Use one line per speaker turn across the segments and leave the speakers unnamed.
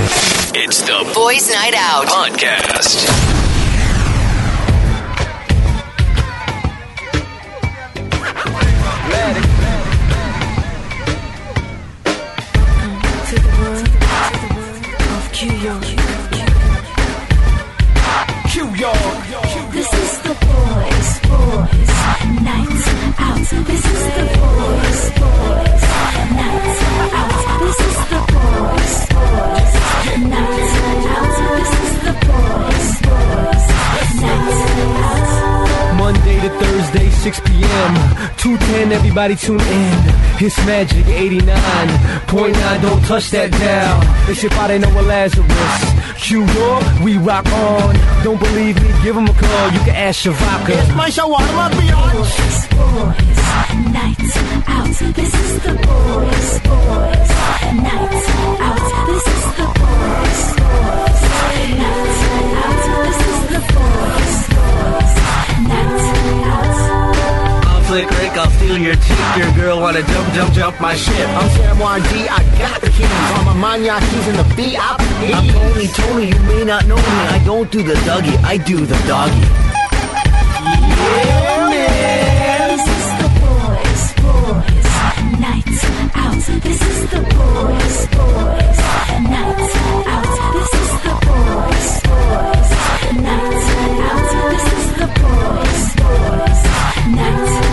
It's the
Boys Night Out.
podcast.
to the world of Cuyo. This is the boys, boys, nights out. This is the boys, boys, nights out. This is the boys, boys, nights out. This is the boys, boys, nights out.
Monday to Thursday, 6 p.m. 210, everybody tune in. It's Magic 89.9, don't touch that dial. It's your body, Noah Lazarus. Q Raw, we rock on. Don't believe me, give him a call. You can ask Shavaka.
Boys, boys, nights out. This is the boys, boys, nights out. This is the boys, boys, nights out. This is the boys, boys, nights out.
I'll flick Rick, I'll steal your cheek. Your girl wanna jump, jump, jump my ship.
I'm Samuan D, I got the keys. I'm a maniac, he's in the VIP.
I'm Tony, Tony, you may not know me. I don't do the doggy, I do the doggy.
This is the boys, boys, nights out. This is the boys, boys, nights out. This is the boys, boys, nights out. This is the boys, boys, nights out.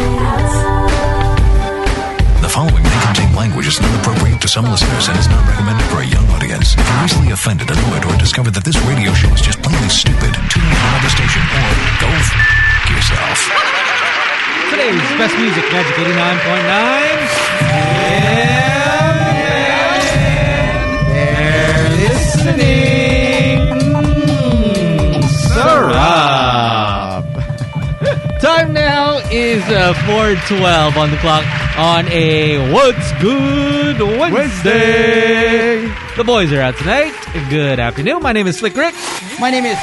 The following may contain language is not appropriate to some listeners and is not recommended for a young audience. If you're recently offended, annoyed, or discovered that this radio show is just plainly stupid, tune in to another station or go f- yourself.
Today's best music, Magic 89.9. Yeah, they're listening. Syrup. Time now is uh, 4.12 on the clock on a What's Good Wednesday. The boys are out tonight. Good afternoon. My name is Slick Rick.
My name is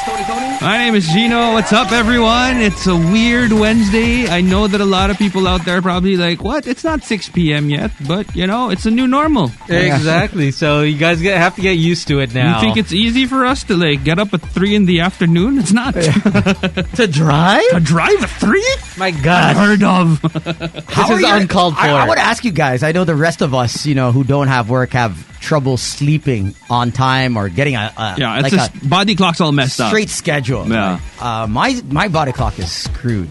Gino. What's up, everyone? It's a weird Wednesday. I know that a lot of people out there are probably like, what? It's not 6 p.m. yet, but you know, it's a new normal.
Exactly. So you guys get, have to get used to it now.
You think it's easy for us to like get up at 3 in the afternoon? It's not. a
to drive?
drive at 3?
My God.
Heard of.
This is uncalled for.
I, I want to ask you guys. I know the rest of us, you know, who don't have work, have trouble sleeping on time or getting a, a
Yeah, it's
like
just body clock's all
a
messed up.
straight schedule.
Yeah.
Uh, my my body clock is screwed.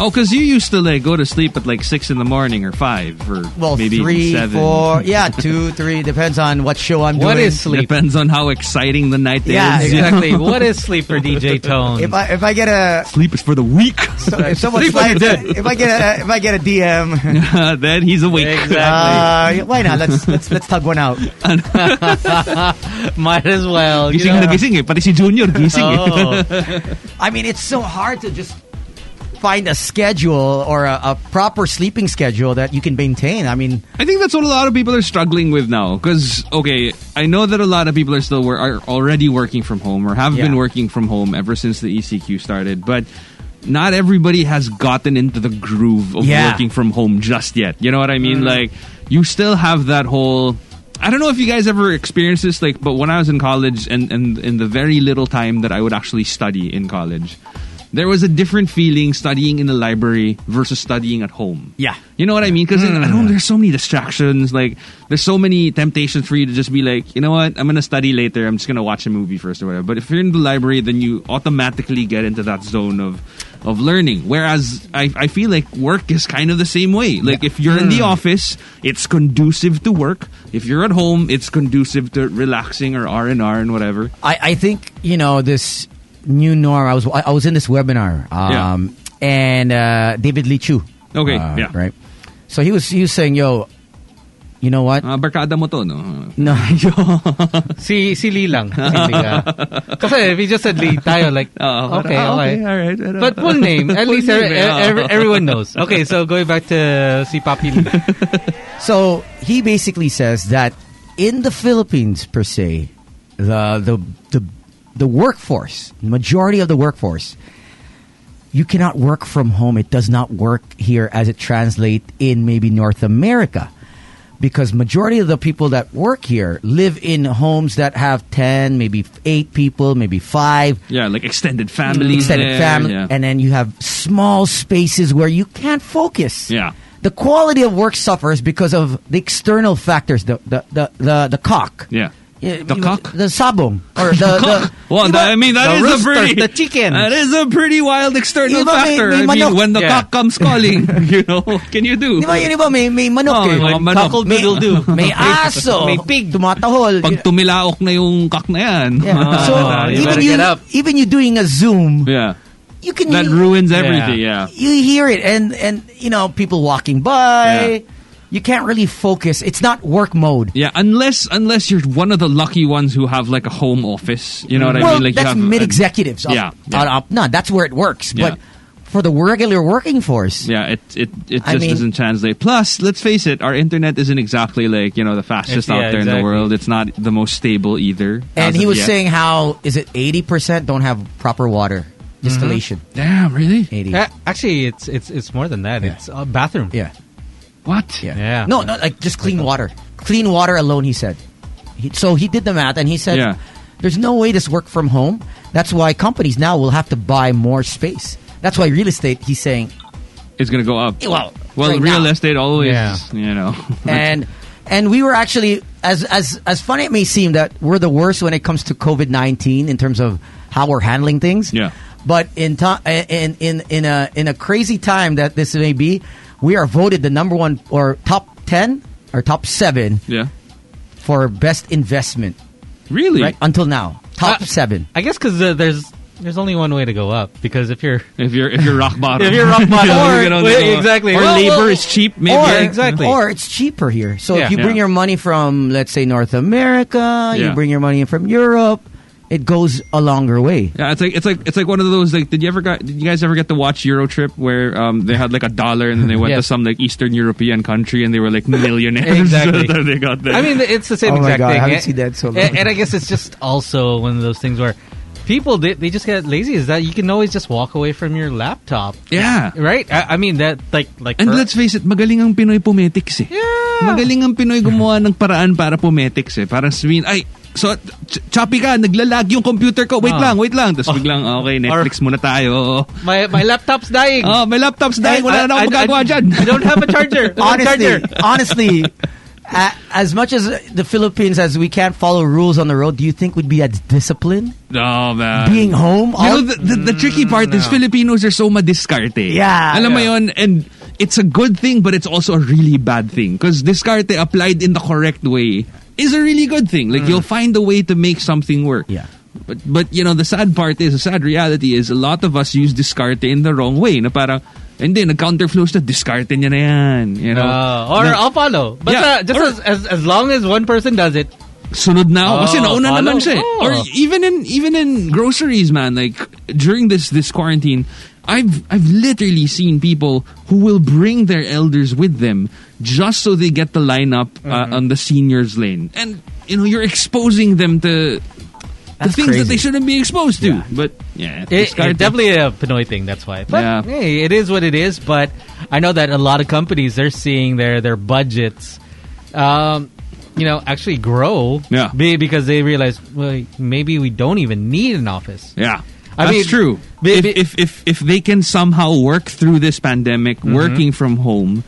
Oh, because you used to like go to sleep at like 6 in the morning or 5 or
Well,
maybe even
three,
7.
four, yeah, two, three depends on what show I'm
What
doing.
is sleep?
Depends on how exciting the night
Yeah,
is.
Exactly. what is sleep for DJ Tone?
If I if I get a
Sleep is for the weak.
so, if someone
Sleep like
slides,
that.
if I get a, if I get a DM,
then he's awake.
uh, why not? Let's let's let's tug one out.
Might as well. you
Gising
know?
na gising eh. Pati si Junior gising eh.
Oh.
I mean, it's so hard to just find a schedule or a, a proper sleeping schedule that you can maintain. I mean,
I think that's what a lot of people are struggling with now. Because, okay, I know that a lot of people are still wor- are already working from home or have
Yeah.
been working from home ever since the ECQ started, but not everybody has gotten into the groove of
Yeah. Mm.
working from home just yet. You know what I mean? Like, you still have that whole. I don't know if you guys ever experienced this, like, but when I was in college and, and in the very little time that I would actually study in college, there was a different feeling studying in the library versus studying at home.
Yeah.
You know what I mean? Because at
Hmm.
home, there's so many distractions. Like, there's so many temptations for you to just be like, you know what? I'm going to study later. I'm just going to watch a movie first or whatever. But if you're in the library, then you automatically get into that zone of of learning. Whereas I, I feel like work is kind of the same way. Like, if you're in the
Hmm.
office, it's conducive to work. If you're at home, it's conducive to relaxing or R&R and whatever.
I, I think you know this new norm. I was I I was in this webinar, um, and uh, David Lee Chu.
Okay,
uh,
yeah.
right. So he was he was saying, "Yo, you know what?
Uh-huh.
Uh, barkada mo to, no?
no,
si, si Lee lang. Hindi ka. Kasi if you just said Lee tayo, like,
Oh,
Ah,
okay,
ah,
okay.
okay, all right. I don't-
But full name. At
Full
least
name,
er-
eh, ah.
er- er- everyone knows. Okay, so going back to si Papi Lee.
So he basically says that in the Philippines per se, the the the, the workforce, majority of the workforce, you cannot work from home. It does not work here as it translate in maybe North America. because majority of the people that work here live in homes that have 10 maybe 8 people maybe 5
Yeah, like extended family.
extended
there,
family
Yeah.
and then you have small spaces where you can't focus
Yeah.
the quality of work suffers because of the external factors the the the the, the cock
yeah.
Yeah,
The
you-
cock?
the sabong or the, the
Well, I
Diba?
mean that
The
is a
rooster,
pretty
the chicken
That is a pretty wild external
Diba, may-
factor.
may
I mean,
manok.
when the
Yeah.
cock comes calling, you know, what can you do?
Di ba yun, di ba? May, may
Oh,
manok
may
eh.
mga manok.
May,
Cockle-doodle-doo.
may aso.
May pig.
Tumatahol.
Pag tumilaok na yung cock na yan.
Yeah. So,
Ah, you
even,
better get
you,
up.
even you doing a Zoom,
yeah.
you can
That ruins everything, yeah.
you hear it. And, and, you know, people walking by.
Yeah.
You can't really focus. It's not work mode.
Yeah, unless unless you're one of the lucky ones who have like a home office, you know what I
well,
mean? Like
that's
you have uh,
mid executives.
yeah,
Yeah,
yeah.
no, that's where it works. But
Yeah.
for the regular working force,
Yeah, it it, it
I
just
mean-
doesn't translate. Plus, let's face it, our internet isn't exactly like you know the fastest
It's- yeah,
out there in
exactly.
the world. It's not the most stable either.
and
as
he
of
was
yet.
saying how is it eighty percent don't have proper water distillation?
"Damn, really?
Eighty.
Yeah, actually, it's it's it's more than that. It's
uh,
a bathroom.
Yeah.
What?
Yeah.
Yeah.
No, no, like just clean water. Clean water alone, he said. He, so he did the math and he said,
Yeah.
there's no way this work from home. That's why companies now will have to buy more space. That's why real estate, he's saying,
It's gonna go up.
eh, well,
Well,
right
real
now.
estate always,
Yeah.
you know.
And and we were actually as as as funny it may seem that we're the worst when it comes to COVID nineteen in terms of how we're handling things.
Yeah.
But in time in in in a in a crazy time that this may be, we are voted the number one or top ten or top seven
yeah.
for best investment
Really?
right until now.
Ah.
Top
Uh,
seven.
I guess because uh, there's there's only one way to go up because if you're
If you're if you're rock bottom,
If you're rock bottom.
you
Or-
know,
wait,
you know,
exactly.
Or
Well,
labor
well,
is cheap, maybe.
or-
I-
exactly.
Or it's cheaper here. So
Yeah.
if you bring
Yeah.
your money from, let's say, North America, you
Yeah.
bring your money from Europe, it goes a longer way.
Yeah, it's like it's like it's like one of those like did you ever got did you guys ever get to watch Euro Trip where um they had like a dollar and then they went to
Yes.
some like Eastern European country and they were like millionaires
Exactly.
that they got there.
I mean, it's the same
Oh my
exact
God, I
thing.
haven't
Eh,
seen that in so long.
And, and I guess it's just also one of those things where people they, they just get lazy. Is that you can always just walk away from your laptop,
Yeah.
right? I, I mean that like like
And
for-
let's face it, magaling ang Pinoy pumetics eh. Yeah. Magaling ang Pinoy gumawa ng paraan para pumetics eh. Parang sabihin, ay, so, ch- choppy ka, naglalag yung computer ko. Wait
Ah.
lang, wait lang. Tapos biglang, "Ah, okay, Netflix muna tayo.
my my laptop's dying.
Oh, may laptops dahil wala na akong magagawa
I,
dyan.
I don't have a charger. I don't have a
honestly,
charger.
honestly, a- as much as the Philippines as we can't follow rules on the road, do you think we'd be as disciplined
No, man.
being home?
Uh, You
all-
know, the, the, the tricky part is Filipinos are so madiscarte.
Yeah.
Alam mo
Yeah.
yun, and it's a good thing, but it's also a really bad thing. Because discarte applied in the correct way is a really good thing. Like, you'll find a way to make something work.
Yeah.
But, but you know, the sad part is, the sad reality is, a lot of us use discarte in the wrong way. Na parang, hindi, nag-counterflows na, discarte niya na yan. You know?
Uh, or
Na-
I'll follow, but
Yeah,
uh, just
or-
as, as as long as one person does it,
sunod na ako
Oh,
kasi nauna
follow.
naman siya eh.
Oh.
or even in even in groceries man like during this this quarantine I've I've literally seen people who will bring their elders with them just so they get the line up
Mm-hmm.
uh, on the seniors lane and you know you're exposing them to the
That's
things that
crazy.
they shouldn't be exposed to but yeah
It,
discarded.
it's definitely a Pinoy thing. That's why. But
Yeah.
hey, it is what it is. But I know that a lot of companies they're seeing their their budgets, um, you know, actually grow.
Yeah.
be- because they realize well, maybe we don't even need an office.
Yeah.
I
That's
mean,
true.
be-
if,
be-
if, if, if they can somehow work through this pandemic,
Mm-hmm.
working from home,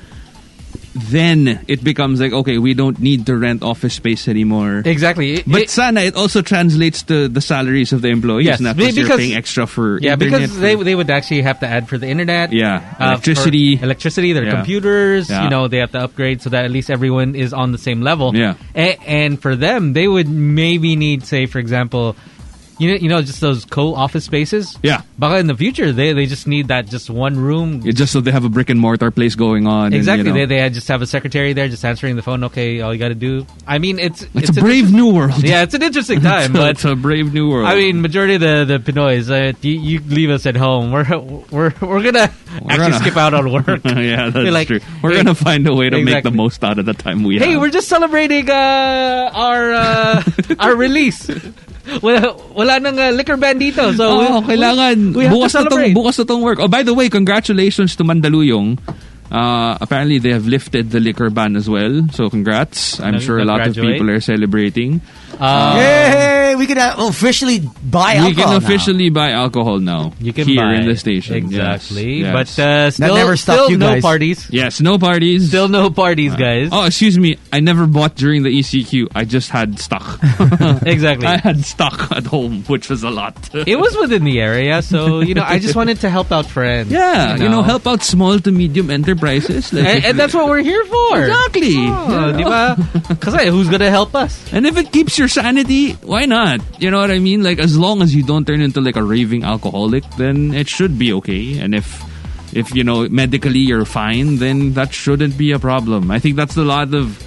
then it becomes like, okay, we don't need to rent office space anymore.
Exactly. It-
but
it-
sana, it also translates to the salaries of the employees.
eh, Yes,
not
be-
because you're
because-
paying extra for
yeah,
internet,
because they
for-
they would actually have to add for the internet. uh,
Yeah.
for
Electricity.
electricity, their
Yeah.
computers.
Yeah.
You know, they have to upgrade so that at least everyone is on the same level.
Yeah.
A- and for them, they would maybe need, say, for example. You know, you know, just those co-office spaces.
Yeah.
But in the future, they, they just need that just one room.
It's just so they have a brick and mortar place going on. and, you
exactly. They
know.
they just have a secretary there, just answering the phone. Okay, all you got to do. I mean, it's
it's, a
an
brave
interest-
new world.
Yeah, it's an interesting
It's
time,
a-
but
it's a brave new world.
I mean, majority of the the Pinoys, uh, you, you leave us at home. We're we're we're gonna actually
gonna-
skip out on work.
yeah, that's
like,
true. We're
hey-
gonna find a way to make
Exactly.
the most out of the time we
hey,
have.
we're just celebrating uh, our uh, our release. Wala, wala nang uh, liquor ban dito. So
Oo,
we-
Oh, kailangan.
we have
bukas
to
na tong,
celebrate.
bukas na tong work. Oh, by the way, congratulations to Mandaluyong Uh, apparently, they have lifted the liquor ban as well. So, congrats! I'm
Now you
sure
can
a lot of
graduate.
people are celebrating.
Uh,
Hey, we can uh, officially buy
we
alcohol
can
now.
officially buy alcohol now.
You can
here
buy
in the
it.
station.
Exactly.
Yes, yes.
But uh, still,
never stopped
still
you
no
guys.
parties.
yes, no parties.
Still no parties, guys.
Oh, excuse me. I never bought during the ECQ. I just had stock.
Exactly.
I had stock at home, which was a lot.
it was within the area, so you know, I just wanted to help out friends.
yeah, you know, help out small to medium enterprises. Like
and,
if
and that's what we're here for.
exactly.
Oh, di ba? Kasi who's gonna help us?
And if it keeps your sanity, why not? You know what I mean? Like as long as you don't turn into like a raving alcoholic, then it should be okay. And if if you know medically you're fine, then that shouldn't be a problem. I think that's a lot of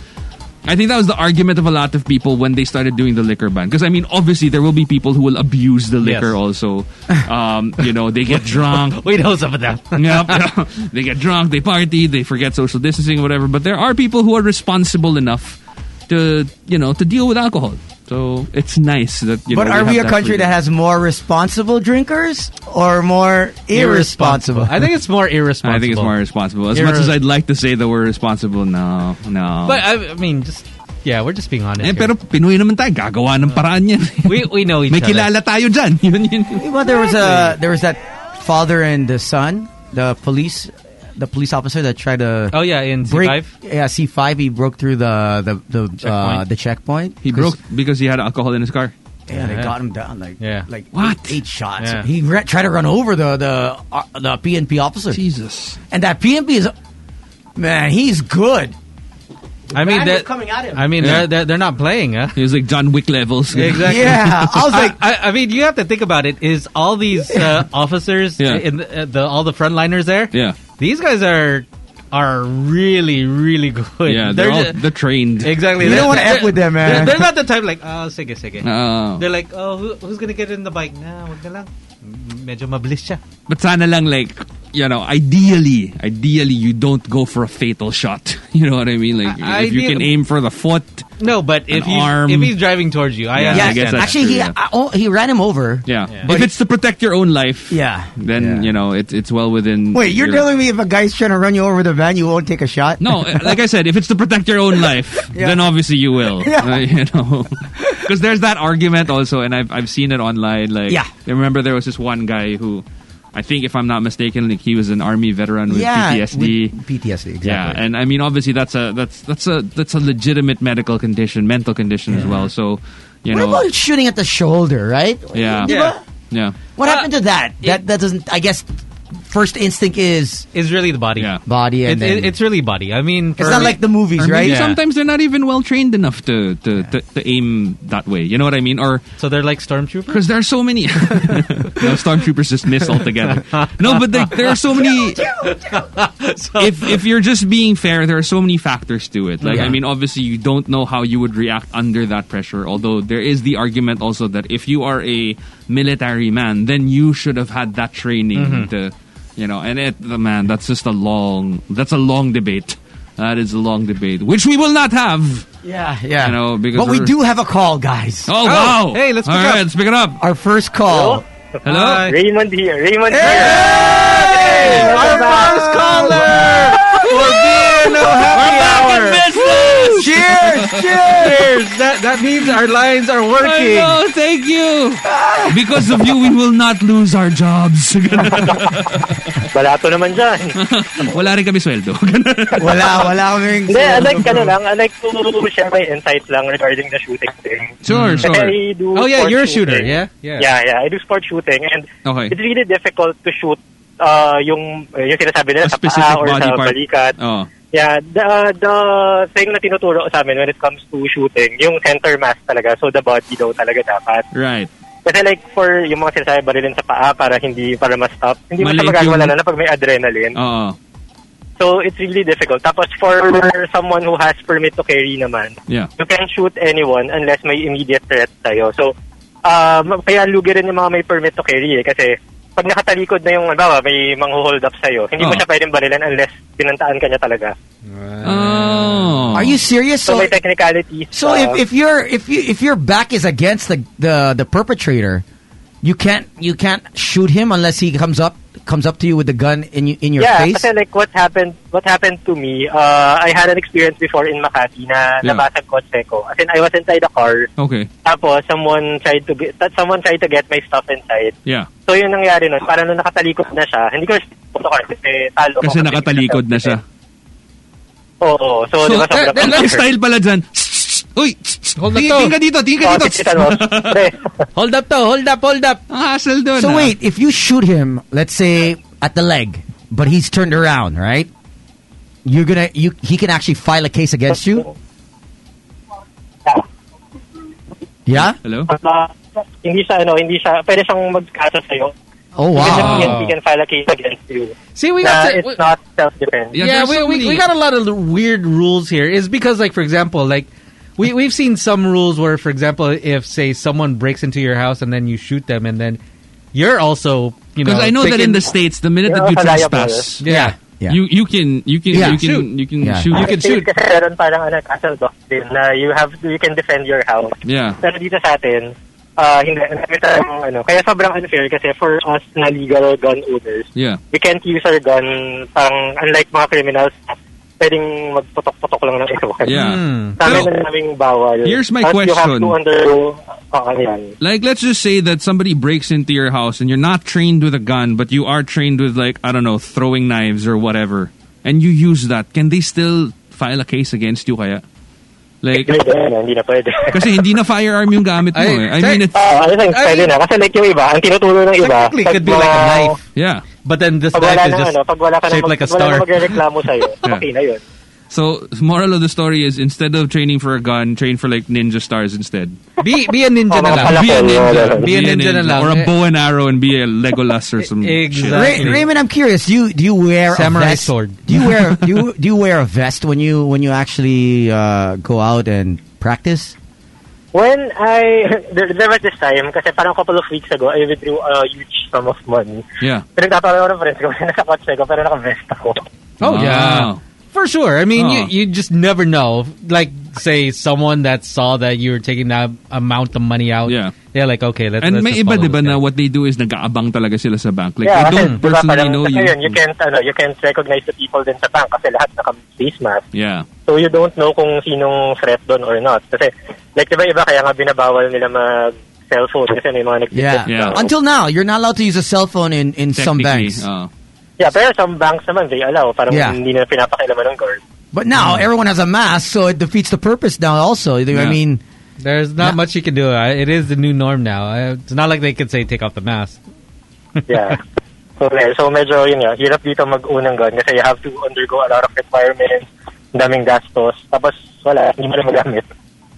I think that was the argument of a lot of people when they started doing the liquor ban. Because I mean, obviously there will be people who will abuse the liquor
Yes.
also. Um, you know, they get drunk,
Wait, how's up with that?
yep, yep. They get drunk, they party, they forget social distancing or whatever. But there are people who are responsible enough to you know to deal with alcohol. So it's nice that you
But
know,
are
have
we a country that
freedom.
has more responsible drinkers or more irresponsible?
I think it's more irresponsible.
I think it's more responsible. As
You're-
much as I'd like to say that we're responsible, no, no.
But I, I mean, just yeah, we're just being honest.
eh,
here.
pero Pinoy naman tayo, gagawa ng paraan yan.
we we know each
May
other.
kilala tayo dyan. Yun, yun.
Well, there was a there was that father and the son, the police, the police officer that tried to
Oh yeah, in
break.
C5.
Yeah, C five. He broke through the the the uh,
Checkpoint.
the checkpoint.
He broke
'Cause-
because he had alcohol in his car.
Yeah,
Yeah.
they got him down like
Yeah.
like
What?
eight, eight shots.
Yeah.
He re- tried to run over the the uh, the PNP officer,
Jesus.
and that PNP is man, he's good.
I mean,
Man was
that,
coming at him.
I mean,
Yeah.
they're, they're they're not playing, huh?
He was like John Wick levels.
Exactly.
Yeah, I was like,
I, I mean, you have to think about it. Is all these uh, officers
Yeah.
in the, uh, the all the frontliners there?
Yeah.
These guys are are really really good.
Yeah, they're, all,
ju-
they're trained.
exactly.
You
They're-
don't wanna
they're-
F with them, man.
They're, they're not the type like oh sige sige.
Oh.
They're like oh who, who's gonna get in the bike na wag na lang. M- Medyo mabilis siya.
But sana lang like you know, ideally, ideally you don't go for a fatal shot. You know what I mean? Like
I-
if you
ideally-
can aim for the foot.
No, but if
An
he's
arm.
if he's driving towards you, I
Yeah,
yeah,
I guess
understand.
that's
actually,
true,
he
yeah.
I- oh, he ran him over.
Yeah.
Yeah.
If it's to protect your own life,
Yeah.
then
Yeah.
you know it's it's well within.
Wait, you're
your-
telling me if a guy's trying to run you over with a van, you won't take a shot?
No, eh, like I said, if it's to protect your own life,
Yeah.
then obviously you will.
Yeah.
Uh, you know, because there's that argument also, and I've I've seen it online. Like,
Yeah.
I remember there was this one guy who, I think if I'm not mistaken, like he was an army veteran with
yeah,
PTSD.
with PTSD, exactly.
Yeah, and I mean, obviously, that's a that's that's a that's a legitimate medical condition, mental condition as well. So, you
what
know,
about shooting at the shoulder, right?
Yeah.
Diba?
Yeah.
yeah,
What
Uh,
happened to that? That that doesn't. I guess first instinct is
It's really the body.
yeah.
body,
It,
and then
it, it's really body. I mean,
it's not like the movies,
Or
right?
maybe
Yeah.
sometimes they're not even well trained enough to to, to to aim that way. You know what I mean? Or
so they're like stormtroopers.
because there are so many. no, stormtroopers just miss altogether. No, but like, there are so many. if if you're just being fair, there are so many factors to it. Like,
Yeah.
I mean, obviously, you don't know how you would react under that pressure. Although there is the argument also that if you are a military man, then you should have had that training. To, you know, and it, the man, that's just a long. That's a long debate. That is a long debate, which we will not have.
Yeah, yeah.
You know, because
but we
we're-
do have a call, guys.
Oh, wow!
hey, let's
All
pick
right,
up.
let's pick it up.
Our first call.
Hello.
Hi.
Raymond here. Raymond here.
Uh, Our
Welcome back.
first caller.
Back in business!
Cheers!
Cheers. That that means our lines are
I
working.
know, thank you. Because of you, we will not lose our jobs.
Balato naman dyan.
Wala rin kami sweldo.
wala, wala kaming...
Hindi, I like, ano lang, I like to share my insight lang regarding the shooting thing.
sure, sure.
I do
Oh yeah,
sport
you're a shooter.
shooting.
Yeah, yeah.
Yeah, yeah, I do sport shooting and
Okay.
it's really difficult to shoot uh, yung, yung sinasabi
A
nila sa
specific
paa or
body
sa
part.
balikat.
Oh.
Yeah, the, uh, the thing na tinuturo sa amin when it comes to shooting, yung center mass talaga. So, the body daw talaga dapat.
Right.
Kasi like for yung mga sinasabi barilin sa paa para hindi para ma-stop. Hindi mo siya
Maliit
magagawa
yung-
lalo na pag may adrenaline.
Oo.
So it's really difficult. Tapos for someone who has permit to carry naman,
Yeah.
you can shoot anyone unless may immediate threat sa'yo. So um, kaya lugi rin yung mga may permit to carry eh, kasi pag nakatalikod na yung halimbawa may mangho-hold up sa'yo, hindi mo
Oo.
siya pwedeng barilan unless binantaan ka niya talaga.
Oh.
Are you serious?
So,
So,
may technicality.
so if, if your if you if your back is against the, the the perpetrator, you can't you can't shoot him unless he comes up comes up to you with the gun in you, in your
yeah,
face?
kasi like what happened what happened to me, uh, I had an experience before in Makati na
Yeah.
nabasag kotse ko. As in, I was inside a car,
Okay.
tapos someone tried to get, that someone tried to get my stuff inside.
Yeah.
So yun nangyari nun, parang nung nakatalikod na siya, hindi ko puto ka kasi eh, talo ko
Kasi nakatalikod na siya.
Oo, so,
So,
diba
eh,
sobrang
eh, ang style pala dyan. Uy!
Hold na to.
Tingin ka dito, tingin ka
Oh,
dito.
tigitan mo. Pre,
Hold up to, hold up, hold up.
Ang hassle doon.
so
ah.
wait, if you shoot him, let's say at the leg, but he's turned around, right? You're gonna you he can actually file a case against you. Yeah.
Hello?
ah, hindi siya, ano, hindi siya, pwede siyang magkaso sa'yo.
Oh
Even the
wow.
PNP can file a case against you.
See, we
na
got to,
it's not self-defense.
Yeah,
yeah,
there's
we,
so
we,
many.
we got a lot of weird rules here. Is because like for example, like we we've seen some rules where, for example, if say someone breaks into your house and then you shoot them, and then you're also you know
Because I know that in the
taken-
states, the minute that
Yeah,
you
kaya mo
trespass,
yeah.
Yeah.
you you can you can
Yeah.
you can
Shoot.
you can
Yeah.
shoot.
You can
Kasi-
shoot.
Kasi meron parang ano, castle doctrine na you have, you can defend your house.
Yeah.
Pero dito sa atin, ah, hindi, ang dami tayong, ano, kaya sobrang unfair kasi for us na legal gun owners,
Yeah.
we can't use our gun, parang unlike mga criminals, pwedeng magputok-putok lang ng iwan.
Yeah.
Hmm.
Sa amin,
Pero-
ang daming bawal.
Here's my
Tapos You have
question.
to undergo, oh, ano yan.
Like, let's just say that somebody breaks into your house and you're not trained with a gun, but you are trained with, like, I don't know, throwing knives or whatever, and you use that. Can they still file a case against you, kaya? Like,
Hindi, ano, hindi na pwede.
kasi hindi na firearm yung gamit mo, eh. I mean, it's,
Ah, ano sa pwede na. Kasi like yung iba, ang tinuturo ng iba,
Technically, it
pag
could be like a
mga-
knife,
yeah.
but then this
Pag wala
knife is
na,
just
ano, pag wala ka na,
shaped
mag,
like a
pag wala
star.
na magrereklamo sa'yo,
Yeah.
okay na yun.
So, moral of the story is instead of training for a gun, train for, like, ninja stars instead.
Be be a ninja
Oh,
na lang.
pala-
Be a
Palakol,
ninja.
wala.
Be a ninja na lang.
Or a
Eh.
bow and arrow and be a Legolas or some
Ra-
Exactly. Exactly.
Raymond, I'm curious. Do you do you wear
Samurai
a vest?
sword.
Do you wear do you, do you wear a vest when you when you actually uh, go out and practice?
When I, there, there was this time, kasi parang couple of weeks ago, I withdrew a huge sum of money.
shit. Yeah.
Pinagtatalo ko ng friends ko, nasa kotse ko, pero naka-vest ako.
Oh
Wow.
yeah, for sure. I mean,
Oh.
you, you just never know. Like, say someone that saw that you were taking that amount of money out.
Yeah.
they're like, okay, let's.
And
let's
may
just
iba,
follow
di ba,
this guy.
na what they do is nag-aabang talaga sila sa bank. Like,
Yeah,
they don't
kasi, diba,
personally
parang-
know
kasi
you.
Yun, you can't, ano, you can't recognize the people din sa bank kasi lahat naka face mask.
Yeah.
So you don't know kung sinong threat doon or not. Kasi, like, diba iba, kaya nga binabawal nila mag cellphone kasi may mga nag
Yeah.
Yeah.
Until now, you're not allowed to use a cell phone in, in some
Technically,
banks.
oh.
Yeah, pero some banks naman, they allow. Parang
Yeah.
hindi na pinapakilaman ng guard.
But now everyone has a mask, so it defeats the purpose now. Also, I
Yeah.
mean,
There's not much you can do. I- It is the new norm now. I- It's not like they could say take off the mask.
Yeah. so, eh, so medyo, yun nga, hirap dito mag-unang gun kasi you have to undergo a lot of requirements, ang daming gastos, tapos wala, hindi mo na magamit.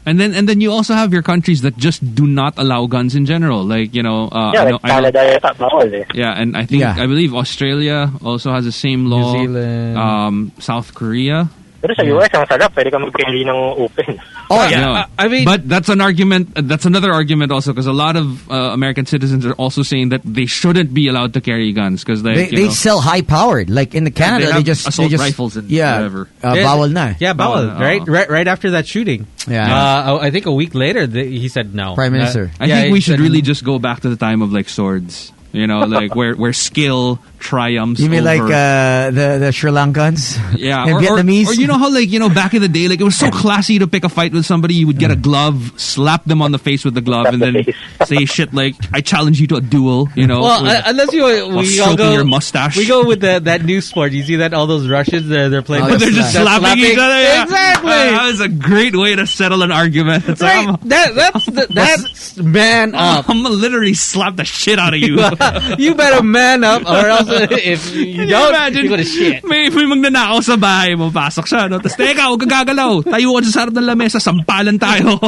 And then, and then you also have your countries that just do not allow guns in general. Like, you know, uh,
Ah, ano,
yeah,
I know,
like
I know-
Canada yata, bawal eh.
yeah, and I think,
Yeah.
I believe Australia also has the same
New
law.
Zealand.
Um, South Korea.
Pero sa US, ang sarap, pwede ka mag-carry ng open.
oh
You
yeah,
know.
uh, I- I mean-
but that's an argument. uh, That's another argument also because a lot of uh, American citizens are also saying that they shouldn't be allowed to carry guns because like,
they,
you
they
know,
sell high powered. Like in the Canada,
they
they,
have
just
assault
they just,
rifles and
yeah,
whatever.
Uh,
Yeah,
bawal na. eh.
Yeah, bawal.
Bawal,
right,
oh.
right, right after that shooting.
Yeah.
Uh, I I think a week later th- he said no.
Prime
Uh,
Minister.
I
yeah,
think we
he said
should really
no.
just go back to the time of like swords. You know, like where where skill triumphs.
You mean
over-
like uh, the the Sri Lankans?
yeah,
and
or, or-
Vietnamese.
Or, you know how like you know back in the day, like it was so classy to pick a fight with somebody. You would get a glove, slap them on the face with the glove, and then say shit like, "I challenge you to a duel." You know,
Well,
with-
uh, unless you
while
we all
stroking
go
your mustache.
we go with the, that new sport. You see that all those Russians they're, they're playing.
Oh,
with-
but they're just
Just
slapping, each other. yeah.
Exactly.
Uh, that was a great way to settle an argument. It's like,
Right. Uh, That that's the, that's man
I'm,
up.
I'm gonna literally slap the shit out of you.
you better man up, or else if you
Can you
don't,
imagine?
you're gonna shit.
May, may magnanakaw sa bahay mo, pasok siya, no? Tapos, teka, huwag kang gagalaw. Tayo ka sa sarap ng lamesa, sampalan tayo.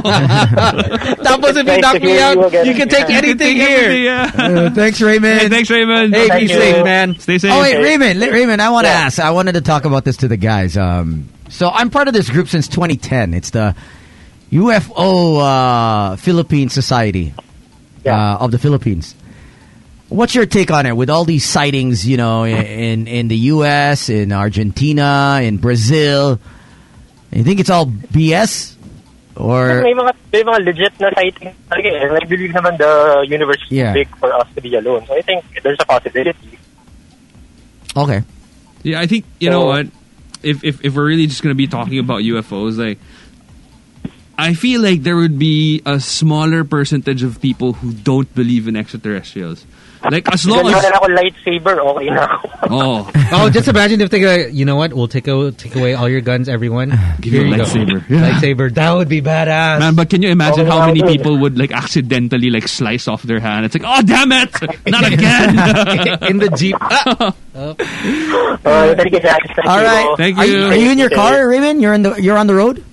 Tapos if you
Nice
knock
to
me
hear you
out,
again.
you can take
Yeah.
anything
Everything,
here.
yeah.
Uh, thanks, Raymond.
Hey, thanks, Raymond.
Hey, be
Thank you.
safe, man.
Stay safe.
Oh wait,
Okay.
Raymond, Li- Raymond, I want to
Yeah.
ask. I wanted to talk about this to the guys. Um, so I'm part of this group since 2010. It's the UFO uh, Philippine Society
Yeah.
uh, of the Philippines. What's your take on it? With all these sightings, you know, i- in in the U.S., in Argentina, in Brazil, you think it's all BS?
Kasi
Or
may mga, may mga legit na sighting talaga eh. And I believe naman the universe is
Yeah.
big for us to be alone. So I think there's a possibility.
Okay.
Yeah, I think you know
So-
what. If, if if we're really just gonna be talking about UFOs, like I feel like there would be a smaller percentage of people who don't believe in extraterrestrials. Like as long
Ganyan
as
na ako lightsaber, okay na ako.
oh,
Oh, just imagine if they go, you know what? We'll take, a, take away all your guns, everyone.
give you a lightsaber. Yeah.
Lightsaber. That would be badass.
Man, but can you imagine
Oh,
how many
wow.
people would like accidentally like slice off their hand? It's like, oh damn it, not again.
in the jeep.
Uh, thank you, guys. Thank
All
you.
right.
Thank
Are you,
you.
are you in your car, Raymond? You're in the you're on the road.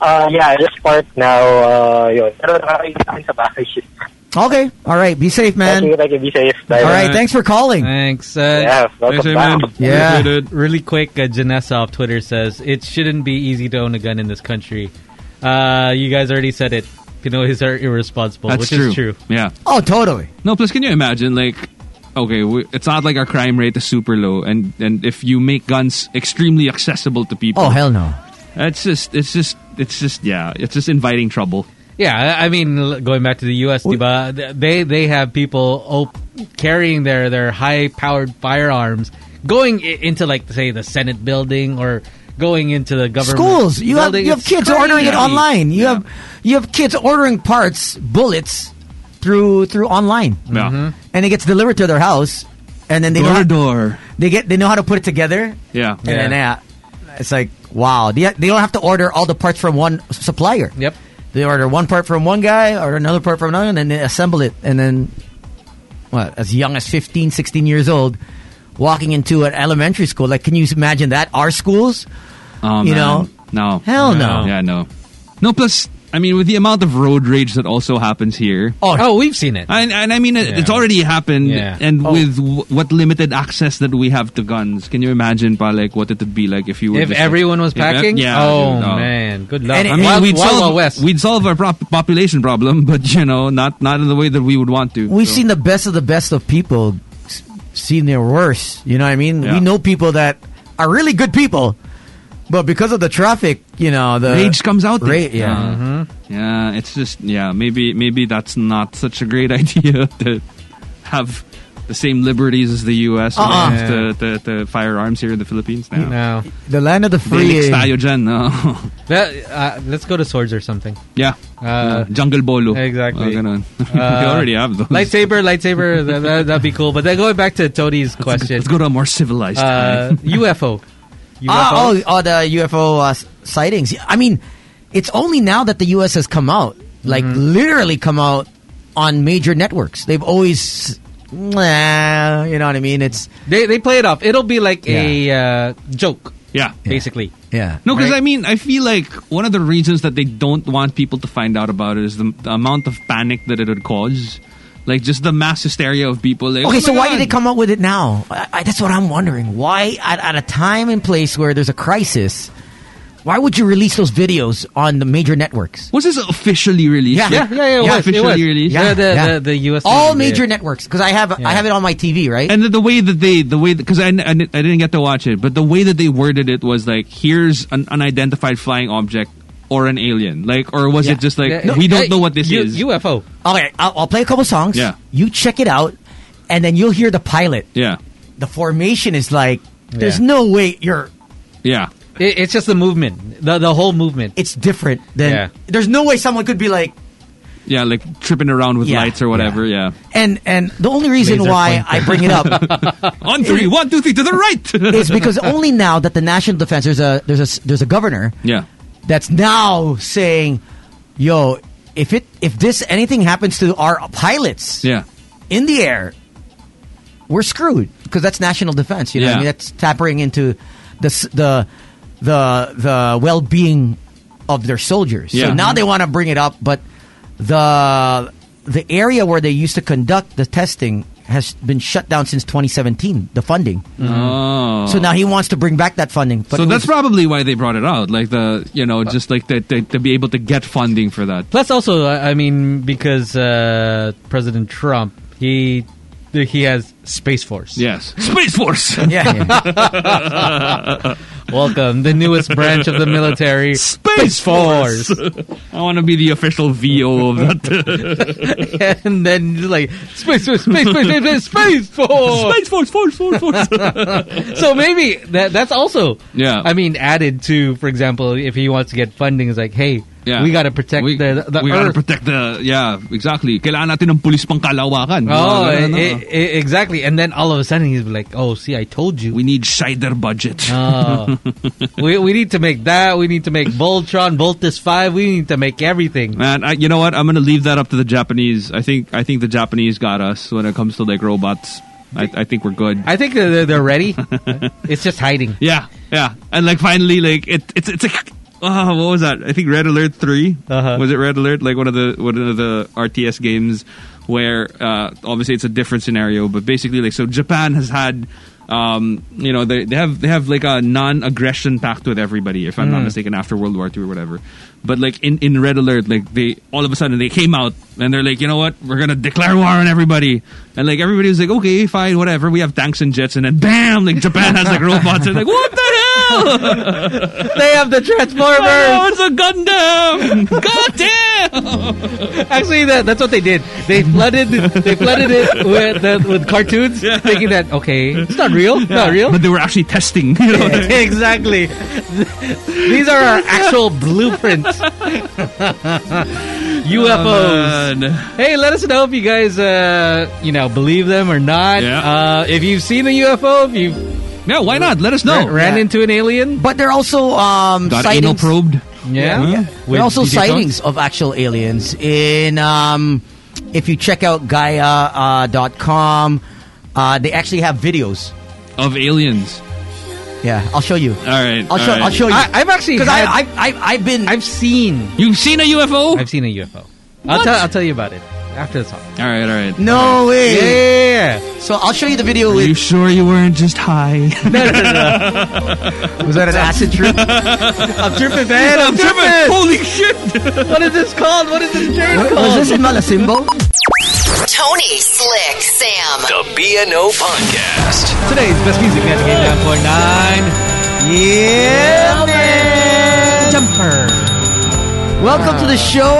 Uh, yeah, just part now. Uh, yun. Pero nakakaigit akin sa bahay.
Okay. All right. Be safe,
Thank
man.
you, thank you. Be safe. Bye.
All right. Thanks for calling.
Thanks. Uh,
Yeah, welcome
Thanks, man.
back.
Yeah.
Appreciate it.
Really quick, uh, Janessa off Twitter says it shouldn't be easy to own a gun in this country. Uh, you guys already said it. Pinoys are irresponsible, which
That's true.
is true.
Yeah.
Oh, totally.
No, plus can you imagine like okay, we, it's not like our crime rate is super low and and if you make guns extremely accessible to people.
Oh, hell no.
It's just it's just it's just yeah, it's just inviting trouble.
Yeah, I I mean, l- going back to the U.S., diba, th- they they have people op- carrying their their high powered firearms going i- into like say the Senate building or going into the government
Schools. You have
building.
you have
It's
kids ordering it
crazy.
online. You have you have kids ordering parts, bullets through through online,
Yeah.
Mm-hmm.
and it gets delivered to their house, and then they
Door
know
to
how,
door.
they get they know how to put it together,
Yeah.
and then yeah, it's like wow. They they don't have to order all the parts from one supplier.
Yep.
They order one part from one guy or another part from another, and then they assemble it. And then, what, as young as 15, 16 years old, walking into an elementary school. Like, can you imagine that? Our schools?
Oh,
You
man.
know?
No.
Hell no.
Yeah, no. No, plus I mean with the amount of road rage that also happens here.
Oh, we've seen it.
And, and I mean, it it's
Yeah.
already happened,
Yeah.
and with w- what limited access that we have to guns, can you imagine, pa, like what it would be like if you were
If
just,
everyone was
if ev-
packing,
yeah,
oh
dude, no.
man, good luck.
And it-
I mean,
Wild-
we'd
Wild
solve
Wild West.
we'd solve our prop- population problem, but you know, not not in the way that we would want to.
We've
so.
seen the best of the best of people, s- seen their worst. You know what I mean?
Yeah.
We know people that are really good people, but because of the traffic, you know, the
rage comes out.
Ra-
there.
yeah.
Mm-hmm. yeah. It's just yeah, maybe maybe that's not such a great idea to have the same liberties as the U.S. when it
Uh-uh.
comes to, to, to firearms here in the Philippines now.
No,
The land of the free.
Felix tayo dyan, no?
That- uh, let's go to swords or something.
Yeah.
Uh,
Jungle Bolo.
exactly.
Mga ganun. we
Uh,
already have those.
Lightsaber, lightsaber, that, that, that'd be cool. But then going back to Tony's question,
Let's go to a more civilized
uh,
time.
UFO. UFO.
Ah, oh, oh, the UFO uh, s- sightings. I mean, it's only now that the U.S. has come out, like
Mm-hmm.
literally come out on major networks. They've always, nah, you know what I mean? It's
They they play it off. It'll be like a uh, joke,
Yeah.
basically.
yeah,
No, because
Right.
I mean, I feel like one of the reasons that they don't want people to find out about it is the, the amount of panic that it would cause. Like, just the mass hysteria of people. Like,
Okay,
"Oh
so
my
why
God."
did they come up with it now? I, I, that's what I'm wondering. Why, at, at a time and place where there's a crisis, why would you release those videos on the major networks?
Was this officially released?
Yeah.
Yeah, yeah, yeah. It
Yeah,
was, it
officially
was.
released.
Yeah,
Yeah,
the,
yeah.
The, the US
All
did
major
it.
networks, because I have I have it on my TV, right?
And the, the way that they, the way, because I, I, didn't- I didn't get to watch it, but the way that they worded it was like, here's an unidentified flying object or an alien. Like, or was
Yeah.
it just like,
Yeah,
we don't
yeah,
know what this
U-
is?
UFO.
okay, I'll, I'll play a couple songs.
Yeah.
you check it out, and then you'll hear the pilot.
yeah.
the formation is like there's
Yeah.
no way you're
Yeah.
It, it's just the movement, the the whole movement.
it's different than
Yeah.
there's no way someone could be like
Yeah, like tripping around with
Yeah.
lights or whatever. Yeah.
and and the only reason
Laser
why I bring it up
On three, one, two, three, to the right.
is because only now that the national defense there's a there's a there's a governor
yeah.
that's now saying yo if it if this anything happens to our pilots
Yeah.
in the air we're screwed because that's national defense you know what
Yeah.
I mean that's tapping into the s- the the the well-being of their soldiers
Yeah.
so now they want to bring it up but the the area where they used to conduct the testing has been shut down since 2017 the funding
Oh.
so now he wants to bring back that funding but
so
it
that's
was-
probably why they brought it out, like the you know just like the, the, to be able to get funding for that.
Plus, also, I I mean, because uh, President Trump, he he has Space Force.
Yes, Space Force.
yeah, yeah.
Welcome, the newest branch of the military, Space Force.
I want to be the official VO of that.
and then just like space, space, space, space, space, space, space Force.
Space Force, Force, Force, Force.
So maybe that that's also,
Yeah.
I mean, added to, for example, if he wants to get funding, it's like, hey,
Yeah.
we got to protect
we,
the the
we gotta
Earth.
protect the yeah exactly kailangan natin ng pulis pang kalawakan
Oh,
Mga
eh,
ganun,
eh,
ah.
eh, exactly. And then all of a sudden he's like, "Oh, see, I told you."
we need Scheider budget
Oh. we we need to make that. We need to make Voltron, Voltus Five. We need to make everything.
man I, you know what I'm gonna leave that up to the Japanese I think I think the Japanese got us when it comes to like robots I, I think we're good
I think they're, they're ready. it's just hiding.
yeah yeah and like finally like it it's it's like Oh, what was that? I think Red Alert 3
Uh-huh.
was it Red Alert? Like one of the one of the RTS games where uh, obviously it's a different scenario, but basically like so Japan has had um, you know they, they have they have like a non-aggression pact with everybody if I'm
Hmm.
not mistaken after World War II or whatever. But like in, in Red Alert, like they all of a sudden they came out and they're like, you know what, we're gonna declare war on everybody, and like everybody was like, okay, fine, whatever. We have tanks and jets, and then bam, like Japan has like robots. They're like, what the hell?
They have the Transformers.
Oh, it's a Gundam! God damn!
Actually, that, that's what they did. They flooded. They flooded it with the, with cartoons, thinking that okay, it's not real, not real.
But they were actually testing. You know?
exactly. These are our actual blueprints. UFOs.
Oh, Man.
Hey, let us know if you guys, uh, you know, believe them or not.
Yeah.
Uh, if you've seen a UFO, if you
Yeah, why not? Let us know.
have ran
yeah.
into an alien,
But there are also um,
Got anal
sightings.
probed.
yeah,
Yeah.
There
With
are also
DJ Jones?
sightings of actual aliens in um, if you check out Gaia.com, uh, dot com, uh, they actually have videos.
Of aliens.
Yeah, I'll show you.
All right.
I'll show.
all right.
I'll show you.
I, I've actually
Because I,
had,
I, I, I've been.
I've seen
You've seen a UFO?
I've seen a UFO. I'll tell I'll tell you about it after the song.
all right, all right.
no way.
Yeah.
So I'll show you the video
Are you
with
sure you weren't just high?
was that an acid trip?
I'm tripping, man. I'm tripping.
Holy shit!
What is this called? What is this journey
was
called?
this in Malasimbo?
Tony, Slick, Sam.
The BNO Podcast.
Today's best music at game down for nine. Yeah, man. Jumper.
Welcome to the show,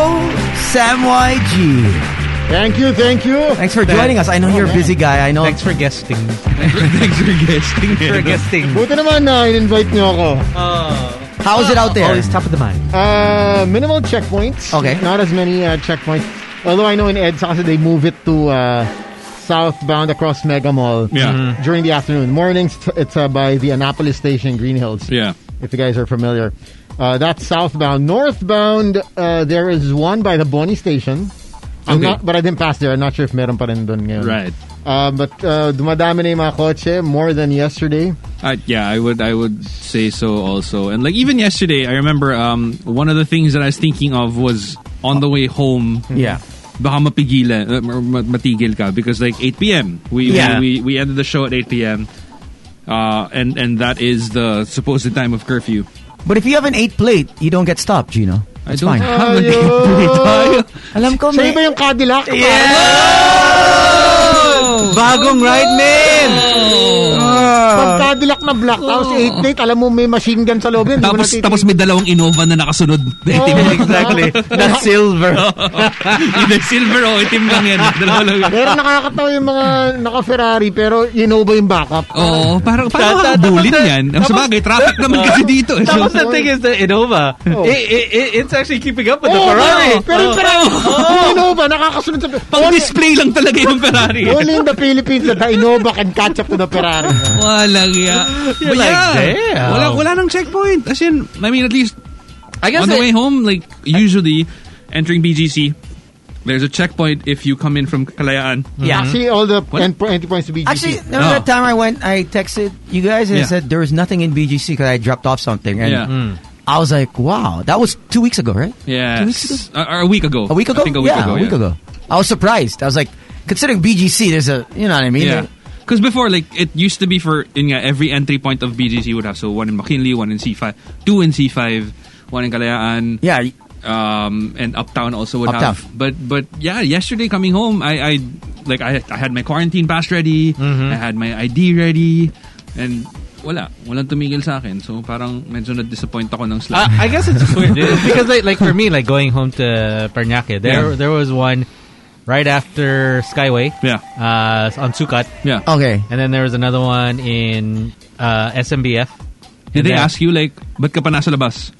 Sam YG.
Thank you, thank you.
Thanks for Oh, joining us. I know you're a busy guy. I know.
Thanks for guesting.
Thanks for guessing.
For guesting.
Buti naman na in-invite niyo ako.
How is it out there?
Always top of the mind.
Uh, minimal checkpoints.
Okay.
Not as many uh, checkpoints. Although I know in EDSA kasi they move it to uh, southbound across Mega Mall
Yeah.
during the afternoon. Mornings, t- it's uh, by the Annapolis Station, Green Hills.
Yeah.
If you guys are familiar. Uh, that's southbound. Northbound, uh, there is one by the Bonnie Station. I'm
Okay.
not, but I didn't pass there. I'm not sure if meron pa rin dun ngayon.
Right.
Uh, but uh, dumadami na yung mga kotse, more than yesterday.
I, yeah, I would I would say so also. And like even yesterday, I remember um, one of the things that I was thinking of was on the way home.
Yeah.
baka mapigilan, uh, ma- matigil ka because like 8 p.m. We,
Yeah.
we we we ended the show at 8 p.m. Uh, and and that is the supposed time of curfew.
But if you have an eight plate, you don't get stopped, Gino.
I
It's
don't
fine.
have an
Ayun!
eight
Alam ko may...
Siya iba yung Cadillac.
Bagong right man!
Ah.
Pag Cadillac na black, tapos
Oh.
8 plate, alam mo may machine gun sa loob yun. di mo
tapos
natitigil.
tapos may dalawang Innova na nakasunod.
Oo.
Exactly. That's silver.
Either silver o itim lang yan. Dalawa lang.
Pero nakakatawa yung mga naka-Ferrari, pero you know ba yung backup?
Oo, parang paano
Tapos-
kakabulin
tapos-
yan? Ang sabagay, traffic naman kasi dito. eh.
That was the thing is the Innova.
Oh.
It, it, it, it's actually keeping up with
Oo,
the Ferrari. Oh.
no. Pero yung Ferrari,
Oh!
yung Innova, nakakasunod sa...
Pang
Only,
display lang talaga yung Ferrari.
only in the Philippines that the Innova can catch up to the Ferrari.
Walang ya. But
like,
yeah,
damn.
wala, wala nang checkpoint. As in, I mean, at least
I guess
on the
it-
way home, like usually entering BGC, there's a checkpoint if you come in from Kalayaan.
Yeah.
Actually, all the
What?
end, entry points to BGC.
Mm-hmm. Actually, remember
Oh.
that time I went, I texted you guys and
Yeah.
said there was nothing in BGC because I dropped off something. And Mm.
Yeah.
I was like, wow. That was two weeks ago, right?
Yeah,
Two weeks
or a week ago.
A week ago?
I think a week
yeah,
ago.
a week
yeah.
ago. I was surprised. I was like, considering BGC, there's a, you know what I mean?
Yeah. Because before, like, it used to be for in yeah, every entry point of BGC would have so one in McKinley, one in C5, two in C5, one in Kalayaan,
Yeah.
um, and Uptown also would
Uptown.
have. But but yeah, yesterday coming home, I, I like I, I had my quarantine pass ready, I had my ID ready, and wala. Walang tumigil sa akin. So parang medyo na-disappoint ako ng
Uh,
Slack.
I guess it's just weird It's because like, like for me, like going home to Paranaque, there
Yeah.
there was one right after Skyway. Yeah. Uh, on Sukat.
Yeah.
Okay.
And then there was another one in uh, SMBF.
Did
And
they
then-
ask you like, ba't ka pa nasa labas?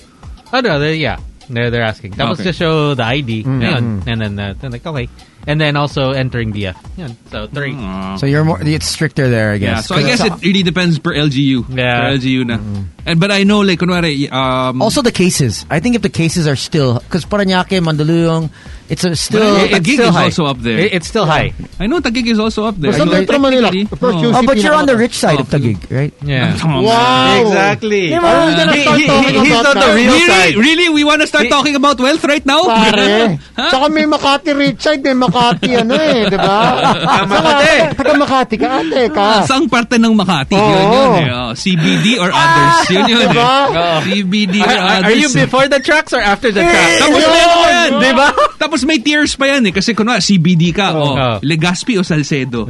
Oh no, they yeah. They're they're asking. That was
Okay.
to show the ID.
Mm.
Yun. And then uh, they're like okay. And then also entering DF. Yun. So three.
So you're more it's stricter there, I guess.
Uh, Yeah, so I guess it really depends per LGU. Yeah. Per LGU na. And but I know like kunwari um
also the cases. I think if the cases are still because Paranaque, Mandaluyong, it's a still
But, uh, Taguig is
still high.
also up there.
It- it's still high.
I know Taguig is also up there.
Basta
I know,
Metro Manila.
technically-
First
Oo.
Oh, but you're on the rich
Oh,
side of Taguig, right?
Yeah.
Wow.
Exactly.
Diba? Are we gonna start
He- he-
talking
he's
about
on the
that?
real
Oh, Really?
side.
Really? We wanna start talking about wealth right now?
Pare. Tsaka may Makati rich side, may Makati ano eh, di ba?
Tama,
Tsaka,
ate.
Taga Makati ka, ate ka.
Ah, Saang parte ng Makati?
Oo. Ah,
Yun yun eh. Oh, CBD or others. Yun yun eh.
Diba?
Oo. CBD
Are,
or others.
are- are you before the tracks or after the
Eh,
tracks?
Tapos may ano pa yan, di
diba?
ba? Tapos may tears pa yan eh. Kasi kunwa, CBD ka, oh, Legazpi o Salcedo.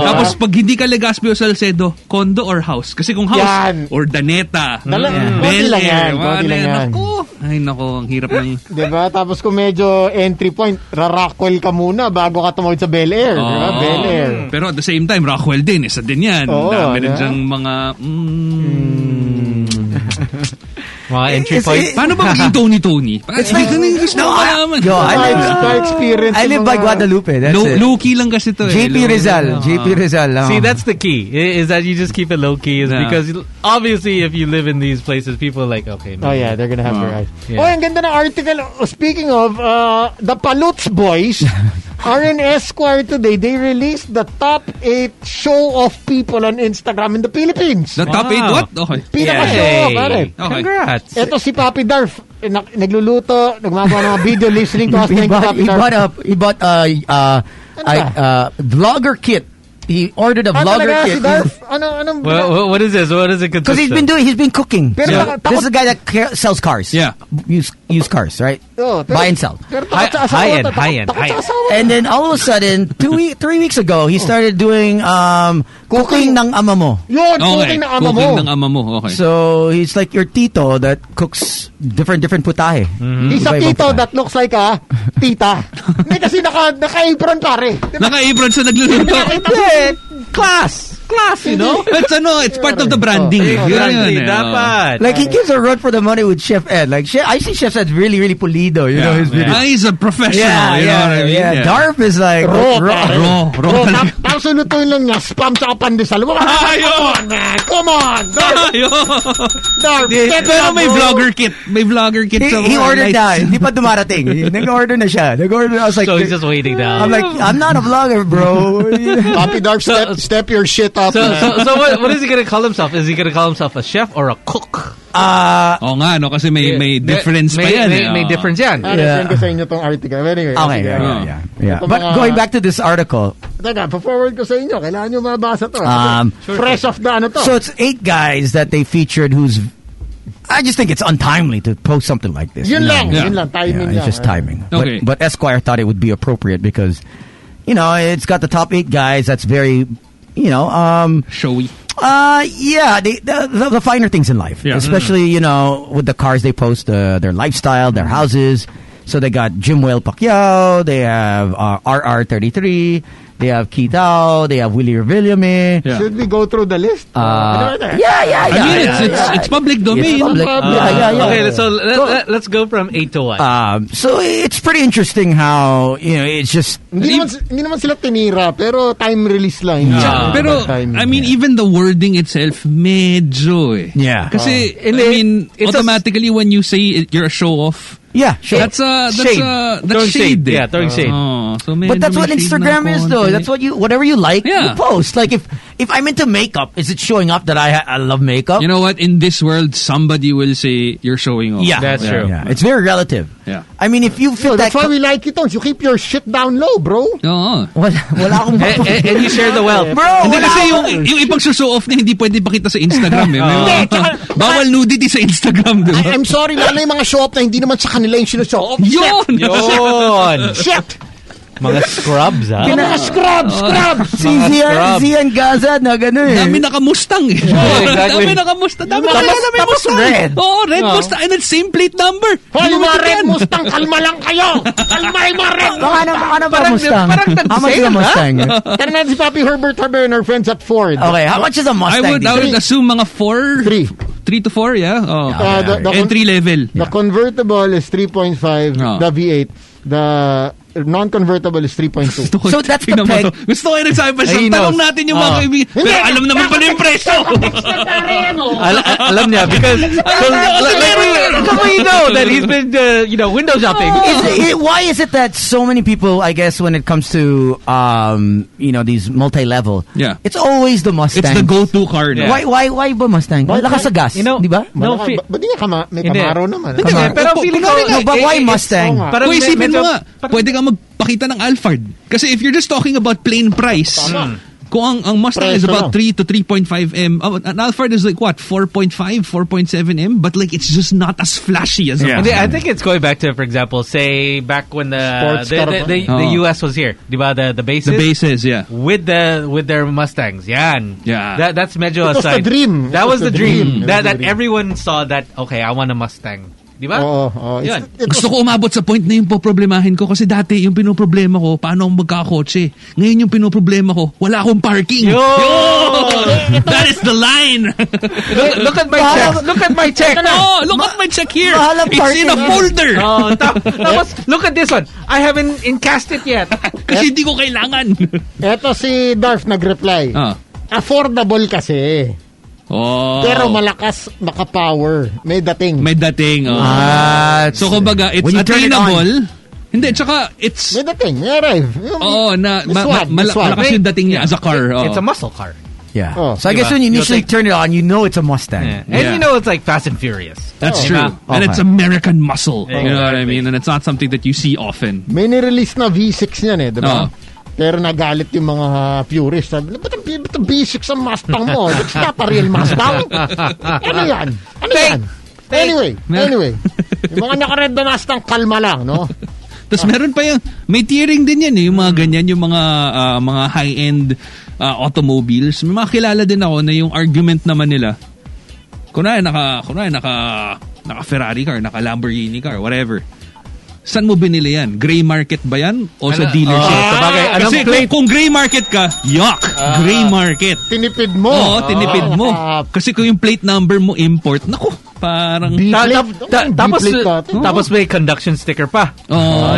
Tapos pag hindi ka Legazpi o Salcedo, condo or house. Kasi kung house,
Yan.
or Daneta,
Dala-
mm,
konti
Bel
lang yan,
Air. mga
konti
ano
lang
yan.
yan. Diba?
Naku, ay nako, ang hirap ng...
Di ba? Tapos kung medyo entry point, rarakwel ka muna bago ka tumawid sa Bel Air. Di ba?
Oo.
Bel Air.
Pero at the same time, Rockwell din, isa din yan.
Oo, ano? Hmm.
Dami rin
yeah.
dyang mga... mm,
mga
entry point.
Eh, Paano ba maging Tony-Tony?
It's like-
no, I,
Yo, I live, I live by Guadalupe. That's it.
lang kasi to eh. Low-key
JP Rizal.
lang. Ah.
JP Rizal. ah. lang.
Uh-huh.
See, that's the key i- is that you just keep it low key. Is
Yeah.
because you- obviously, if you live in these places, people are like, okay.
Oh, yeah, they're gonna have their eyes.
Yeah.
Oh, ang ganda ng article. Oh, Speaking of, uh, the Palutz Boys are in Esquire today. They released the top 8 show-off people on Instagram in the Philippines.
The top 8 what? Okay.
Pinaka-show-off, pare. Ito si Papi Darf. Eh, nak- Nagluluto, nagmagawa ng mga video listening to us.
he,
Thank you,
bought,
Papi
he
Darf.
bought a he bought a uh, I, uh, vlogger kit. He ordered a
Ah,
vlogger
talaga, si
kit.
Darf? Ano, anong...
Well, well, what is this? What is it?
Because he's
consist
been
of?
doing, he's been cooking.
Pero
So,
takot-
this is a guy that ca- sells cars. Yeah, use use cars, right?
Oh, pero-
Buy and sell.
pero takot sa asawa to, takot- takot sa asawa.
And then all of a sudden, two week, three weeks ago, he started doing um, cooking ng ama mo.
Yun,
Okay.
cooking ng ama mo.
Cooking ng ama mo. Okay.
So he's like your tito that cooks different different putahe.
He's a
Iba-ibang
tito that looks like a tita. Hindi kasi naka, naka-apron pare.
Naka-apron sa nagluluto.
Hindi. Class. Class,
you know? It's ano, it's part
Oh,
of the branding. eh. Yun yun eh. Oh.
Like he gives a run for the money with Chef Ed. Like Chef, I see Chef Ed's really, really pulido. You
Yeah,
know his
yeah.
video.
Ah, he's a professional.
Yeah,
you know what
yeah,
I mean?
yeah.
Yeah.
Darf is like
Raw,
raw,
pare.
raw, raw.
Bro, tap, tapos lutuin lang niya, spam tsaka pandesal. Wow, come on, man. Come on. Darf,
Hindi,
step
oh. Pero
up,
may
bro.
vlogger kit. May vlogger kit.
He,
sa
he
mga lights.
ordered na. Hindi pa dumarating. Nag-order na siya. Nag-order. I was like,
So he's just waiting now.
I'm like, I'm not a vlogger, bro.
Papi Darf, step, step your shit up.
So,
man.
so, so what, what is he gonna call himself? Is he gonna call himself a chef or a cook?
Ah,
Oo nga, no? Kasi may, may
May-
difference pa
may-
yan.
may-
eh.
may
Oo.
difference yan.
Ah, send ko sa inyo tong article. But Anyway,
Okay,
sige.
yeah, yeah, yeah, yeah.
Ito
But
mga-
going back to this article,
Teka, pa-forward ko sa inyo. Kailangan nyo mabasa to. ah.
Um,
Fresh off the ano to.
so it's eight guys that they featured who's. I just think it's untimely to post something like this. You
Yun
know?
lang, yun lang, timing
it's
lang,
just
eh.
timing.
Okay.
But, but Esquire thought it would be appropriate because, you know, it's got the top eight guys. That's very, you know, um,
showy.
Uh, yeah, they, the, the the finer things in life,
Yeah.
especially you know with the cars they post, uh, their lifestyle, their houses. So they got Jim Whale Pacquiao, they have uh, RR33, they have Kitao, they have Willie Revillame.
Should we go through the list?
Uh,
Ano ba ito?
yeah, yeah, yeah.
I mean,
yeah,
it's,
yeah,
it's,
yeah.
it's public domain.
It's public. yeah, yeah, yeah.
Okay, so let, let, let's go from eight to
Ah.
one.
Um, so it's pretty interesting how you know it's just
Hindi naman, hindi naman sila tinira, pero time release lang. Hindi
Tsaka-
naman
pero,
time.
I mean, even the wording itself, medyo eh.
Yeah.
Kasi,
Oh. And
I
it-
mean,
it's a-
automatically when you say it, you're a show-off,
yeah, sure.
That's a that's uh,
Shade.
a that's
Throwing
shade.
shade.
eh.
Yeah, throwing shade.
Oh, so medyo
But that's
may
what
shade
Instagram
ng
is,
konti.
though. That's what you, whatever you like,
Yeah.
you post. Like if if I'm into makeup, is it showing up that I ha- I love makeup?
You know what? In this world, somebody will say you're showing off.
Yeah,
That's true.
Yeah. It's very relative.
Yeah.
I mean, if you feel
So
that,
that's why we like it, don't you? Keep your shit down low, bro.
Oo.
wala, wala akong
and, and, and you share the wealth.
bro.
Hindi
wala
kasi yung,
akong-
yung ibang show off niya hindi pwede pakita sa Instagram eh. May
Hindi,
mga-
tsaka-
bawal nudity sa Instagram, di ba?
I, I'm sorry, lalo yung mga show-off na hindi naman sa kanila yung show-off.
Yun!
Yun!
Shit!
Mga scrubs, ah. ha?
Pina-
scrub, scrub!
Si Zian, Zian Gaza na gano'n eh.
Oh. Dami nakamustang eh.
Oh, exactly.
Dami nakamustang. Dami
Tapos-
talaga may
tapos
mustang.
red.
Oo, red
Oo.
mustang. And then same plate number.
Hoy,
Hindi mo
mga Red
maintindihan.
Mustang, kalma lang kayo! Kalma yung mga Red
Baka na, baka na ba Mustang?
parang
How much is a
nag-sale, ha?
Mustang?
Kaya natin si Papi Herbert Haber and our friends at Ford.
Okay, how much is
I
a Mustang?
would, I would
dito?
assume mga four.
Three.
Three to four, yeah. Oh.
Uh, the- the-
Entry level.
The convertible is 3.5,
Ah.
the V8. The non-convertible is 3.2.
So that's the
Tingnan mo to.
peg.
Gusto ko yung nagsabi pa siya.
He knows.
Tanong natin yung mga
Oh.
kaibigan. Pero alam naman pala yung presyo.
Al- al- alam niya because so, like, like we, so we know that he's been uh, you know window shopping.
Ah.
Is it, why is it that so many people, I guess, when it comes to um, you know these multi-level,
Yeah.
it's always the Mustang.
It's the go-to car na.
Why, why, why ba Mustang?
Why-
Lakas sa gas,
You know,
di ba?
no,
Malaka-
fe-
ba- Ba't di niya kama, may
Hindi.
Camaro naman? ah?
Hindi,
Tama.
pero feeling ko
No, but
eh,
why
eh, it's-
Mustang?
oo nga.
Parang
Kung
me-
isipin
medyo-
mo nga, pwede kang magpakita ng Alphard. Kasi if you're just talking about plain price, kung ang, ang Mustang is
Presyo
about
lang.
3 to 3.5 M, uh, an Alphard is like what, 4.5, 4.7 M? But like, it's just not as flashy as a
And I think it's going back to, for example, say back when the
Sports
the,
car
the,
ba?
the, the
Oh.
U.S. was here, diba? The the bases,
The bases, yeah.
with the with their Mustangs, yan.
Yeah.
That that's medyo
It was
aside.
the dream.
That
It
was, the dream.
It was
That
the
that
dream.
everyone saw that. Okay, I want a Mustang, diba?
Oo, oo. oh, It's-
Yun.
it was-
Gusto ko umabot sa point na yung poproblemahin ko kasi dati yung pinoproblema ko, paano akong magkakotse? Ngayon yung pinoproblema ko, wala akong parking.
Yo!
That is the line!
Look, look at my check. Look at my check.
oh, look at my check here!
mahal ang
It's in a
parking.
folder!
Oh, tap- tapos, look at this one. I haven't encased it yet.
kasi hindi ko kailangan.
Eto si Darf nag-reply.
Ah.
Affordable kasi.
Oh.
Pero malakas, makapower. May dating.
May dating. Oh.
Ah,
So kumbaga, it's
When you turn it
attainable. Hindi, tsaka it's...
May dating. May arrive.
Oo, na, ma, ma,
Swag,
mala-
swag.
malakas yung dating niya as a car. Oh, oo.
It's a muscle car.
Yeah.
Oh,
so I guess
diba?
when you initially
You'll
turn it on, you know it's a
And
Mustang.
Yeah.
you know it's like Fast and Furious.
That's
Oh.
true.
Diba?
And
Okay.
it's American muscle.
Yeah,
You know what I
exactly.
mean? And it's not something that you see often.
May nirelease na V6 niyan eh, di
Oo.
ba? Pero nagalit yung mga purists. Sabi, ba't ang, ba't ang V6 ang Mustang mo? It's not a real Mustang. ano yan? Ano yan? Anyway, anyway. Yung mga nakared na Mustang, kalma lang, no?
Tapos meron pa yung, may tiering din yan eh, yung mga ganyan, yung mga ah, mga high-end ah, automobiles. May mga kilala din ako na yung argument naman nila. Kunwari, naka, kunwari, naka, naka Ferrari car, naka Lamborghini car, whatever. Saan mo binili yan? Gray market ba yan? O sa dealership?
Oh, sabagay, anong
Kasi
plate?
kung, kung gray market ka, yuck! gray market.
Tinipid mo.
Oo, tinipid mo. Kasi kung yung plate number mo import, naku, parang...
Ta-
B-plate.
tap- ta- tapos,
B-plate dati.
tapos may conduction sticker pa.
Oh,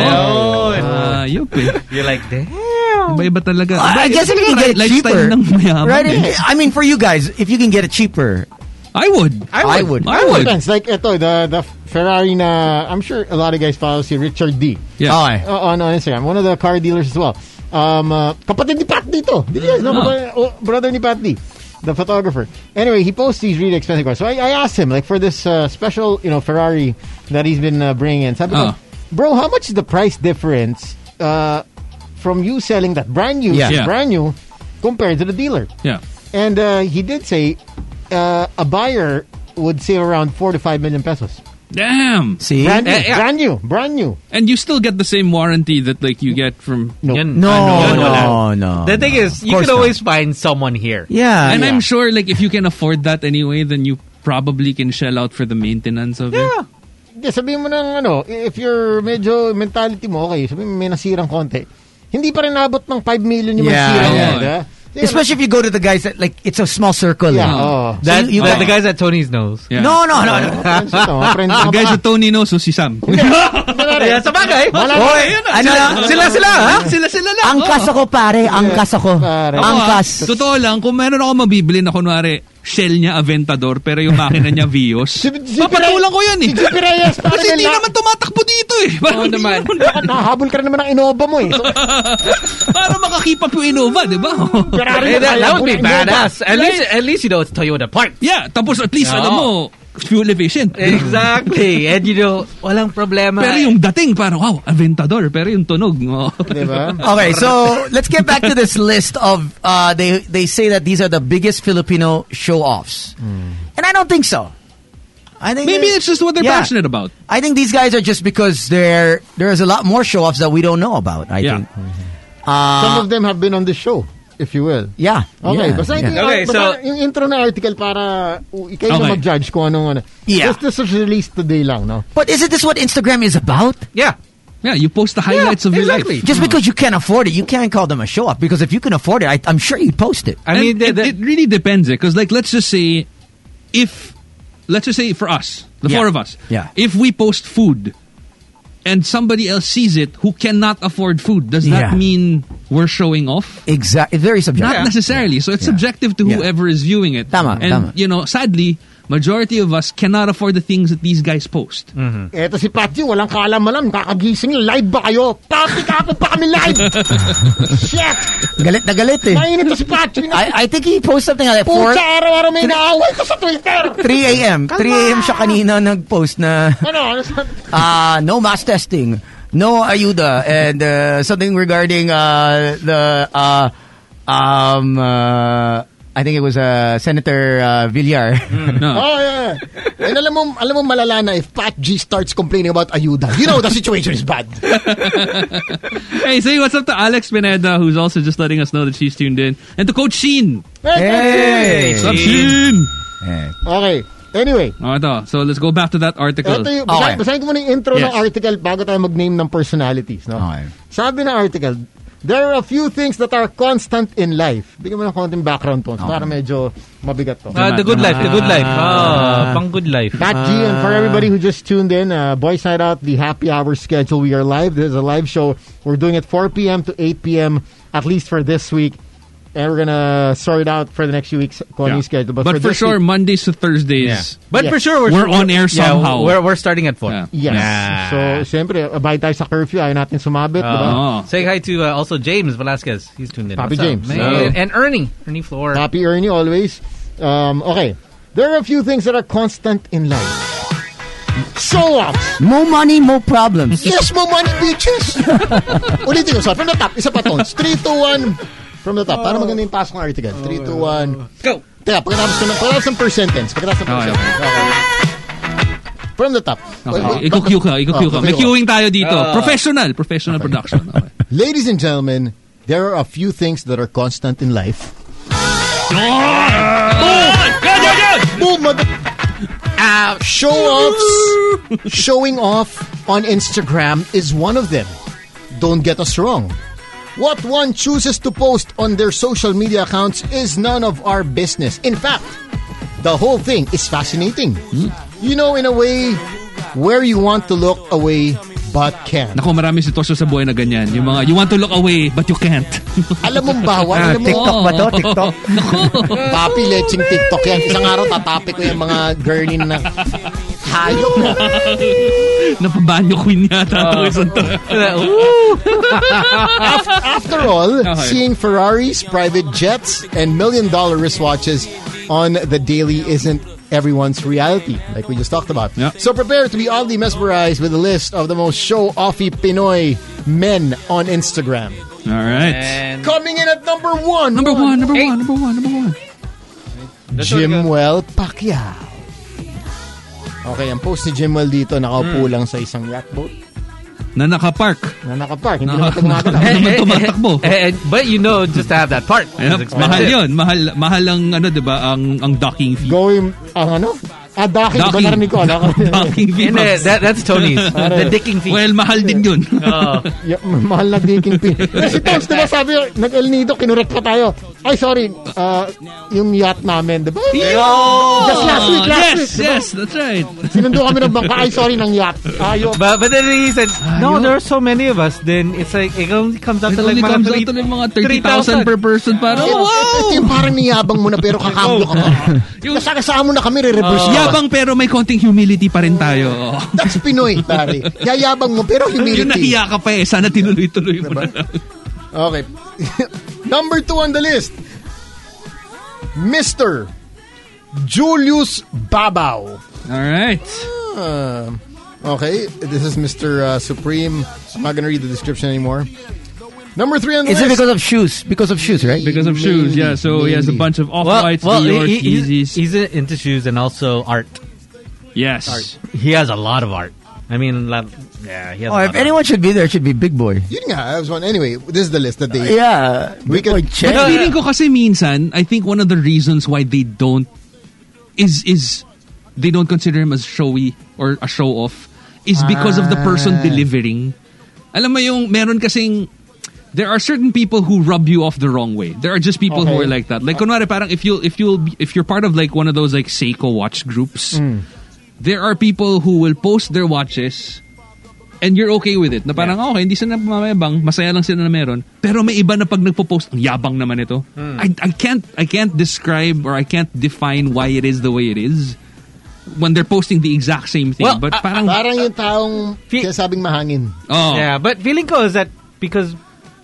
Ayun.
Ayop eh.
You're like, damn.
Iba-iba talaga.
I I
Iba-
guess if
iba
Ah, you can get
talaga
it
lifestyle
cheaper,
ng mayaman
right?
eh.
I mean, for you guys, if you can get it cheaper,
I would.
I would.
I would.
Depends. Like ito, the, the Ferrari na, I'm sure a lot of guys follow si Richard D.
Yeah.
Okay.
Uh, on, on Instagram. One of the car dealers as well. Um, uh, kapatid ni Pat dito. Did you guys
Ah.
know? Kapatid- oh, brother ni Pat D, the photographer. Anyway, he posts these really expensive cars. So I, I asked him, like, for this uh, special, you know, Ferrari that he's been uh, bringing in. Sabi ko,
Ah.
bro, how much is the price difference uh, from you selling that brand new,
Yeah.
Yeah.
brand new, compared to the dealer?
Yeah.
And uh, he did say uh, a buyer would save around four to five million pesos.
Damn.
see?
Brand new,
Eh, eh,
brand new, brand new.
And you still get the same warranty that like you get from.
No.
Yan.
no,
Ano,
no,
Ah, wala.
no,
The thing
no.
is,
Of
you
course
can
not.
always find someone here.
Yeah.
And
Ah, yeah.
I'm sure like if you can afford that anyway, then you probably can shell out for the maintenance of it.
Hindi, sabihin mo ng ano, if you're medyo mentality mo, okay, sabihin mo may nasirang konti. Hindi pa rin nabot ng 5 million yung
Yeah,
nasirang ah.
yeah.
yan, ha?
Especially if you go to the guys that like it's a small circle.
Yeah, Oh.
eh.
oo.
So
That,
you- you
the,
guys-
the guys at Tony's knows.
Yeah.
No, Ah, no, no, no.
friends ito, mga friends
The guys with Tony knows, so si Sam.
Yeah, sabagay.
Hoy, ano lang,
Sila sila, ha?
Sila sila lang. Oh.
angkas ako pare, angkas ako.
Pare.
Ako, ah,
Angkas.
Totoo lang, kung meron ako mabibili na kunwari, shell niya Aventador, pero yung makina niya Vios,
Si- si
papatulan ko yan eh.
Si GP Reyes,
Kasi hindi naman tumatakbo dito eh. Parang
Oo
hindi
naman.
naman-
Nakahabol ka rin naman ng Innova mo eh. So,
Para makakip up yung Innova, di ba? Eh,
Ferrari
Hey, Eh,
na
that,
kaya
that would
ko
be
ng Innova.
badass. At least, at least you know it's Toyota part.
yeah, tapos at least,
Oo.
alam mo, fuel efficient.
Eh, Exactly. And you know, walang problema.
Pero yung dating, parang, wow, Aventador. Pero yung tunog, oh.
Di
Diba?
ba?
Okay, so let's get back to this list of uh, they they say that these are the biggest Filipino show offs, and I don't think so. I think
Maybe it's
there's-
just what they're
Yeah.
passionate about.
I think these guys are just because there there's a lot more show offs that we don't know about. I think. Uh,
Some of them have been on the show, if you will.
Yeah.
Okay,
yeah,
basta
yeah.
ito yung,
Okay,
basta
so-
yung intro na article para uh, ikaw
Okay.
na mag-judge kung anong ano.
Yeah.
Just this was released today lang, no?
But isn't this what Instagram is about?
Yeah.
Yeah, you post the highlights of your
exactly.
life.
Just because you can't afford it, you can't call them a show off. Because if you can afford it, I, I'm sure you'd post it.
I mean,
And
the,
it,
the,
it really depends because, like, let's just say, if let's just say for us, the
Yeah.
four of us,
Yeah.
if we post food and somebody else sees it who cannot afford food, does that
Yeah.
mean we're showing off?
Exactly. Very
Not
subjective.
necessarily. So it's
Yeah.
subjective to
Yeah.
whoever is viewing it.
Tama,
and
tama.
you know, sadly, majority of us cannot afford the things that these guys post.
Eto si Patty, walang kaalam-alam. Kakagising niya. Live ba kayo? Papi, kapag pa kami live! Shit!
Galit na galit eh.
Mainit to si Patty.
I, I think he posted something like
Pucha,
4,
araw-araw may naaway ko sa Twitter!
3 a.m. 3 a.m. siya kanina nag-post na
Ano?
uh, no mass testing, no ayuda, and uh, something regarding uh, the uh, um, uh, I think it was uh, Senator uh, Villar.
No.
Oh, yeah. And alam mo, alam mo malala na if Pat G starts complaining about ayuda, you know the situation is bad.
hey, say what's up to Alex Pineda, who's also just letting us know that she's tuned in, and to Coach Sheen.
Hey!
What's up, Sheen?
Okay. Anyway,
Oh, ito. So let's go back to that article.
Ito yung,
Okay.
basahin, basahin ko muna yung intro ng
Yes.
article bago tayo mag-name ng personalities. No?
Okay.
Sabi ng article, there are a few things that are constant in life. Bigyan mo ng konting background points para medyo mabigat to.
Ah, the good life, the good life. Ah, pang good life.
Pat G, and for everybody who just tuned in, uh, Boys Night Out, the happy hour schedule. We are live. This is a live show. We're doing it 4 p.m. to 8 p.m., at least for this week. And we're going to sort it out for the next few weeks. Kung ano yung schedule. But,
But for
this
sure,
week-
Mondays to Thursdays.
Yeah. But
Yeah.
for sure, we're,
We're on air somehow.
Yeah, we're, we're starting at 4.
Yeah.
Yes.
Nah.
So, siyempre, abay tayo sa curfew. Ayaw natin sumabit. di ba?
Oh.
Say hi to uh, also James Velasquez. He's tuned in.
Papi
What's up,
James.
man?
Hello.
And Ernie. Ernie Floor.
Happy Ernie always. Um, okay. There are a few things that are constant in life. Show up!
More money, more problems.
Yes, mo money, bitches! Ulitin ko, sir. From the top, isa pa tones. 3, 2, 1. From the top. Para maganda yung pasok ng article. 3, 2, 1.
Go.
Teka, pagkatapos ko ng, pagkatapos ng percent tense. Pagkatapos ng percent tense. Okay. From the top.
Okay. Ikaw cue ka, ikaw cue ka. May queuing tayo dito. professional, professional production. Okay.
Ladies and gentlemen, there are a few things that are constant in life. Boom! Mother- Show offs, showing off on Instagram is one of them. Don't get us wrong. What one chooses to post on their social media accounts is none of our business. In fact, the whole thing is fascinating.
Hmm?
You know, in a way, where you want to look away but can't.
Nako, marami sitwasyon sa buhay na ganyan. Yung mga, you want to look away, but you can't.
Alam mong bawal, alam mo,
Ah, TikTok ba to? TikTok?
Papi, leching TikTok yan. Isang araw tatapi ko yung mga girly na hayop na.
Napabanyo queen
Ah.
yata ako isang to.
After all,
Okay.
seeing Ferraris, private jets, and million dollar wristwatches on the daily isn't everyone's reality, like we just talked about.
Yeah.
So prepare to be oddly mesmerized with a list of the most show offy Pinoy men on Instagram.
Alright.
And
Coming in at number one,
Number one, number one, number one, number one.
Jimwell Pacquiao. Okay, ang post ni Jimwell dito, nakaupo
Hmm.
lang sa isang yacht boat
Na nakapark.
na nakapark. Hindi naman
Naka-
tumagalaw.
Eh,
Hindi naman tumatakbo.
and, eh, but you know, just to have that part.
Yep.
is expensive.
Mahal yun. Mahal, mahal ang, ano, di ba, ang, ang docking fee.
Going, ang ano? Ah, docking. Iba
Docking.
narinig ko. Ano?
docking fee.
And, uh,
bro.
that, that's Tony's. the dicking feet.
Well, mahal din yun.
Oh.
Yeah, mahal na diking pin. Kasi Toms, di ba sabi, nag El Nido, kinurek pa tayo. Ay, sorry, ah, yung yacht namin, di ba? Just last week, last
yes,
week, di ba?
yes, that's right.
Sinundo kami ng bangka, ay, sorry, ng yacht. Ayok.
But, but then he said, no,
Ayun.
there are so many of us. Then it's like, it only comes out
Ah, It
to like
only
mga
comes out
three-
to like mga 30,000 per person. Parang,
Ito,
Oh, wow!
ito yung parang niyabang mo na pero kakamblo ka pa. Kasakasama mo na kami, re-reverse ka pa.
Yabang pero may konting humility pa rin tayo. Oo.
That's Pinoy, pare. Yayabang mo pero
Yung
humility.
nahiya ka pa eh. Sana tinuloy-tuloy mo na lang.
Okay. Number two on the list. Mr. Julius Babaw.
Alright.
Um, okay, this is Mr. Uh, Supreme. I'm not going to read the description anymore. Number three on the
Is it
list.
because of shoes? Because of shoes, right?
Because of shoes, yeah. So he has a bunch of
Well,
off-whites,
well
New York,
he, he's,
Yeezys.
he's into shoes and also art.
Yes.
He has a lot of art. I mean, lot, yeah, he has a
Oh,
lot
if
of
anyone should be there, it should be Big Boy.
Yun nga, I was one. Anyway, this is the list that they...
Yeah,
We can...
But feeling ko kasi minsan, I think one of the reasons why they don't is is they don't consider him as showy or a show off is because of the person
Ah.
delivering. Alam mo yung meron kasing there are certain people who rub you off the wrong way. There are just people who
Okay.
are like that. Like kunwari parang if you if you'll be, if you're part of like one of those like Seiko watch groups,
Hmm.
there are people who will post their watches and you're okay with it. Na parang, okay, hindi sila mamayabang, masaya lang sila na meron. Pero may iba na pag nagpo-post, ang yabang naman ito.
Hmm.
I, I, can't, I can't describe or I can't define why it is the way it is when they're posting the exact same thing.
Well,
but parang,
Parang yung taong sinasabing mahangin.
oh,
Yeah, but feeling ko is that because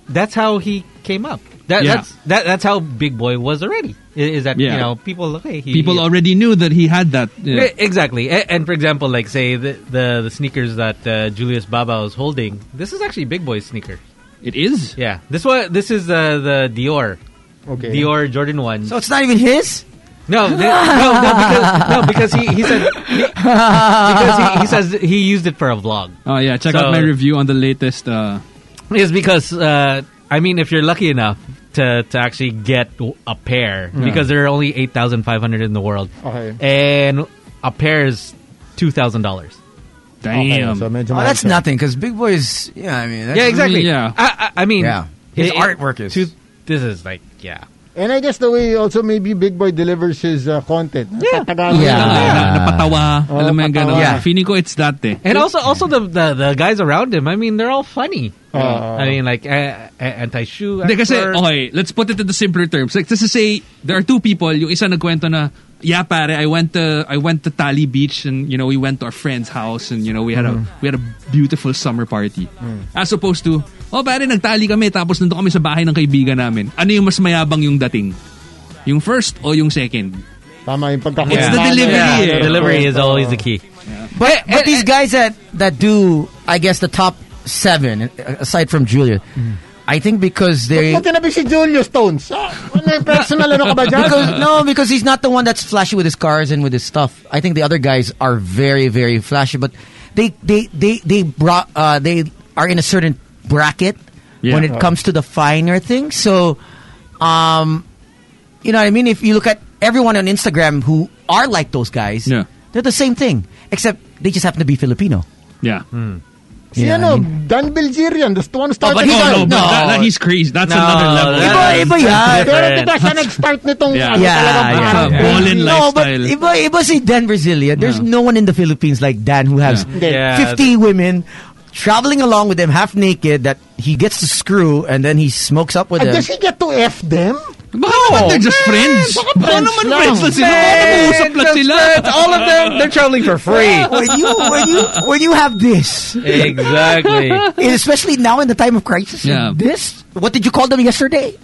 that's how he came up. That,
Yeah.
That's that, that's how Big Boy was already. I- Is that you
Yeah.
know people okay he,
people already knew that he had that.
E-
Yeah.
exactly. And, and for example, like say the the, the sneakers that uh, Julius Baba was holding. This is actually Big Boy's sneaker.
It is?
Yeah, this one. This is uh, the Dior
Okay.
Dior Jordan one.
So it's not even his.
No, th- no, no, because, no, because he, he said he, because he, he says he used it for a vlog.
Oh, yeah. Check
So-
out my review on the latest. Uh,
is because uh, I mean, if you're lucky enough to to actually get a pair, because there are only eight thousand five hundred in the world,
Okay.
and a pair is two thousand dollars.
damn.
Okay, so medyo
Oh,
mahal
that's
siya.
nothing because Big Boy is. Yeah, I mean. That's,
Yeah, exactly.
yeah.
I, I, I mean,
Yeah. His artwork is-
two- this is like yeah.
And I guess the way also maybe Big Boy delivers his uh, content. Yeah.
Ah,
Yeah.
na- napatawa.
Oh,
Alam mo yung ganun.
napatawa. Yeah.
Feeling ko it's that eh.
And also, also the, the the guys around him. I mean, they're all funny. I mean, like uh, anti shoe.
Hindi Eh, kasi,
"Oh,
okay, let's put it in the simpler terms. Like, just to say, there are two people, yung isa nagkwento na, yeah pare, I went to, I went to Tali Beach and, you know, we went to our friend's house and, you know, we had a, we had a beautiful summer party. As opposed to, oh pare, nagtali kami tapos nandun kami sa bahay ng kaibigan namin. Ano yung mas mayabang yung dating? Yung first o yung second?
Tama yung pagkakita.
It's the delivery eh.
Delivery is always the key.
But, Eh, but these guys that that do, I guess, the top seven uh, aside from Julia, I think because they.
Ba't tinabi si Julius Stones? Ah, ano yung personal ano ka ba dyan?
Because, no, because he's not the one that's flashy with his cars and with his stuff. I think the other guys are very, very flashy, but they they they they brought uh, they are in a certain bracket
Yeah. Uh-huh.
when it comes to the finer things. So, um, you know what I mean? If you look at everyone on Instagram who are like those guys,
Yeah.
they're the same thing, except they just happen to be Filipino.
Yeah.
si
Yeah, I
ano, Dan Bilzerian, the one
Oh,
who started
But
it
no, no,
all.
but that- that- he's crazy. That's
No,
another level.
that-
Iba, iba yan.
Pero diba siya nag-start nitong
Yeah.
ano
Yeah,
talagang
yeah,
parang
yeah.
crazy.
Ballin
No, but
lifestyle.
iba, iba si Dan Brasilia. There's no one in the Philippines like Dan who has
Hindi.
Yeah.
50 women traveling along with them half naked that he gets to screw and then he smokes up with
And
them.
does he get to F them?
Baka naman they're just friends.
Baka
Baka
friends
naman
lang.
friends lang sila. Baka nag-uusap lang sila.
all of them, they're traveling for free.
when you when you when you have this,
exactly.
especially now in the time of crisis,
Yeah.
this what did you call them yesterday?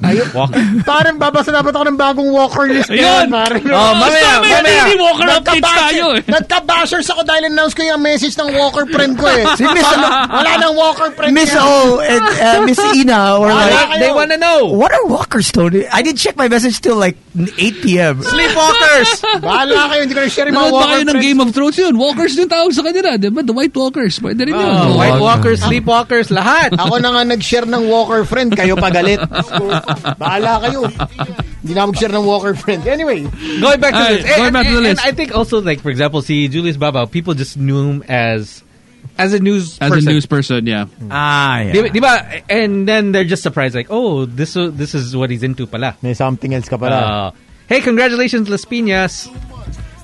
Walk.
Parang babasa dapat ako ng bagong walker list.
Ayun.
Parang,
Oh, mamaya,
Basta may
mamaya.
Daily Walker updates
Nagka-basher-
tayo eh.
eh. Nagka-bashers ako dahil announce ko yung message ng walker friend ko eh.
Si Miss-
Wala, wala nang walker friend.
Miss
niya.
O and uh, Miss Ina were like,
Ah, they want to know.
"What are walkers, Tony?" I didn't check my message till like 8 p.m.
Sleepwalkers.
Bahala kayo, hindi ko na share yung mga
Nanood ba
walker
kayo ng
friends.
Game of Thrones yun? Walkers yung tawag sa kanila, di ba? The White Walkers. Pwede rin yun.
Ah,
Oh,
Oh,
White Walkers, Sleepwalkers, lahat.
Ako na nga nag-share ng walker friend, kayo pagalit. Bahala kayo. Hindi na ako mag-share ng walker friend. Anyway,
Going back to
Alright,
this. And,
going back to the
and-
list.
and I think also, like, for example, see, Julius Baba, people just knew him as as a news
As
person.
a news person, yeah.
Ah,
Di- di ba? And then they're just surprised, like, oh, this this is what he's into pala.
may something else ka pala.
Uh, hey, congratulations, Las Piñas.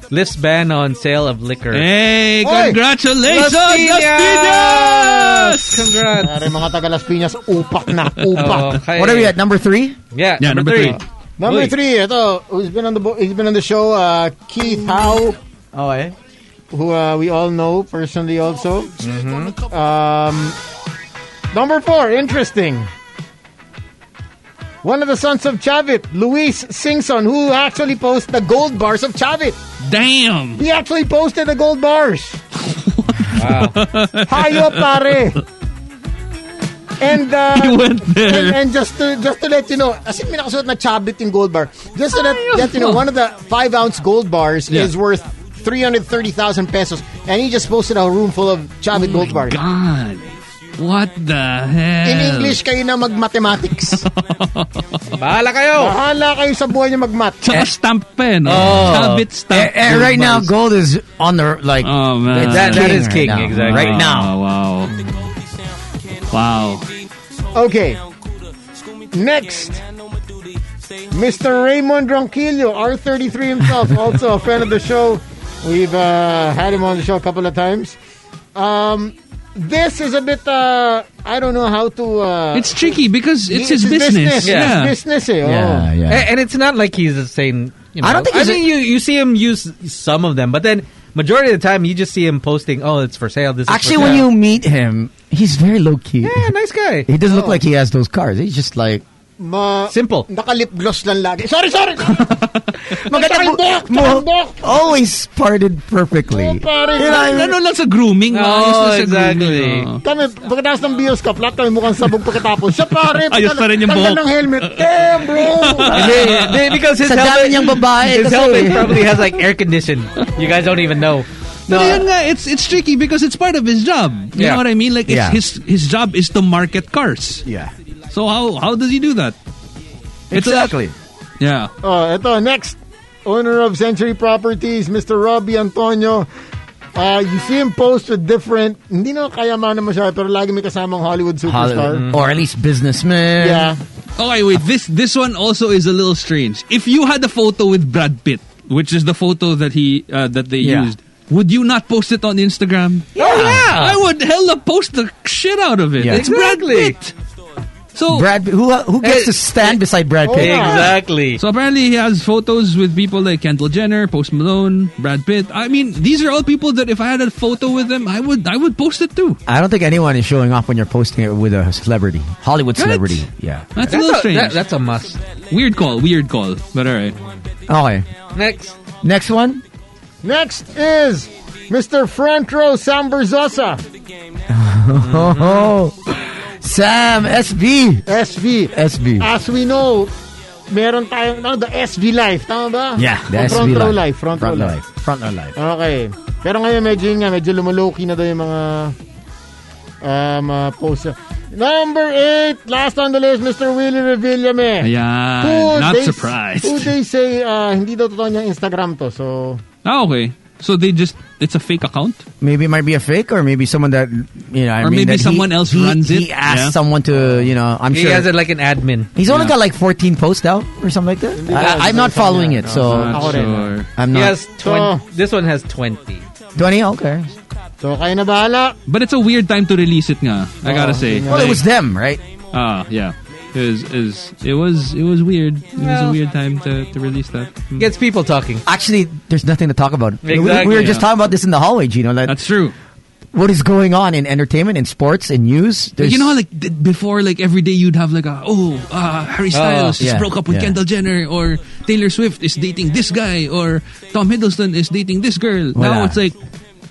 Lifts ban on sale of liquor.
Hey,
Oy!
congratulations, Las
Piñas!
Piñas!
Congrats!
Pare mga taga Las Piñas, upak na, upak.
Okay.
what are we at number three?
Yeah,
Yeah,
number,
number
three.
three.
Number
Uy.
three, ito, who's been on the, bo- he's been on the show, uh, Keith Howe,
Oh, eh?
who uh, we all know personally also.
Mm-hmm.
Um, number four, interesting. One of the sons of Chavit, Luis Singson, who actually posts the gold bars of Chavit.
Damn!
He actually posted the gold bars. Hayo pare. And
He
uh,
went
and,
there.
and just to just to let you know, as in may nakasuot na chabit yung gold bar. Just to let, let you know, one of the five ounce gold bars
Yeah.
is worth 330,000 pesos. And he just posted a room full of Chavit gold bars.
God. What the hell?
In English, kayo na mag-mathematics.
Bahala kayo!
Bahala kayo sa buhay niyo mag-math.
Tsaka stamp pa eh, no?
Oh.
Habit stamp.
Eh, eh, right now,
gold.
gold is on the like.
Oh, man.
it's
That-
that is king,
right now.
exactly.
Right now,
Wow. Wow.
Okay. Next, Mr. Raymond Ronquillo, R33 himself, also a friend of the show. We've uh, had him on the show a couple of times. Um, this is a bit, uh, I don't know how to. Uh,
It's tricky because it's his
his
business.
Yeah.
Yeah.
It's business eh. Oh.
yeah, yeah.
A- And, it's not like he's the same. You know,
I don't think
I
he's a-
mean, you you see him use some of them, but then majority of the time you just see him posting, "Oh, it's for sale." This
Actually,
is for
when
sale."
you meet him, he's very low key.
yeah, nice guy.
He doesn't look like he has those cars. He's just like
Ma-
Simple.
Nakalip gloss lang lagi. Sorry, sorry!
Maganda
Magandang
bu-
buhok!
mo-
Magandang buhok!
always parted perfectly.
Oh, pare.
Ano lang sa grooming. maayos lang sa
exactly.
grooming, oh.
Kami, pagkatapos ng BIOS ka, flat kami mukhang sabog pagkatapos. Siya pare,
Ayos pa rin yung
tanggal
buhok.
ng helmet. Damn, bro!
They- they- because his
Sa dami
helmet,
niyang babae.
his
kasi-
helmet probably has like air condition. You guys don't even know.
Pero yun nga, it's it's tricky because it's part of his job. You
Yeah.
know what I mean? Like it's
Yeah.
his his job is to market cars.
Yeah,
So how how does he do that? It's a-
exactly.
yeah.
Oh, ito, next. Owner of Century Properties, Mr. Robbie Antonio. Uh, you see him post with different, hindi na kayamanan masyado, pero lagi may kasamang Hollywood superstar.
Hollywood, Uh, or at least businessman.
Yeah.
Okay, wait. This this one also is a little strange. If you had a photo with Brad Pitt, which is the photo that he uh, that they
Yeah.
used, would you not post it on Instagram?
Oh yeah,
I would hella post the shit out of it.
Yeah.
It's Brad
Exactly.
Pitt. So
Brad, who who gets to stand beside Brad Pitt?
exactly.
so apparently he has photos with people like Kendall Jenner, Post Malone, Brad Pitt. I mean, these are all people that if I had a photo with them, I would I would post it too.
I don't think anyone is showing off when you're posting it with a celebrity, Hollywood
Right?
celebrity. Yeah.
That's
That's, a little
a,
strange.
that- that's a must.
weird call, weird call. But all right.
Okay.
Next,
Oh, Next one.
Next is Mr. Front Row Sam Berzosa,
Oh, Sam SB.
SV.
SB.
As we know, meron tayong, ano, the SV life, tama ba?
Yeah, the
O
SB
front row
life.
life. Front, row life.
Front row life.
Okay. Pero ngayon medyo yun nga, medyo lumulowkey na daw yung mga um, uh, posts. Number 8, last on the list, Mr. Willie Revillame.
Yeah. not surprised.
Who they say, uh, hindi daw totoo niyang Instagram to. So,
Ah, okay. So they just it's a fake account?
Maybe it might be a fake, or maybe someone that you know. I
Or
mean,
maybe
that he-
someone else
he-
runs it.
He asked
Yeah.
someone to, you know. I'm
he
sure
has it like an admin.
he's only
Yeah.
got like 14 posts out or something like that.
daw,
I, I'm
hindi
not
daw
following
niya.
it, so
Not- Oh, Ah, Ako
Not
rin.
sure.
I'm
He
not.
has
Oh.
twenty. This one has twenty.
20. Okay.
so kayo na bahala.
But it's a weird time to release it nga, I gotta say.
Well, it was them, right?
Ah, yeah. It was, is it was it was weird. It was a weird time to, to release that. Mm.
Gets people talking.
Actually, there's nothing to talk about. We- we
Exactly,
were
yeah.
just talking about this in the hallway, Gino. Like,
That's true.
what is going on in entertainment, in sports, in news?
But
There's-
you know, like d- before, like every day you'd have like a oh, uh, Harry Styles just
yeah,
broke up with
yeah.
Kendall Jenner, or Taylor Swift is dating this guy, or Tom Hiddleston is dating this girl. Now
Wala.
it's like,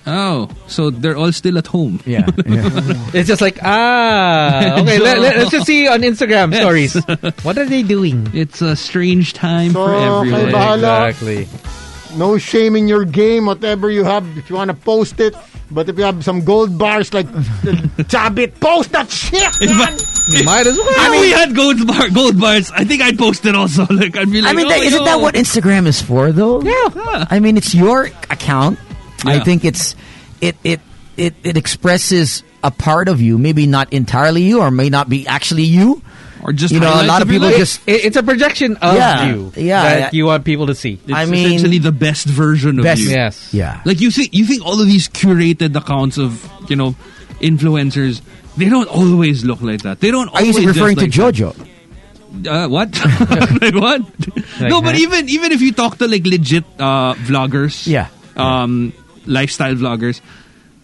oh, so they're all still at home.
yeah, yeah.
It's just like ah, okay. let, let, us just see on Instagram stories. What are they doing?
It's a strange time
So,
for
kayo
everyone.
bahala.
Exactly.
No shame in your game, whatever you have. If you wanna post it, but if you have some gold bars like Chabit, post that shit, man!
Might as well.
I mean, we had gold bar, gold bars. I think I'd post it also. Like I'd be like,
I mean,
oh,
that, isn't
yo.
that what Instagram is for, though?
Yeah.
I mean, it's your account. I
Yeah.
think it's it it it it expresses a part of you, maybe not entirely you, or may not be actually you.
Or just
you know, a
highlights
lot of
your
people
life.
just
It- it's a projection of
Yeah,
you
yeah.
that you want people to see.
It's
I mean-
essentially the best version of
Best-
you.
Yes.
yeah.
Like you think you think all of these curated accounts of you know influencers, they don't always look like that. They don't.
Are
Always
you referring
dress
to
like
JoJo?
that. Uh, what? like what? no, but
that?
even even if you talk to like legit uh, vloggers,
Yeah.
um, lifestyle vloggers.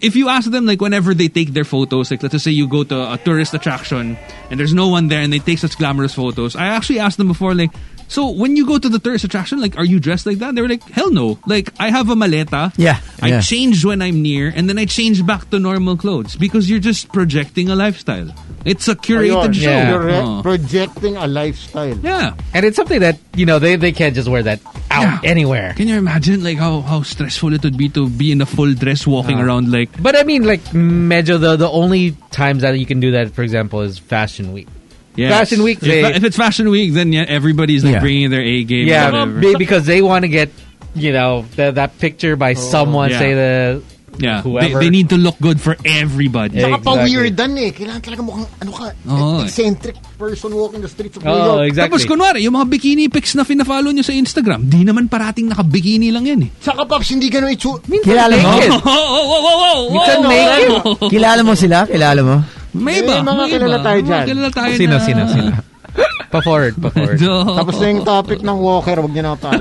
If you ask them, like whenever they take their photos, like let's just say you go to a tourist attraction and there's no one there, and they take such glamorous photos. I actually asked them before, like, so when you go to the tourist attraction, like, are you dressed like that? They were like, hell no. Like, I have a maleta.
Yeah,
I
yeah.
change when I'm near, and then I change back to normal clothes because you're just projecting a lifestyle. It's a curated
Ayun, Uh-huh.
show.
eh.
yeah.
You're re-
Oh.
projecting a lifestyle.
yeah.
And it's something that you know they, they can't just wear that out anywhere.
Can you imagine like how how stressful it would be to be in a full dress walking
Uh,
around like
But I mean, like, medyo the the only times that you can do that, for example, is Fashion Week.
Yes.
Fashion Week,
If,
they,
if it's Fashion Week, then yeah, everybody's like
Yeah.
bringing their A game.
yeah,
whatever.
be- because they want to get you know the, that picture by someone,
Oh, Yeah.
say the
yeah. They,
whoever.
they need to look good for everybody.
Saka pa weird dan eh. Kailangan talaga mukhang ano ka,
Oo, eh.
eccentric person walking the streets of New
Oh,
York.
Tapos kunwari, yung mga bikini pics na fina-follow nyo sa Instagram, di naman parating naka-bikini lang yan eh.
Saka Pops, hindi ganun itsu.
Kilala mo?
Oh, oh, oh, oh, oh,
Minsan
oh,
naked.
oh, oh.
Kilala mo sila? Kilala mo?
May
May
iba. may
mga
iba.
kilala tayo
Mga
dyan.
kilala tayo
Sino,
na-
sino, sino? Pa-forward, pa-forward.
Tapos na yung topic ng walker, wag niyo na ako tayo.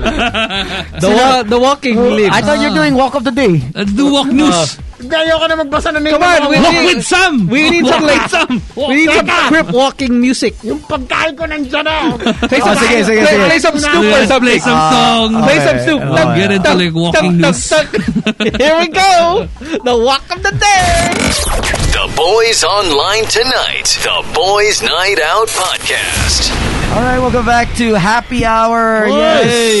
The, wa- the walking lips.
Oh, I thought you're doing walk of the day.
Let's do walk news.
Gayo ka na magbasa ng name.
Come on,
ng
we
mga-
Walk with some.
Oh. We need some
Walk
like
with some.
we need some crip walking music.
Yung pagkain ko nandyan na.
Play some,
sige, sige,
play,
sige.
play some Snoop or
Let's play
something.
Ano some song.
play some Snoop.
Ah, okay.
Tuk,
Get into
tuk,
like
tuk,
walking
tuk,
news.
tuk. Here we go. The walk of the day.
The Boys Online Tonight, the Boys Night Out Podcast.
All right, welcome back to Happy Hour.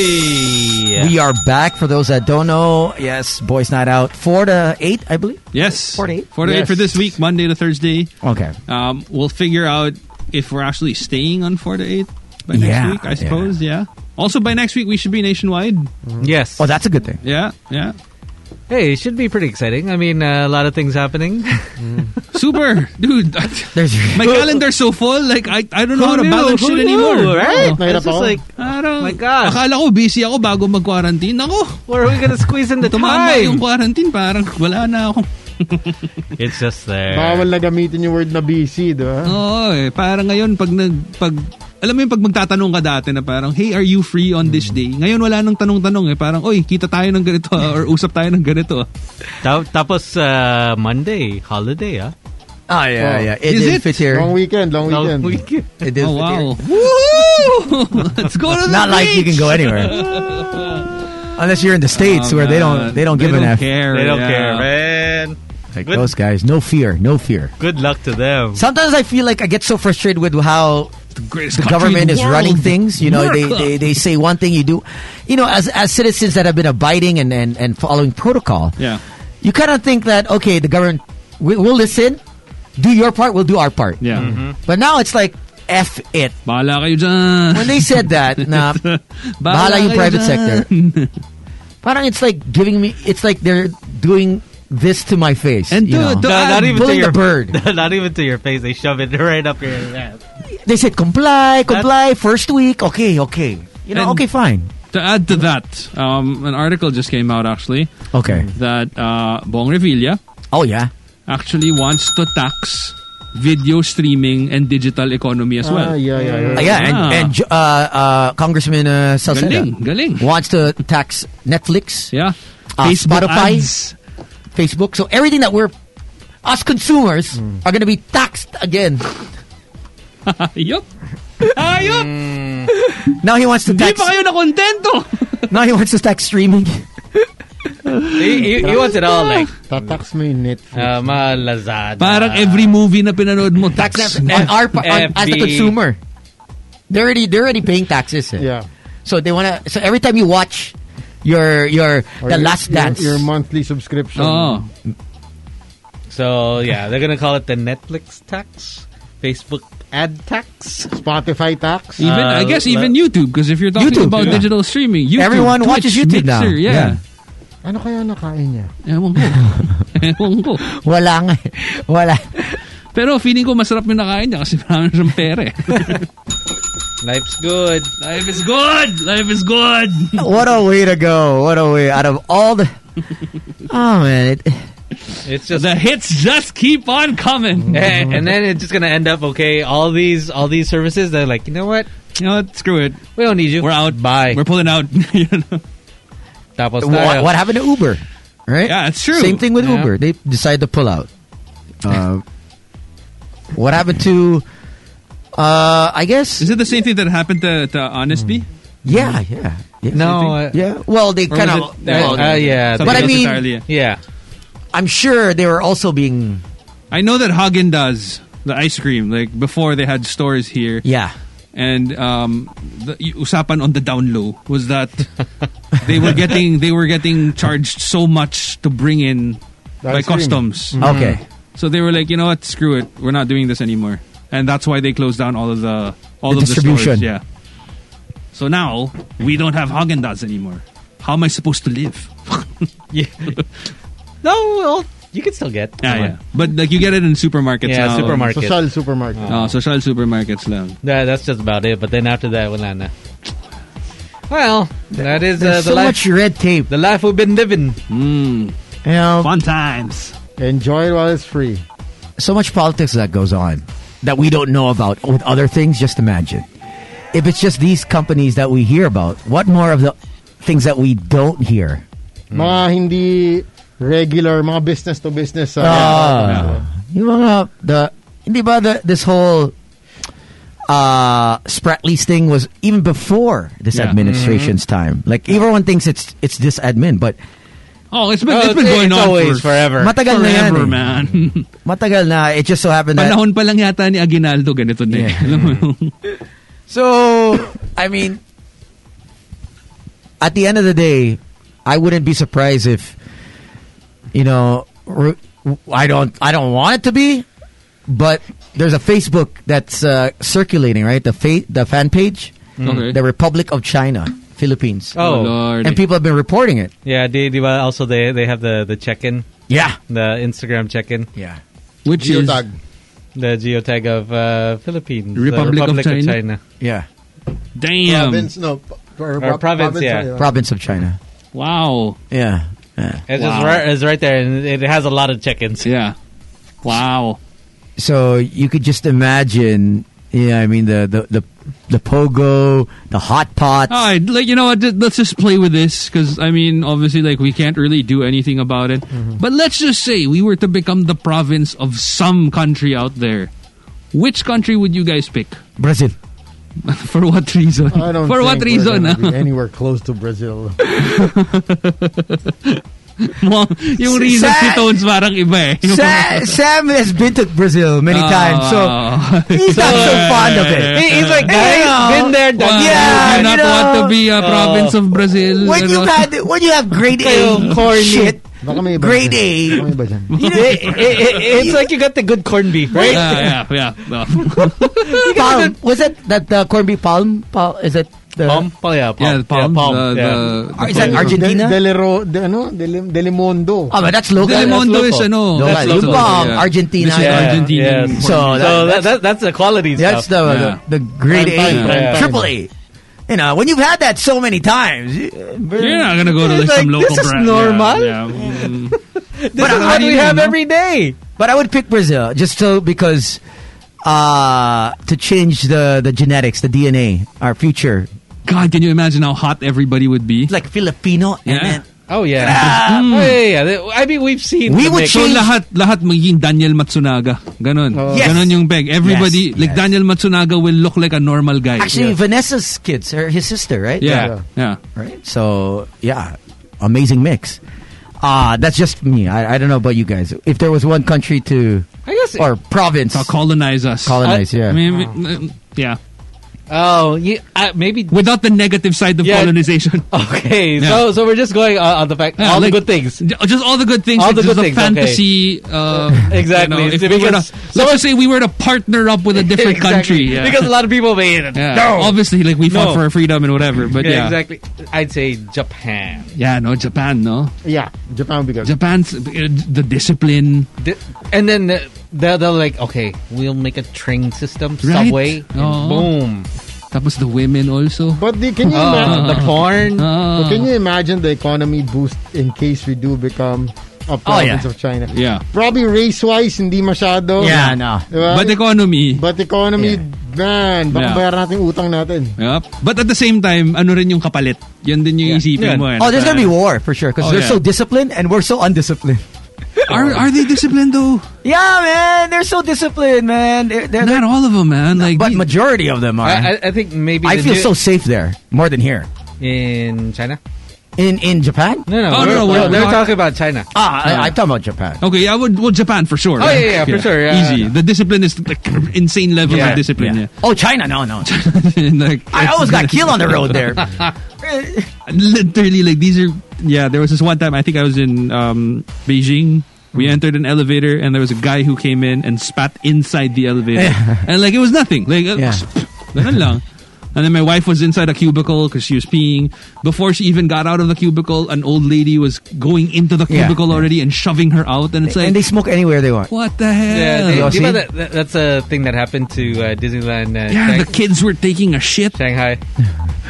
Yes. We are back for those that don't know. Yes, Boys Night Out, 4 to 8, I believe.
Yes.
48?
48 for
Yes.
this week, Monday to Thursday.
Okay.
Um, we'll figure out if we're actually staying on 4 to 8 by
Yeah,
next week, I suppose. Yeah. Also, by next week, we should be nationwide.
Yes.
Oh, that's a good thing.
Yeah. Yeah.
Hey, it should be pretty exciting. I mean, uh, a lot of things happening.
Super. Dude,
There's
my calendar's so full. Like, I, I don't know how to
Who knew?
balance
Who
shit
knew,
anymore.
Right?
Mahirap
It's just
ako.
like,
Parang,
My gosh.
akala ko busy ako bago mag-quarantine. Ako,
where are we gonna squeeze in the
tumama
time?
yung quarantine. Parang wala na ako.
It's just there.
Bawal na gamitin yung word na busy, di ba?
Oo eh. Parang ngayon, pag nag... Pag, alam mo yung pag magtatanong ka dati na parang, hey, are you free on this day? Ngayon wala nang tanong-tanong eh. Parang, oy, kita tayo ng ganito ah, or usap tayo ng ganito ah.
Ta- tapos uh, Monday holiday, ah.
Oh, yeah, yeah. It
Is
did
it?
fit here.
Long weekend, long
Long
weekend.
weekend.
It did
oh,
fit
wow.
here.
Woohoo! Let's go to the
Not like you
beach!
can go anywhere. Unless you're in the States
Oh,
where they
God.
don't they don't give an
don't
F.
Care,
They don't
yeah.
care, man.
Like
Good.
those guys, no fear, no fear.
Good luck to them.
Sometimes I feel like I get so frustrated with how
The, greatest
the
country in
government
the
is
world.
running things. You know, they,
America.
they they say one thing, you do. You know, as as citizens that have been abiding and and, and following protocol,
Yeah.
you kind of think that okay, the government we, will listen, do your part, we'll do our part.
Yeah.
But now it's like f it.
Bahala kayo dyan.
When they said that, nah, bahala yung
kayo
private
dyan.
sector. Parang it's like giving me. It's like they're doing this to my face.
And
you
to-
know?
to add-
not even
Pulling
to your
Ah, the bird.
Not even to your face. They shove it right up your ass.
they said comply, comply. First week, okay, okay. You know,
And-
okay, fine.
To add to that, um, an article just came out actually
Okay.
that uh, Bong Revilla
Oh yeah.
actually wants to tax video streaming and digital economy as well.
Ah, yeah, yeah, yeah.
Uh, yeah, and,
Ah.
and uh, uh, Congressman uh, Salceda
Galing, galing.
wants to tax Netflix,
Yeah.
Uh,
Facebook
Spotify?
ads.
Facebook. So everything that we're us consumers are going to be taxed again.
Yup. Ayop!
Now he wants to
Di
tax.
pa kayo na kontento!
now he wants to tax streaming.
He, he, he wants it all like
Tatax mo yung Netflix.
uh, mga Lazada.
Parang every movie na pinanood mo, tax.
Tax Netflix on our pa- on, as a
FB.
consumer. They're already they're already paying taxes. eh.
yeah.
So they want to. So every time you watch your your
Or
the
your-
Last
your-
Dance,
Your, monthly subscription.
Oo.
So yeah, they're gonna call it the Netflix tax, Facebook ad tax.
Spotify tax.
Even, I
Uh,
guess
la-
even YouTube, because if you're talking
YouTube,
about
yeah.
digital streaming, YouTube,
Everyone
Twitch,
watches YouTube now.
Mixer, Yeah. Eh,
Ano kaya nakain niya?
Ewan ko. Ewan ko.
wala nga, eh. wala.
Pero feeling ko masarap yung nakain niya kasi marami siyang pere.
Life's good.
Life is good! Life is good!
What a way to go! What a way out of all the. Oh man, it,
It's just
The hits just keep on coming.
and, and then it's just gonna end up okay. All these all these services, they're like, you know what?
You know what? Screw it.
We don't need you.
We're out.
Bye.
We're pulling out. you know?
Tapos
what,
tayo.
what happened to Uber? Right?
Yeah, it's true.
Same thing with
Yeah.
Uber. They decide to pull out. Uh, what happened to? Uh, I guess.
Is it the same thing that happened to, to Honesty?
Yeah, yeah, yeah.
No. uh,
Yeah. Well, they
Or
kind
was
of.
it-
well,
uh, yeah.
Something
But I
else
mean-
entirely.
Yeah.
I'm sure they were also being.
I know that Hagen does the ice cream. Like before, they had stores here,
Yeah.
and um, the y- usapan on the down low was that they were getting they were getting charged so much to bring in by
That's cream.
customs.
Mm-hmm.
Mhm. Okay.
So they were like, you know what? Screw it. We're not doing this anymore. And that's why they closed down all of the all
The
of the
distribution.
stores. Yeah. So now we don't have Haagen Dazs anymore. How am I supposed to live?
yeah. No, well, you can still get.
Yeah,
Come on.
yeah. But like you get it in supermarkets
Yeah,
now.
supermarket. Social
supermarket.
Oh, social supermarkets lang.
Yeah, that's just about it. But then after that, wala na. Well, that is uh, the
There's so
life.
much red tape.
The life we've been living.
Mm.
You know,
Fun times.
Enjoy it while it's free.
So much politics that goes on that we don't know about with other things. Just imagine if it's just these companies that we hear about. What more of the things that we don't hear?
Hmm. Mga hindi regular, mga business to business. Uh,
Ah, yung mga the hindi ba the, this whole uh Spratley's thing was even before this
Yeah. Mm-hmm.
administration's time. Like everyone thinks it's it's this admin, but
Oh, it's been,
Oh,
it's been
it's-
going
it's
on
always
for
forever. Matagal na yan
forever,
eh.
man.
matagal na it just so happened that
Panahon pa lang yata ni Aguinaldo ganito na. eh. Alam mo yung
So, I mean, at the end of the day, I wouldn't be surprised if, you know, re- I don't, I don't want it to be, but there's a Facebook that's uh, circulating, right? The fa- the fan page,
Mm.
Okay.
the Republic of China, Philippines.
Oh. Oh, Lord.
and people have been reporting it.
Yeah, they, they, well, also they they have the the check in.
Yeah,
the Instagram check in.
Yeah,
Which is- Geotag.
the geotag of uh, Philippines, the
Republic of
Republic of China.
China? Yeah,
Damn.
Province, no. p- Or,
Or province, yeah.
province of China.
Wow.
Yeah, yeah.
It's just right, it's right there, and it has a lot of check ins.
Yeah. Wow.
So you could just imagine, yeah, I mean the the the, the pogo, the hot pot.
All right, like you know what? th- Let's just play with this because I mean, obviously, like we can't really do anything about it.
Mm-hmm.
But let's just say we were to become the province of some country out there. Which country would you guys pick?
Brazil.
For what reason?
I don't
For
think
what
we're
reason? ah?
gonna be
eh?
huh?
anywhere close to Brazil.
Mo- yung
Sa-
reason
sa-
si Tones parang iba eh.
Sa- Sam has been to Brazil many
Oh.
times,
Ah.
so he's not so fond of it.
He- he's like,
Hey,
"Guys,
you know,
been there, done
Wow,
Yeah,
you
you
not
know, Oh.
want to be a province of Brazil.
when you
ano?
had when you have grade A corn shit,
Baka may iba
grade A,
dyan. Baka may iba dyan.
It- it- it- it's like you got the good corned beef, right?
Yeah, yeah, yeah.
palm was it that the corned beef palm? palm is it the
Palm, palm, yeah, palm,
Yeah, palm, the-
yeah. Ah,
the-
Is that Argentina?
Del, Delero, de, ano? Del, Delimondo.
oh, but that's local.
Delimondo
local.
is ano?
Local.
That's
Yung
local,
palm,
yeah.
Argentina.
This is
Yeah.
Argentina.
Yes.
Corn
So
beef.
that-
So that, that, that's the quality
That's
stuff.
the,
Yeah.
the the grade
Prime time,
A,
prime time.
triple A. You know, when you've had that so many times, you-
You're not gonna go to like,
It's
some
like,
local
this is
brand.
normal.
Yeah, yeah. Mm.
This is what we have every day.
But I would pick Brazil just so because uh to change the the genetics, the DNA, our future.
God, can you imagine how hot everybody would be?
Like Filipino and
Yeah.
then
Oh yeah. Oh, yeah, yeah. I mean, we've seen.
We
the
would
mix.
So
Change-
lahat lahat magiging Daniel Matsunaga. Ganon.
Oh.
Yes.
Ganon yung peg. Everybody
Yes,
like
yes.
Daniel Matsunaga will look like a normal guy.
actually Vanessa's kids, her his sister, right?
yeah. Yeah.
Right. So yeah, amazing mix. Ah, that's just me. I, I don't know about you guys. If there was one country to
I guess.
or province
So colonize us.
colonize, yeah.
I mean, uh, yeah.
oh, yeah, uh, maybe.
Without the negative side of
Yeah.
colonization.
Okay, so so we're just going uh, on the fact
Yeah,
all
like-
the good things.
J- Just all the good things.
All
like
the
just
good things,
fantasy. Uh,
Exactly.
you know, if
See,
we were to,
because-
let's just say we were to partner up with a different
Exactly.
country. Yeah.
Because a lot of people made it.
yeah.
No.
Obviously, like we fought
No.
for our freedom and whatever. But
Yeah,
yeah,
exactly. I'd say Japan.
Yeah, no, Japan, no.
Yeah, Japan would be good.
Japan's uh, the discipline.
Th- And then uh, they're, they're like, okay, we'll make a train system,
Right.
subway, and
Oo.
boom.
That was the women also.
But the, can you
Uh,
imagine?
the porn.
Ah.
But can you imagine the economy boost in case we do become a province
yeah.
of China?
Yeah.
Probably race-wise, hindi masyado.
Yeah, no.
Diba?
But economy.
But economy, man, baka
Yeah.
bayaran natin yung utang natin.
Yup. But at the same time, ano rin yung kapalit. Yan din yung isipin
Yun.
mo. eh.
Oh, there's gonna be war for sure
Oh,
because they're
yeah.
so disciplined and we're so undisciplined.
Are, are they disciplined though?
Yeah, man, they're so disciplined, man. They're, they're,
Not all of them, man. Like,
but
these-
majority of them are.
I, I- I think maybe
I
the
feel
new-
so safe there more than here.
in China.
In in Japan?
No,
Oh, no, no, we're- Oh.
they're
we're-
talking about China.
Ah, I, I'm talking about Japan.
Okay, yeah, well, well Japan for sure.
Oh, yeah, yeah, for sure, yeah.
Easy. The discipline is like, insane level
Yeah,
of discipline. Yeah.
Oh, China? No, no.
like,
I almost got killed on the road there.
Literally, like these are. Yeah, there was this one time I think I was in um, Beijing. We
Mm-hmm.
entered an elevator and there was a guy who came in and spat inside the elevator, and like it was nothing. Like, uh, ganun lang. And then my wife was inside a cubicle because she was peeing. Before she even got out of the cubicle, an old lady was going into the
Yeah,
cubicle already and shoving her out. And it's like,
and they smoke anywhere they want.
what the hell?
Yeah, they,
Yeah,
do you
see?
know that, that- that's a thing that happened to uh, Disneyland. Uh,
Yeah,
Shang-
the kids were taking a shit.
Shanghai.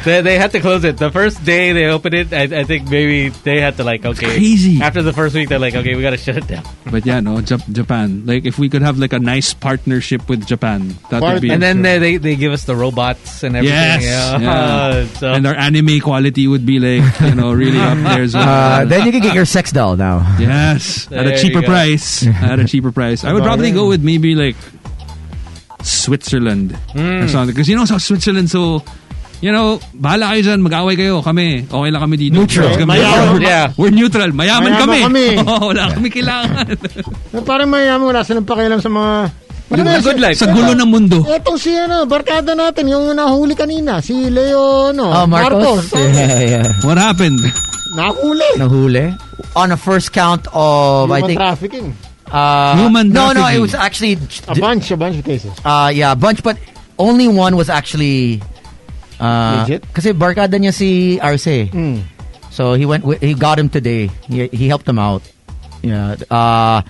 they, they had to close it. The first day they opened it, I, I think maybe they had to like okay.
Crazy.
After the first week, they're like okay, we gotta shut it down.
But yeah, no, Jap- Japan. Like, if we could have like a nice partnership with Japan, that would be.
And then they, they they give us the robots and everything.
yes,
Yeah.
yeah.
so
and our anime quality would be like you know really up there as well.
Uh, then you can get your sex doll now.
yes, at
There
a
you
cheaper
go.
price. At a cheaper price, I would probably go with maybe like Switzerland or something because you know how Switzerland so. You know, bahala kayo dyan, mag-away kayo, kami, okay lang kami dito.
Neutral.
Kami-
Mayaman.
Yeah.
We're neutral, mayaman,
Mayaman
kami.
kami.
Oo, wala kami kailangan.
Parang mayaman, wala silang pakialam sa mga... Wala na, si-
Sa gulo ng mundo.
Etong si ano, barkada natin, yung nahuli kanina, si Leo, ano,
Oh,
no,
Marcos? Yeah, yeah.
What happened?
Nakuli.
Nahuli? On a first count of, I
Human
think...
trafficking.
Uh,
Human
no, no,
trafficking.
it was actually...
A bunch, a bunch of cases.
Uh, yeah, a bunch, but only one was actually... Uh,
Legit?
Kasi barkada niya si Arce.
Mm.
So he went. wi- He got him today. He, he helped him out. Yeah. Uh,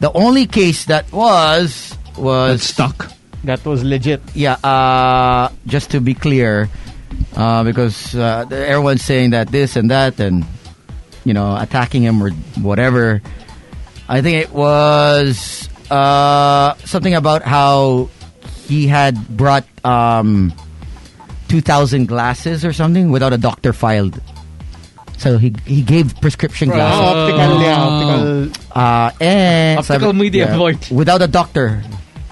the only case that was
That's
was
stuck.
That was legit.
yeah. Uh, just to be clear, uh, because uh, everyone's saying that this and that and you know attacking him or whatever. I think it was uh, something about how he had brought um, two thousand glasses or something without a doctor filed. So he he gave prescription
Oh,
glasses.
optical, yeah, optical.
Uh, and
Optical media void.
without a doctor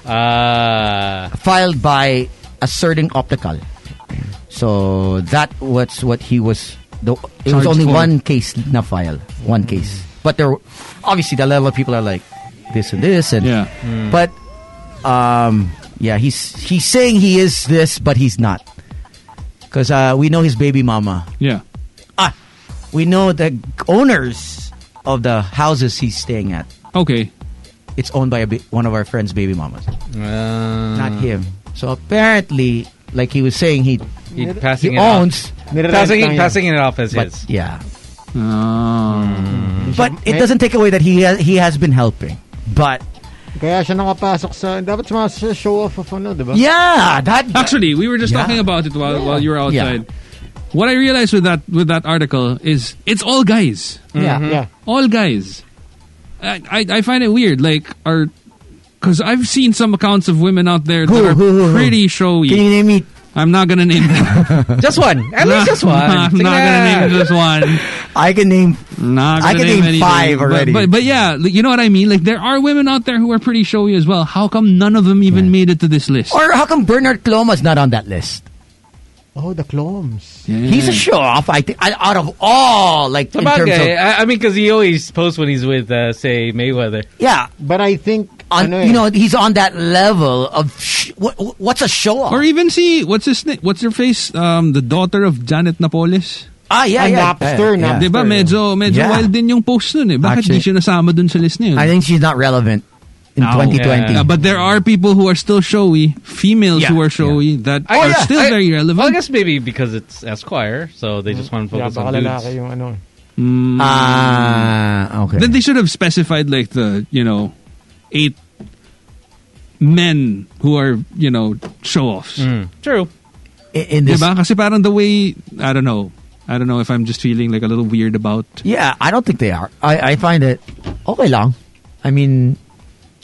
Ah.
filed by a certain optical. So that was what he was. The, it was
Charged
only
for. Mm.
one case na file, one case. But there, obviously, the level of people are like this and this and.
Yeah.
But, um, yeah, he's he's saying he is this, but he's not, because uh, we know his baby mama.
Yeah.
Ah, we know the owners of the houses he's staying at.
Okay.
It's owned by a, ba- one of our friends' baby mamas,
Uh,
not him. So apparently, like he was saying, he
he passing it
he
off.
owns,
Nirerent lang
Passing,
yun.
passing it off as
but
his.
yeah. Hmm.
Ah.
But it doesn't take away that he has, he has been helping. But
Kaya siya nakapasok sa... Dapat sumama sa show off of ano, di ba?
yeah, that
Actually, we were just
Yeah.
talking about it while, while you were
Yeah.
outside. What I realized with that with that article is it's all guys.
yeah.
Yeah.
All guys. I I, I find it weird. Like are because I've seen some accounts of women out there
Who,
that are
who, who, who?
pretty showy.
Can you name me?
I'm not gonna name them.
Just one. At
Nah,
least just one.
I'm
Sige
not
na.
gonna name this one.
I can name.
Not
I
gonna
can name
anything.
five already.
But, but but yeah, like, you know what I mean. Like there are women out there who are pretty showy as well. How come none of them even made it to this list?
Or how come Bernard Cloma's not on that list?
Oh, the clones.
Yeah.
He's a show off. I think I- out of all like in terms
Sabagay.
of
I, I mean, because he always posts when he's with, uh, say, Mayweather.
yeah.
But I think...
On,
ano eh,
you know, he's on that level of sh- what, what's a show off?
Or even see what's his name? What's her face? Um, the daughter of Janet Napoles.
ah, yeah,
Ang
yeah,
lobster,
yeah.
lobster.
Diba? Medyo, medyo
Yeah.
wild din yung post nun eh. Bakit
Actually-
di siya nasama dun sa list na yun?
I think she's not relevant in
No.
2020.
Uh, but there are people who are still showy, females
Yeah.
who are showy, that
I-
are
yeah,
still
I-
very
Well, I
relevant.
guess maybe because it's Esquire, so they just want to
Yeah,
focus
baka
on
lalaki
dudes.
yung ano.
Mm.
Ah, okay.
Then they should have specified like the, you know, eight men who are, you know, show-offs.
Mm. True.
in, in this,
Diba? Kasi parang the way, I don't know. I don't know if I'm just feeling like a little weird about
yeah, I don't think they are. I, I find it okay long. I mean,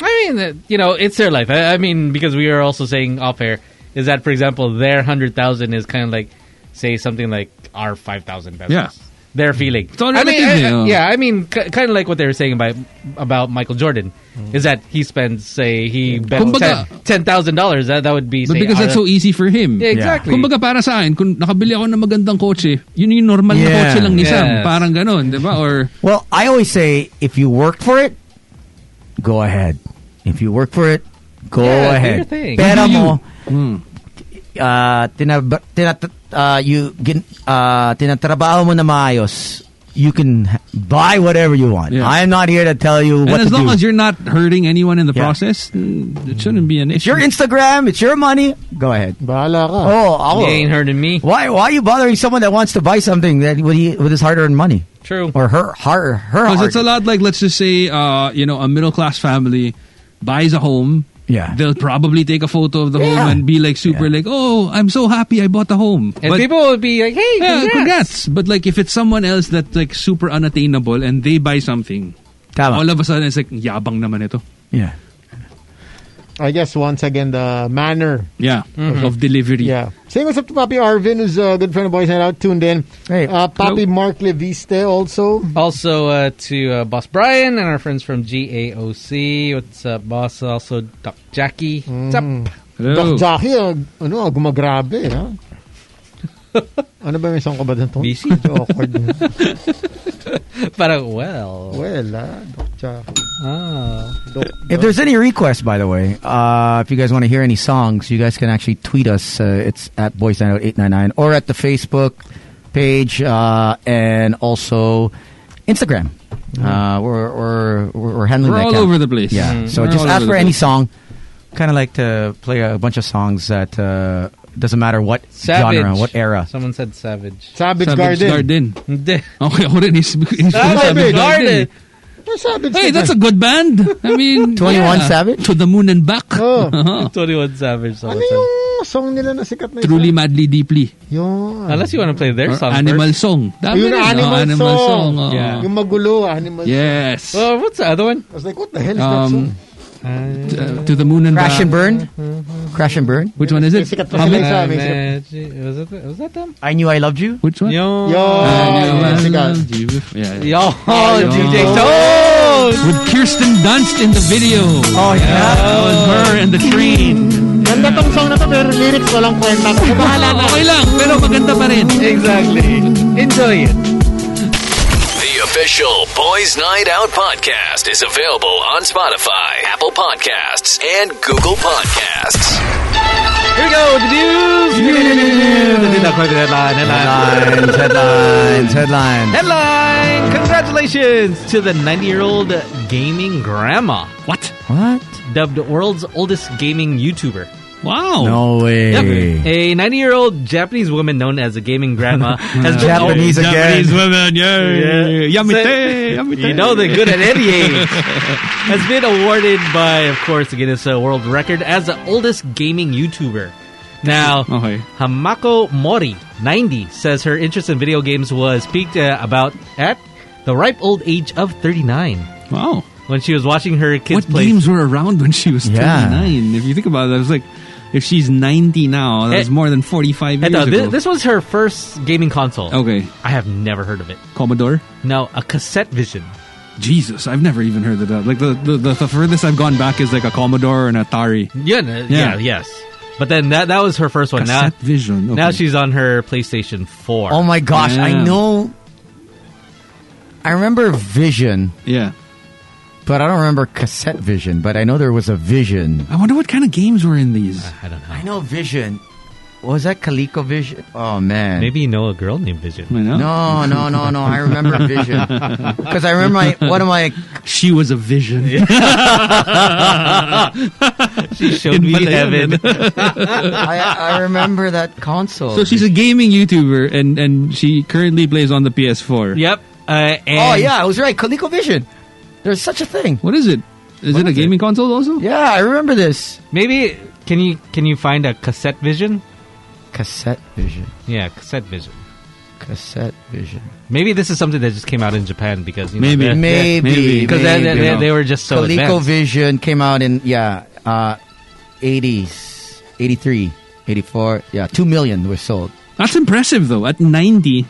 I mean, uh, you know, it's their life. I, I mean, because we are also saying off air is that, for example, their hundred thousand is kind of like, say, something like our five thousand pesos.
Yeah. Mm.
their feeling.
all
I mean,
relative,
I- I-
yeah.
yeah, I mean, k- kind of like what they were saying about about Michael Jordan is that he spends, say, he bets
Mm. Kumbaga.
ten thousand dollars. That that would be,
But
say,
because that's
out of-
so easy for him.
Yeah, exactly.
Kumbaga para sa akin, kung nakabili ako ng magandang kotse, yun yung normal na
Yeah.
kotse lang ni Sam.
Yes.
Parang ganun, di ba? Or,
Well, I always say if you work for it, go ahead. If you work for it, go
Yeah, do your
ahead.
thing.
Pera
You do
mo.
Hmm.
Uh, tinab- tinat- uh, you gin- uh, tinatrabaho mo na maayos. You can h- buy whatever you want.
Yeah.
I am not here to tell you
and
what
as
to
long
do.
as you're not hurting anyone in the process, mm, it shouldn't be an
it's
issue.
your Instagram. It's your money. Go ahead.
Bahala ka.
Oh, ako.
You ain't hurting me.
Why? Why are you bothering someone that wants to buy something that with, he, with his hard-earned money?
True.
Or her, her, her.
Because
hard-
it's a lot like, let's just say, uh, you know, a middle class family buys a home.
Yeah.
They'll probably take a photo of the home and be like super like, oh, I'm so happy I bought a home.
and people would be like, "Hey,
yeah,
congrats."
congrats. But like, if it's someone else that's like super unattainable and they buy something,
Tama.
all of a sudden it's like, yabang naman ito.
Yeah.
I guess once again the manner.
Yeah,
Mm-hmm.
of delivery.
Yeah. Saying what's up to Papi Arvin, who's a good friend of Boys Night Out, tuned in.
Hey.
Uh, Papi Mark Leviste also.
Also uh, to uh, Boss Brian and our friends from GAOC. What's up, boss? Also, Doc Jackie. What's up?
Doc
Hello.
Jackie, ah, ano, ah, gumagrabe. Ha? ano ba yung isang kabatan to?
Busy.
Medyo awkward.
Parang, uh, well.
well, ah, Doc Jackie.
ah.
Doc,
If there's any requests, by the way, uh, if you guys want to hear any songs, you guys can actually tweet us. Uh, it's at Boys Night Out 899 or at the Facebook page uh, and also Instagram. Uh, we're, we're, we're we're handling
We're
that
all
account.
over the place.
Yeah.
Mm.
So
We're
just
all
ask
over
for
the
any
place.
song. Kind of like to play a bunch of songs that uh, doesn't matter what
Savage.
genre, what era.
Someone said savage.
Savage,
Savage
Garden.
Garden.
Hindi.
Okay, ako rin. Is, is
Savage Garden.
Ah, Savage
Hey,
Garden.
that's a good band. I mean,
21
yeah.
Savage?
To the moon and back.
Oh.
Uh-huh.
21 Savage. someone
Ano
said.
yung song nila na sikat na isa?
Truly, madly, deeply.
Yun.
Unless you want to play their
Or
song
animal
first.
song. Dami rin,
Ayun,
no?
animal,
animal song.
song.
Ano oh.
Yeah.
Yung magulo, animal
Yes.
Well, Oh, what's the other one?
song. I was like, what the hell is that song?
Um, t- uh, to the moon and back.
Crash and Burn? Crash and Burn?
Which one is it?
Sikat pa
How
sila
many-
isa.
Uh,
may
magic- was, it, was that them?
I Knew I Loved You?
Which one?
Yo.
Yo,
I
yun, sikat.
loved you before- Yeah,
Yo.
yeah.
DJ Toad.
With Kirsten Dunst in the video.
Oh, yeah.
That was her and the train.
Ganda tong song na to, pero lyrics walang kwenta. Kung bahala na.
Okay lang, pero maganda pa rin.
Exactly. Enjoy it.
The official Boys Night Out podcast is available on Spotify, Apple Podcasts, and Google Podcasts.
Here we go with the news. Headline, headline.
Headlines, headlines, headlines.
Headline! Congratulations to the 90 year old gaming grandma,
What?
What?
dubbed world's oldest gaming YouTuber.
Wow.
No way.
A 90 year old Japanese woman known as a gaming grandma has been-
Japanese again.
Japanese women,
Yeah.
yay. Yamite,
So-
yamite.
You know they're good at any age. Has been awarded by, of course, the Guinness uh, World Record as the oldest gaming YouTuber. Now,
Okay.
Hamako Mori, 90, says her interest in video games was peaked uh, about at the ripe old age of 39
Wow.
when she was watching her kids
what
play.
games were around when she was
Yeah.
29? If you think about it, I was like, if she's 90 now, that's
Eh,
more than 45 years
Eto, thi-
ago.
this, was her first gaming console.
okay,
I have never heard of it.
Commodore.
No, a cassette vision.
Jesus, I've never even heard of that. Like the the, the, the furthest I've gone back is like a Commodore or an Atari.
Yeah, yeah,
Yeah.
yeah, yes. But then that that was her first one. Now,
Cassette Vision. Okay.
Now she's on her PlayStation 4.
Oh my gosh, I
Yeah.
know. I remember Vision,
yeah.
but I don't remember cassette Vision. But I know there was a Vision.
I wonder what kind of games were in these.
I don't know.
I know Vision. Was that Coleco Vision? Oh man.
Maybe you know a girl named Vision.
You know?
No, no, no, no. I remember Vision because I remember my one of my
she was a vision.
She showed
In
me
Malayan.
heaven.
I, I remember that console.
So she's a gaming YouTuber, and and she currently plays on the PS4.
yep. Uh, and
oh yeah, I was right. Coleco Vision. There's such a thing.
What is it? Is it a gaming console also?
Yeah, I remember this
Maybe can you can you find a cassette Vision?
cassette Vision.
Yeah, cassette Vision.
Cassette Vision.
Maybe this is something that just came out in Japan because you know,
Maybe.
they're-
Maybe,
maybe.
because they, they, they,
Maybe.
they were just so
ColecoVision
advanced.
Vision came out in yeah, uh, 80s, 83, 84. Yeah, 2 million were sold.
That's impressive though. At 90,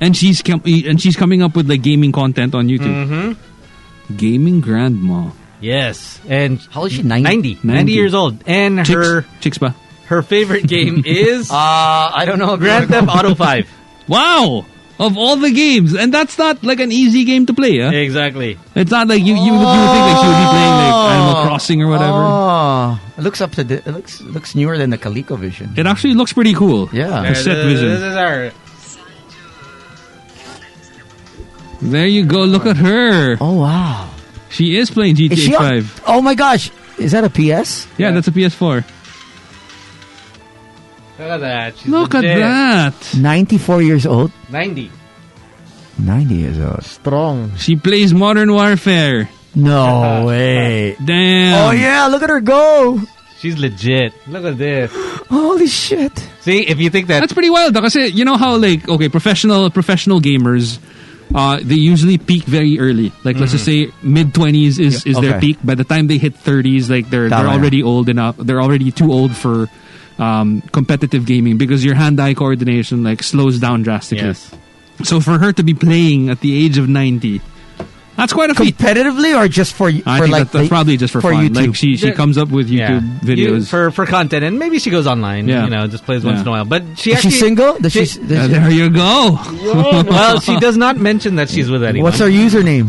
and she's com- and she's coming up with like gaming content on YouTube.
Mhm.
Mm-hmm.
Gaming grandma.
Yes. And how
old is she?
90. 90, years old. And
Chicks-
her
Chickspa.
her favorite game is uh
I don't know.
Grand Theft Auto 5.
Wow. Of all the games, and that's not like an easy game to play, huh?
Exactly.
It's not like you you, you would think like she would be playing like Animal Crossing or whatever.
Oh, it looks up to the, it looks looks newer than the ColecoVision.
It actually looks pretty cool.
Yeah.
The
this,
set
this
vision.
is our
There you go. Look at her.
Oh wow.
She is playing GTA
Is she on-
Five.
Oh my gosh, is that a PS?
Yeah, that's a PS4.
Look at that. She's
Look at
legit.
that.
Ninety four years old.
90.
Ninety years old.
Strong.
She plays Modern Warfare.
No way.
Damn.
Oh yeah, look at her go.
She's legit. Look at this.
Holy shit.
See, if you think that
That's pretty wild though, kasi you know how like okay, professional professional gamers uh, they usually peak very early. Like let's just say mid twenties is,
Mm-hmm. Yeah,
is their
okay.
peak. By the time they hit thirties, like they're
Tama
they're
yan.
already old enough. They're already too old for um, competitive gaming because your hand eye coordination like slows down drastically.
Yes.
So for her to be playing at the age of ninety, that's quite a feat.
Competitively or just for
I
for
think
like
that- that's
the-
probably just for,
for
fun.
YouTube.
Like she she
There-
comes up with
Yeah.
YouTube
You-
videos.
for for content, and maybe she goes online.
Yeah.
You know, just plays once
Yeah.
in a while. But she
is she
actually
single? Does she,
she-
does
Uh,
she-
there you go.
well, she does not mention that she's with anyone.
what's her username?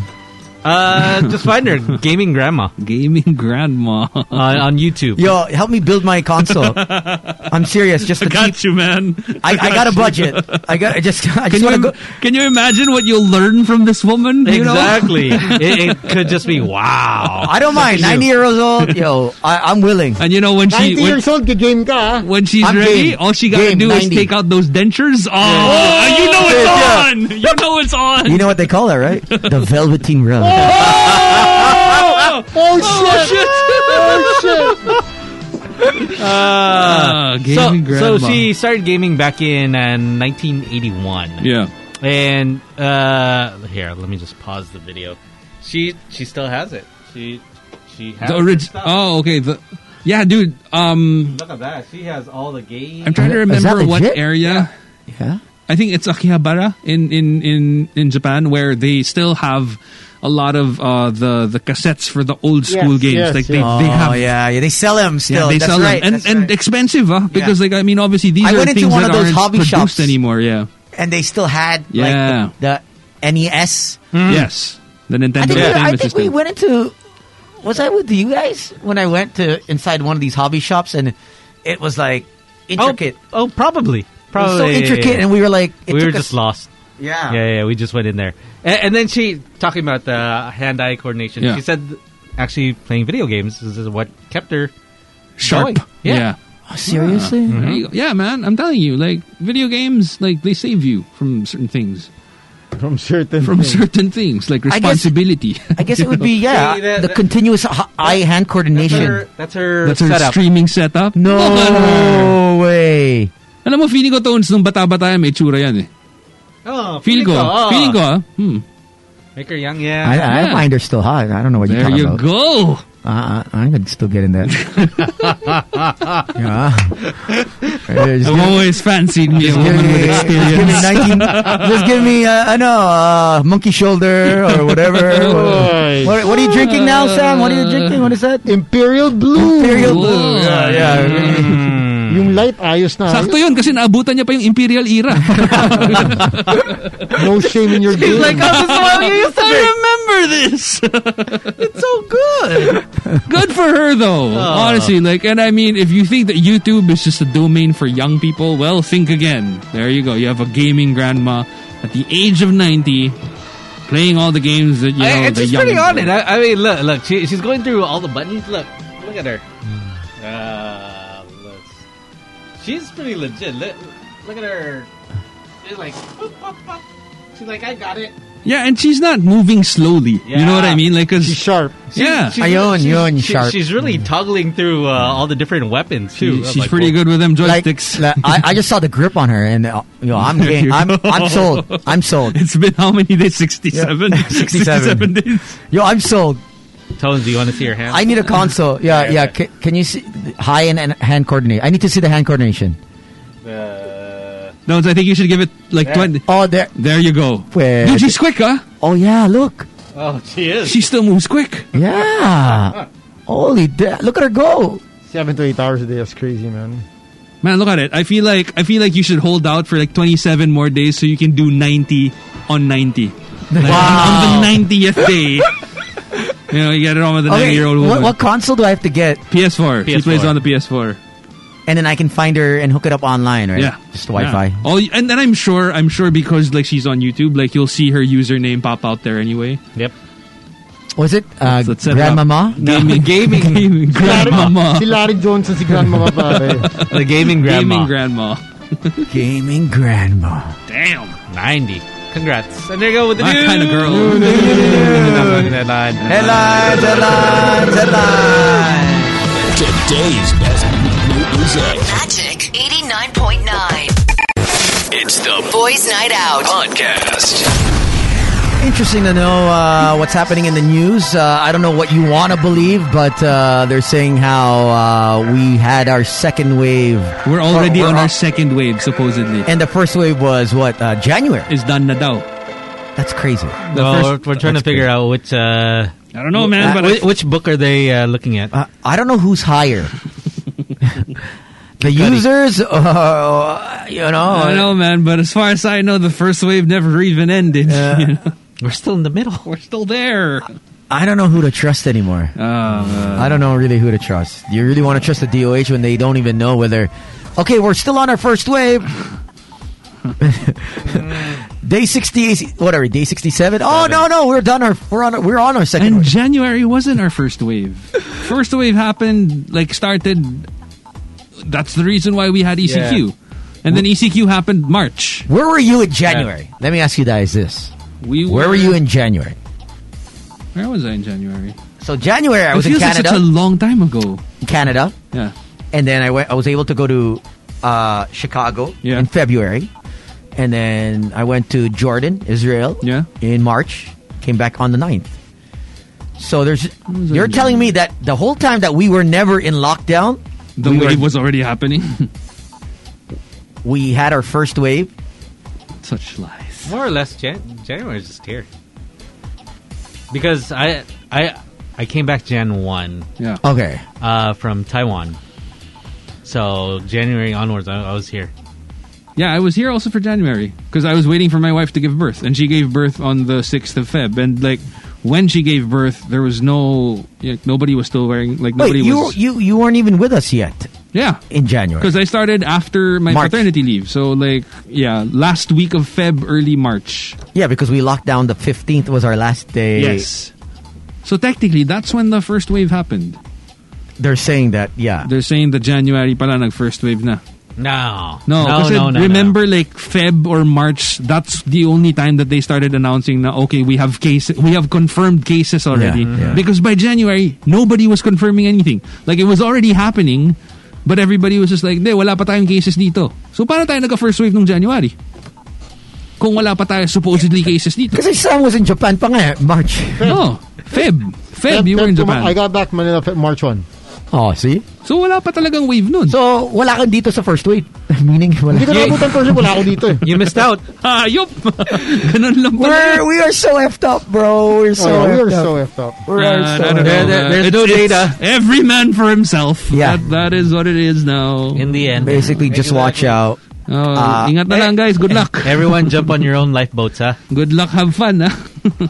Uh, just find her gaming grandma
Gaming grandma.
on, on YouTube.
Yo, help me build my console. I'm serious. Just the cheap.
got you, man.
I, I got a budget. I got I just. I
Can
just
you,
want to go.
can you imagine what you'll learn from this woman? you know?
Exactly. it, it could just be wow.
I don't mind. Ninety years old. Yo, I, I'm willing.
And you know when she
90
when,
years old, game ka. ah.
when she's
I'm
ready,
game.
all she gotta
Game,
do
90.
is take out those dentures. Oh, you know
Yeah.
it's on. You know it's on.
You know what they call her, right? The Velveteen Rug.
Oh, shit!
Oh,
Ah,
So,
gaming
so
grandma.
she started gaming back in uh, 1981.
yeah.
And uh, here, let me just pause the video. She she still has it. She she has
The
her
orig-
stuff.
Oh, okay. The yeah, dude. Um,
Look at that. She has all the games.
I'm trying to
Is that
remember what
legit?
area.
Yeah.
I think it's Akihabara in in in in Japan where they still have a lot of uh, the the cassettes for the old school
Yes,
games.
yes,
like they,
yes.
they have
Oh yeah, yeah. They sell them
Yeah,
still.
they
That's
sell
right.
them, and
that's
and
right.
expensive, huh? Because like I mean, obviously these
I
are
went into
things
one
that
of those
aren't
hobby
produced
shops.
anymore. Yeah,
and they still had
Yeah.
like the, E the NES.
yes, the Nintendo
Hmm. I think, we, I
Entertainment
think we
System.
went into. Was I with you guys when I went to inside one of these hobby shops and it was like intricate.
Oh, oh, probably.
It was
Probably.
so intricate, and we were like, it
we
took
were
us-
just lost.
Yeah.
Yeah, yeah, we just went in there. And, and then she, talking about the hand eye coordination,
Yeah.
she said actually playing video games is what kept her.
Sharp,
going. Yeah.
yeah.
Oh, seriously?
There you go. yeah, man. I'm telling you, like video games, like they save you from certain things,
From certain.
from
things.
certain things, like
I guess-
responsibility.
I guess it would be yeah,
See, that-
the
that-
continuous h- eye hand
That's
coordination.
her, that's her
That's her
setup.
streaming setup. Look at her.
No way.
Alam mo, feeling ko tones nung bata-bata yan, may tsura yan eh.
Oh,
Feel ko,
ah.
feeling ko, ah. hmm.
Make her young, yeah.
I, I
Yeah.
find her still hot. I don't know what you're
There
talking
you
about.
go.
Uh, I- I'm gonna still get in that. yeah. Just
I've
give-
always fancied me a
just give
woman with
me- just give me
experience.
19 just give me, uh, I know, uh, monkey shoulder or whatever.
Boy.
what, what are you drinking now, Sam? What are you drinking? What is that?
Imperial Blue.
Imperial
Whoa.
Blue. Yeah, yeah.
Yung light, ayos na.
Hmm.
ah.
Sakto yun kasi naabutan niya pa yung Imperial era.
No shame in your game.
"Oh,
I remember this. it's so good. Good for her though. Honestly, like and I mean if you think that YouTube is just a domain for young people, well, think again. There you go. You have a gaming grandma at the age of 90 playing all the games that you know
I- and
the
she's
young
pretty on it.
people-
I, I mean, look, look, she, she's going through all the buttons. Look, look at her.
Hmm.
Uh, let's, she's pretty legit. Look, look at her. She's like, boop, boop, boop. she's like, I got it.
Yeah, and she's not moving slowly. You know what I
Yeah.
mean? Like 'cause-
She's sharp.
yeah.
She's,
Ayun,
she's-
yun,
she-
sharp.
She's really toggling through uh, all the different weapons too.
Hmm. she's pretty good with them
Like,
joysticks.
like, I, I just saw the grip on her, and uh, yo, I'm game. I'm, I'm sold. I'm sold.
it's been how many days? 67?
67
days.
Yo, I'm sold.
good. Tones, do you want to see her hand?
I need a console. Yeah, yeah. Can, can you see high and and hand coordinate? I need to see the hand coordination.
Uh,
No, I think you should give it like
There.
20.
Oh, there.
There you go.
Pwede.
Dude, she's quick, huh?
Oh, yeah, look.
Oh, she is.
She still moves quick.
Yeah. Holy, da- look at her go.
Seven to eight hours a day. That's crazy, man.
Man, look at it. I feel like I feel like you should hold out for like 27 more days so you can do 90 on 90. Like,
Wow.
on the 90th day. you know, you get it on with the 90 year old woman.
what, what console do I have to get?
PS4. She
PS4.
plays on the PS4.
And then I can find her and hook it up online, right?
Yeah,
Just Wi-Fi.
Yeah. Oh, and then I'm sure I'm sure because like she's on YouTube, like you'll see her username pop out there anyway.
Yep.
Was it uh,
Let's set it up.
Grandmama?
Gaming, gaming, gaming, grandmama,
Si Larry Johnson, si Grandmama pare.
The gaming grandma.
gaming grandma.
Gaming Grandma.
Damn,
90. Congrats. And there you go with the
that
news.
kind of girl.
Headline.
Headlines, headlines, headlines.
Today's best music.
Magic 89.9.
It's the
Boys Night Out.
podcast.
Interesting to know uh, what's happening in the news. Uh, I don't know what you want to believe, but uh, they're saying how uh, we had our second wave.
We're already
Or- or-
on our second wave, supposedly.
And the first wave was what? Uh, January.
Is done na daw.
That's crazy.
The
Well,
first-
we're, we're trying to
that's
figure
crazy.
out which uh,
I don't know, man.
wh-
But
which, book are they uh, looking at?
Uh, I don't know who's higher. the users, uh, you know.
I, I don't know, man. But as far as I know, the first wave never even ended. you know?
We're still in the middle.
We're still there.
I don't know who to trust anymore.
Oh, uh.
I don't know really who to trust. You really want to trust the DOH when they don't even know whether. Okay, we're still on our first wave. day sixty, whatever. Day sixty-seven. Oh no, no, we're done. Our we're on. our- We're on our second.
And
wave.
January wasn't our first wave. First wave happened, like, started. That's the reason why we had ECQ. And then ECQ happened March.
Where were you in January? Let me ask you guys this:
We
Where were you in January?
Where was I in January?
So January, I
it
was in
feels like
Canada.
such a long time ago.
Canada,
Yeah.
and then I went. I was able to go to uh, Chicago
Yeah.
in February, and then I went to Jordan, Israel,
Yeah.
in March. Came back on the 9th. So there's.
I
You're
in
telling me that the whole time that we were never in lockdown,
The
We
wave
were-
was already happening.
we had our first wave.
such lies.
More or less, Jan- January is just here. Because I I I came back Jan one
Yeah.
Okay.
uh, from Taiwan, so January onwards I, I was here.
Yeah, I was here also for January because I was waiting for my wife to give birth, and she gave birth on the sixth of Feb. And like when she gave birth, there was no like, nobody was still wearing like nobody
Wait, you
was
you you weren't even with us yet
yeah
in January.
because I started after my
March.
paternity leave. So like yeah, last week of Feb, early March.
Yeah, because we locked down. The 15th was our last day.
Yes. So technically, that's when the first wave happened.
They're saying that. Yeah.
They're saying the January pala nag first wave na.
No,
No,
no,
kasi
no, no.
remember like Feb or March, that's the only time that they started announcing na okay, we have cases we have confirmed cases already.
Yeah, yeah.
Because by January, nobody was confirming anything. Like it was already happening, but everybody was just like, "De, wala pa tayong cases dito." So paano tayo nagka first wave nung January? Kung wala pa tayo supposedly cases dito.
Because Sam was in Japan pa nga eh, March.
No, Feb. Feb, you were in
Feb-
Japan.
I got back Manila Feb- March 1.
Oh, see?
So wala pa talagang wave nun. So,
So, wala kang dito sa first wave. Meaning, wala.
Hindi ko nakabutan kasi wala ako dito eh.
you missed out.
hayop! Ganun lang
We're,
talaga.
we are so effed up, bro. We're so
Oh, we
effed
were
up.
so effed up.
We're
Uh,
so
I don't know,
effed up.
man.
there's
It's-
no
it's
data.
Every man for himself.
Yeah.
That, that is what it is now.
In the end,
Basically, just watch out.
Oh, ingat na lang guys. Good luck.
Everyone jump on your own lifeboats, huh?
Good luck. Have fun. ah.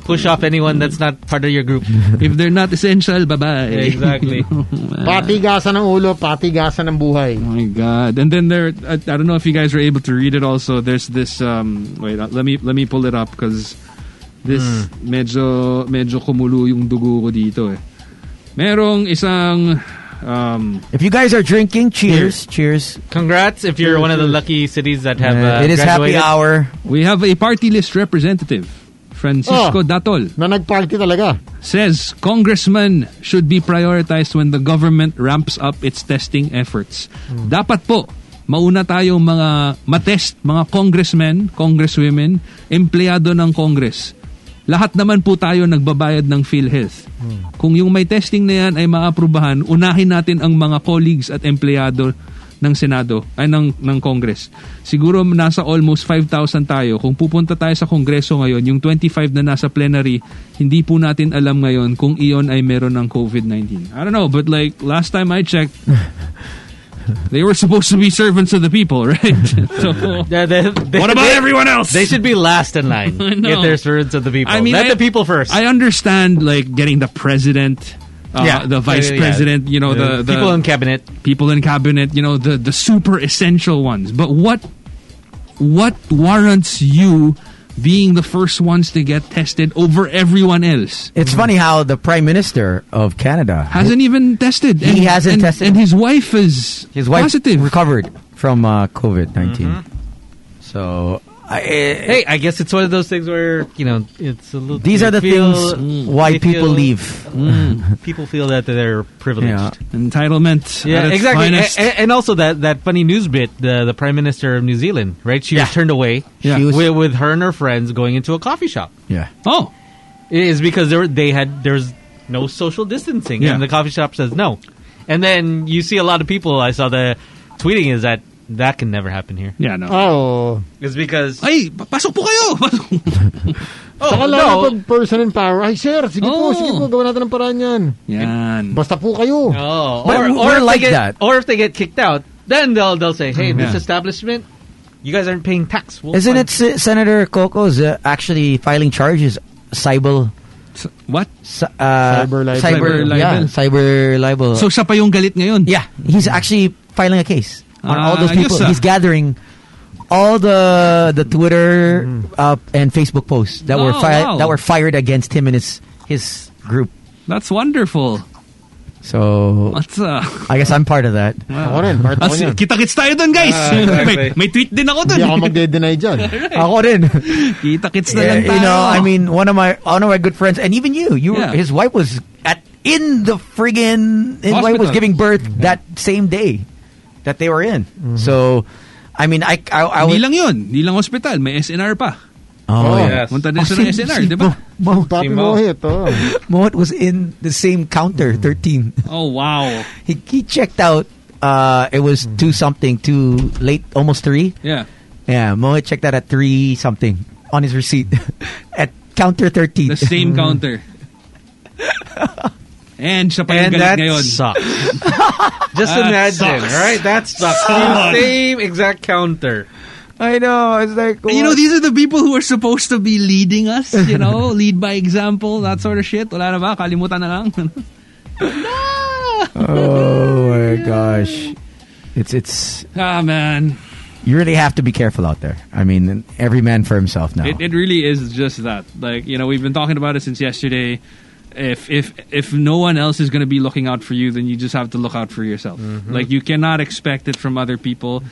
Push off anyone that's not part of your group.
if they're not essential, bye-bye.
Exactly.
Patigasan ng ulo, patigasan ng buhay.
Oh my god. And then there I, I don't know if you guys were able to read it also. There's this um wait, uh, let me let me pull it up cuz this medyo medyo kumulo yung dugo ko dito eh. Merong isang um
If you guys are drinking, cheers. Cheers.
Congrats if you're one of the lucky cities that have. Uh,
it is happy
graduated.
hour.
we have a party list representative Francisco
Oh.
Datol.
Na nagparty talaga.
says congressmen should be prioritized when the government ramps up its testing efforts. Dapat po mauna tayo mga matest mga congressmen, congresswomen, empleyado ng Congress. Lahat naman po tayo nagbabayad ng PhilHealth. Kung yung may testing na yan ay maaprubahan, unahin natin ang mga colleagues at empleyado ng Senado ay ng ng Congress. Siguro nasa almost 5,000 tayo. Kung pupunta tayo sa Kongreso ngayon, yung 25 na nasa plenary, hindi po natin alam ngayon kung iyon ay meron ng COVID-19. I don't know, but like last time I checked, they were supposed to be servants of the people, right? so What about everyone else?
They should be last in line.
I know.
If they're servants of the people.
I mean,
Let
I-
the people first.
I understand like getting the president, uh,
Yeah.
the vice
Yeah, yeah.
president, you know, the,
The
the
people in cabinet,
people in cabinet, you know, the the super essential ones. But what what warrants you being the first ones to get tested over everyone else?
It's
Mm-hmm.
funny how the Prime Minister of Canada
Hasn't even tested.
He hasn't
and-
tested.
and his wife is
his wife
positive.
recovered from uh, COVID 19.
Mm-hmm.
So I, eh,
hey, I guess it's one of those things where you know it's a little.
These
they
are the
feel- mm,
things why
they
people
feel-
leave.
Mm, people feel that they're privileged.
Yeah.
Entitlement. at
Yeah,
its
Eh,
exactly. A-
finest.
a- and also that, that funny news bit, the the prime minister of New Zealand, right? She was turned away
Yeah. She was-
with, with her and her friends going into a coffee shop.
Yeah.
Oh,
it is because there they had there's no social distancing,
Yeah.
and the coffee shop says no. And then you see a lot of people. I saw the tweeting is that that can never happen here.
Yeah,
Uh,
no.
Oh.
It's because
Ay, pasok po kayo!
Oh,
Saka lalo
no.
pag person in power. Ay, sir, sige po,
Oh.
sige po, gawin natin ng paraan yan.
Yan.
Basta po kayo.
Oh,
But
or,
we're
or if they
like
get-
that.
Or if they get kicked out, then they'll they'll say, "Hey,
Mm,
this
yeah.
establishment, you guys aren't paying tax." We'll find-
Isn't it Se- Senator Coco's uh, actually filing charges? Cyber.
What? libel.
cyber uh, Cyber,
Cyber
yeah,
libel.
cyber libel.
So siya pa yung galit ngayon?
Yeah. He's actually filing a case on all
Ah,
those people.
ayos ah.
He's gathering all the the Twitter uh, and Facebook posts that were
Mm-hmm. Oh,
fi-
wow.
that were fired against him and his his group.
That's wonderful.
So
What's uh,
I guess I'm part of that.
Ako rin, part
Ah,
ako niyan.
Kita-kits tayo dun, guys!
Ah, exactly.
may, may tweet din ako dun.
Hindi ako magde-deny dyan.
Ako rin.
Kita-kits na
Yeah,
lang tayo.
you know, I mean, one of my one of my good friends, and even you, you,
Yeah.
were his wife was at in the friggin' his wife was
Hospital.
giving birth that same day that they were in.
Mm-hmm.
So, I mean, I, I, I
Hindi
would,
lang yun. Hindi lang hospital. May SNR pa.
Oh,
yes.
Punta din
Oh,
siya ng
si-
SNR,
si
di ba?
Mo,
Papi Mohit, oh.
Moat was in the same counter, thirteen.
Oh, wow.
He, he checked out. Uh, it was
Mm-hmm.
two something, two late, almost three.
Yeah.
Yeah, Moat checked out at three something on his receipt at counter thirteen.
The same counter. And siya pa yung
And
galit
that
ngayon.
sucks. Just
That
imagine,
sucks.
right? That sucks. Same exact counter.
I know. It's like oh.
And you know, these are the people who are supposed to be leading us, you know, lead by example, that sort of shit. Wala na ba? Kalimutan na lang.
Oh my gosh. It's it's
ah, man.
you really have to be careful out there. I mean, every man for himself now.
It, it really is just that. Like you know, we've been talking about it since yesterday. If if if no one else is going to be looking out for you, then you just have to look out for yourself.
Mm-hmm.
Like you cannot expect it from other people.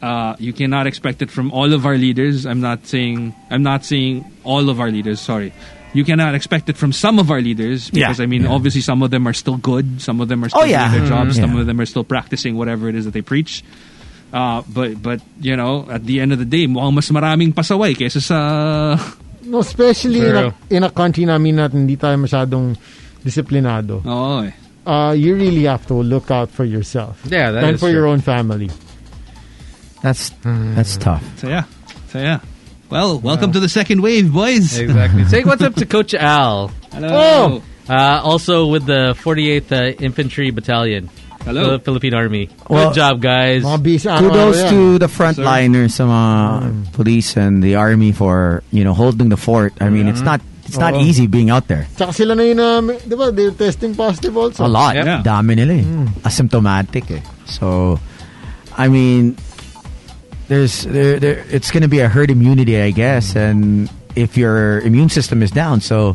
Uh, you cannot expect it from all of our leaders. I'm not saying I'm not saying all of our leaders. Sorry. You cannot expect it from some of our leaders because
Yeah.
I mean, obviously, some of them are still good, some of them are still
Oh, yeah.
doing their jobs,
Mhm.
some
Yeah.
of them are still practicing whatever it is that they preach. Uh, but but you know, at the end of the day, mukhang mas maraming pasaway kaysa sa
No, especially in a,
True.
in a country namin natin, hindi tayo masyadong disiplinado.
Oo eh.
Uh, you really have to look out for yourself.
Yeah, that
and
is
for
true.
your own family.
that's that's tough.
So yeah. So yeah. Well, welcome to the second wave, boys.
Exactly. Say what's up to Coach Al.
Hello.
Uh, also with the 48th uh, Infantry Battalion,
Hello.
the Philippine Army. Good
Well-
job, guys.
Mga bisa,
Uh-huh.
ano,
Kudos
ano yan.
to the frontliners, some uh,
Mm.
police and the army for, you know, holding the fort. I mean, it's not
Mm-hmm.
it's not
Oh.
Oo.
easy being out there.
Tsaka sila na yun, um, di ba, they're testing positive also.
A lot.
Yep. Yeah. Mm.
Dami nila eh. Asymptomatic eh. So, I mean, there's there, there it's going to be a herd immunity, I guess,
Mm.
and if your immune system is down, so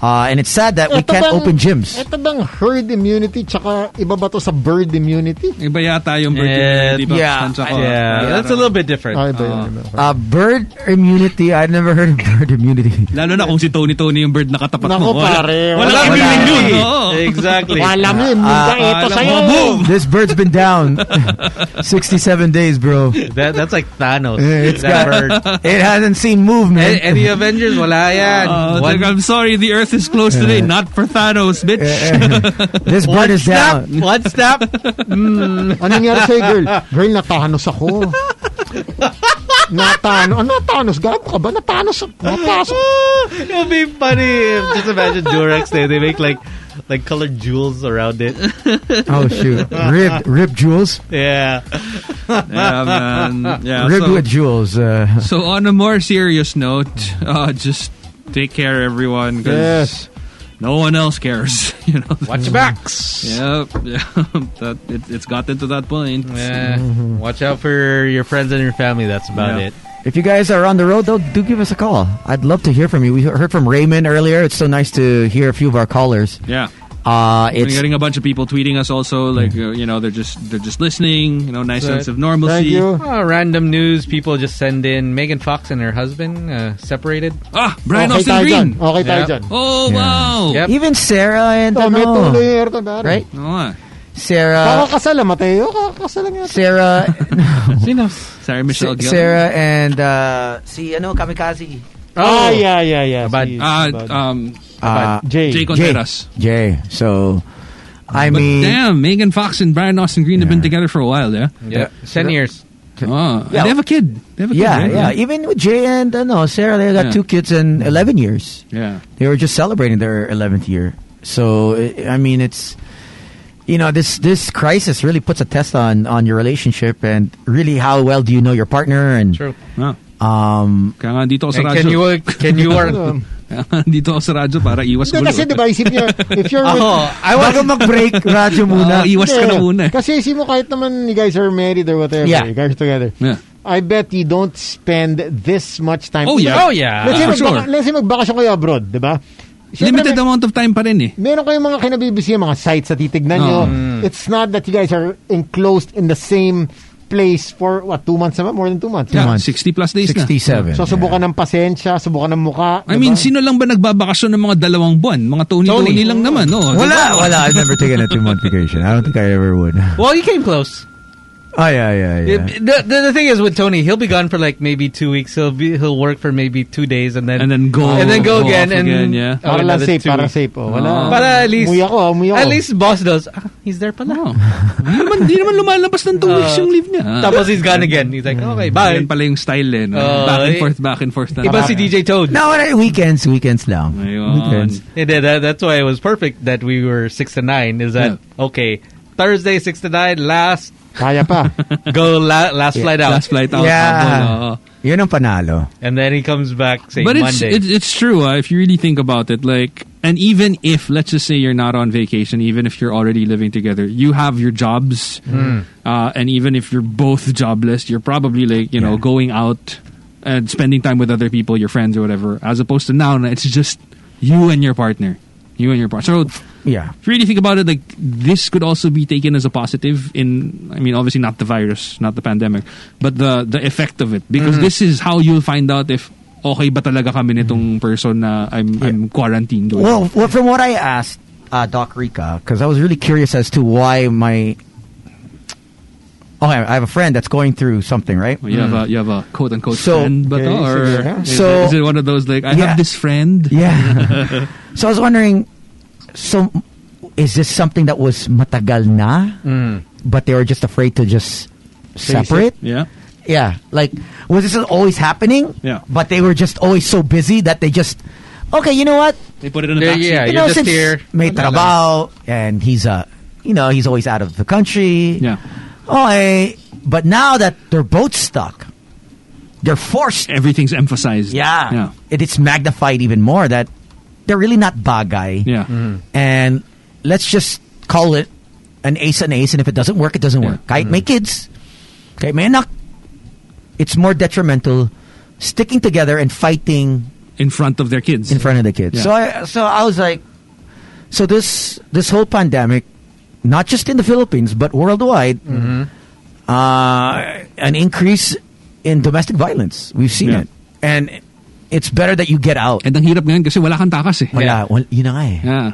uh, and it's sad that we
Eto
can't
bang-
open gyms.
Eto bang herd immunity tsaka iba ba to sa bird immunity?
Iba yata yung birthday
Yeah,
di ba?
yeah,
Tansya ko.
yeah, that's a little bit different.
Ay, iba Ah, yun.
Uh, bird immunity. I've never heard of bird immunity.
Lalo na kung si Tony Tony yung bird na katapat
Naku,
mo. Wala- Wala
pare. Wala-
kang feeling yun.
Exactly.
Oo.
Exactly.
Wala mo yun,
Ah,
minda ito
alam
sa'yo.
mo, boom!
this bird's been down 67 days, bro. Eh,
That, that's like Thanos.
It's
that
got,
bird.
it hasn't seen movement.
Any Avengers, wala yan.
Ah,
One-
like, I'm sorry, the earth chest is closed today, not for Thanos, bitch.
This bird is down.
One snap.
Ano nangyari sa'yo, girl? Girl, natanos ako. Natano. Ano natanos? Gago ka ba? Natanos. Napasok.
It'll be funny if just imagine Durex they they make like like colored jewels around it.
Oh shoot! Rib, rib jewels.
Yeah.
Yeah, man. Yeah,
Ribbed
so-
with jewels. Uh,
So on a more serious note, uh, just take care, everyone. 'cause
Yes.
No one else cares. You know.
Watch your backs.
Yep. Yeah. That it, it's gotten to that point.
Mm.
Yeah. Watch out for your friends and your family. That's about
Yeah.
it.
if you guys are on the road, though, do give us a call. I'd love to hear from you. We heard from Raymond earlier. It's so nice to hear a few of our callers.
Yeah.
Uh,
We're
it's Mm.
getting a bunch of people tweeting us also, like uh, you know, they're just they're just listening. You know, nice
Right.
sense of normalcy.
Thank you.
Oh, random news people just send in Megan Fox and her husband uh, separated.
Ah,
Oh,
Brian
okay
Austin
tayo dyan.
Green.
Okay tayo
Yeah.
dyan.
Oh
Yeah.
wow. Oh,
Yep.
even Sarah and
Oh, may
ano,
tuloy yung Ayrton Barry.
right?
Oo nga.
Ah.
Sarah,
Kakakasala, Mateo. Kakakasala nga.
Sarah,
Sino?
Sorry, Michelle. Gil-
Sarah, and uh, si ano Kamikaze.
Oh.
Ah, yeah, yeah, yeah.
Abad.
Si-
Uh,
Abad.
um,
Uh,
Jay.
Jay Contreras.
Jay. So, I
But
mean,
damn, Megan Fox and Brian Austin Green have been
Yeah.
together for a while, yeah.
Yeah. Ten years.
Oh, and
Yeah.
they have a kid. They have a
yeah,
kid,
yeah.
right?
Even with Jay and uh, no Sarah, they got
Yeah.
two kids in eleven years.
yeah.
They were just celebrating their eleventh year. So, I- I mean, it's you know this this crisis really puts a test on on your relationship and really how well do you know your partner and
True.
Ah,
um
Kaya nga dito ako sa
And
radyo.
can you uh, can you work?
Um,
Kaya nga dito ako sa radyo para iwas
Hindi,
gulo.
kasi diba, isip niya, if you're with...
Oh, I was
bago mag-break radyo muna.
Oo, iwas ka na
Hindi.
muna. eh.
Kasi isip mo, kahit naman you guys are married or whatever,
Yeah.
you guys are together,
Yeah.
I bet you don't spend this much time.
Oh, yeah.
Oh yeah.
Let's say,
for
magbaka-
sure.
let's say magbakasyon kayo abroad, di ba? Siyempre,
Limited
may-
amount of time pa rin eh.
Meron kayong mga kinabibisi, mga sites na titignan nyo. It's not that you guys are enclosed in the same place for, what, two months naman? More than two months.
Yeah,
months.
60 plus days na.
sixty-seven.
So, subukan ng pasensya, subukan ng diba? muka.
I
di
mean,
ba?
sino lang ba nagbabakasyon ng mga dalawang buwan? Mga Tony Tony, lang naman, no? Diba?
Wala, wala. I've never taken a two-month vacation. I don't think I ever would. Oh
Well, you came close.
yeah, yeah, yeah.
The, the, the thing is with Tony, he'll be gone for like maybe two weeks. He'll be he'll work for maybe two days and then
And then go.
and then go,
off
again and
yeah.
oh,
Para lang
another two.
safe, para safe. Oh,
Ah.
wala.
Para at least
Umuwi ako, umuwi ako.
at least boss knows ah, he's there pala.
Wow. Hindi naman, di naman lumalabas ng two weeks yung leave niya.
Uh, Tapos he's gone again. He's like, okay, bye.
Yan pala yung style eh. No?
Oh,
back and
eh.
forth, back and forth. Na
Iba si DJ Toad.
No, wala, weekends, weekends lang.
Ayun.
Weekends.
Yeah, that, uh, that's why it was perfect that we were six to nine. Is that okay? Thursday six to nine. Last
Kaya pa.
go la- last flight out,
Last flight out.
Yeah.
habol, oo.
Yun ang panalo.
and then he comes back say
but it's,
Monday.
it's it's true uh, if you really think about it like and even if let's just say you're not on vacation even if you're already living together you have your jobs uh, and even if you're both jobless you're probably like you know
Yeah.
going out and spending time with other people your friends or whatever as opposed to now it's just you and your partner you and your partner so
Yeah.
if you really think about it, like this could also be taken as a positive. In I mean, obviously not the virus, not the pandemic, but the the effect of it, because
Mm.
this is how you'll find out if okay ba talaga kami nitong person na I'm I'm quarantined with.
Mm. Well, well from what I asked uh, Doc Rica, because I was really curious as to why my. Oh, I I have a friend that's going through something, right?
you have a you have a quote unquote
mm. So-
friend, but
Okay,
or
sige, yeah.
is,
So-
it, is it one of those like I
Yeah.
have this friend?
Mm. Yeah. so I was wondering, so is this something that was matagal na,
Mm.
but they were just afraid to just
it.
separate?
yeah.
Yeah. Like, was this always happening?
Yeah.
But they were just always so busy that they just, okay, you know what?
They put it in a
There-
backseat.
yeah,
you
you're
know,
just
since
here.
May
Wala lang.
trabaho, and he's uh, you know, he's always out of the country.
Yeah.
Oh, eh, but now that they're both stuck, they're forced.
Everything's emphasized.
Yeah.
Yeah.
It, it's magnified even more that they're really not bagay.
Yeah.
And let's just call it an ace and ace, and if it doesn't work, it doesn't
Yeah. Mm-hmm.
work. Kahit may kids, kahit may anak, it's more detrimental sticking together and fighting
In front of their kids.
in front of the kids.
Yeah.
So I so I was like, so this this whole pandemic, not just in the Philippines but worldwide,
Mm-hmm.
uh, an increase in domestic violence. We've seen
Yeah.
it, and it's better that you get out.
And ang hirap ngayon kasi wala kang takas eh.
Wala, wal- yun na nga eh.
Yeah.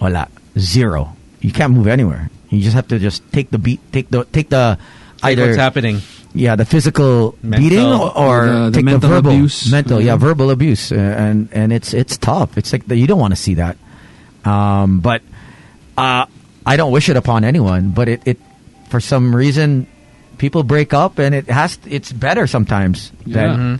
Wala. zero. You can't move anywhere. You just have to just take the beat, take the take the
Like,
either
what's happening?
Yeah, the physical
Mental.
beating or, or
The- the
take
mental
verbal
abuse.
mental, yeah,
Mhm.
verbal abuse, Uh, and and it's it's tough. It's like the, you don't want to see that, um, but uh, I don't wish it upon anyone. But it, it for some reason people break up, and it has it's better sometimes
Yeah.
than
Mhm.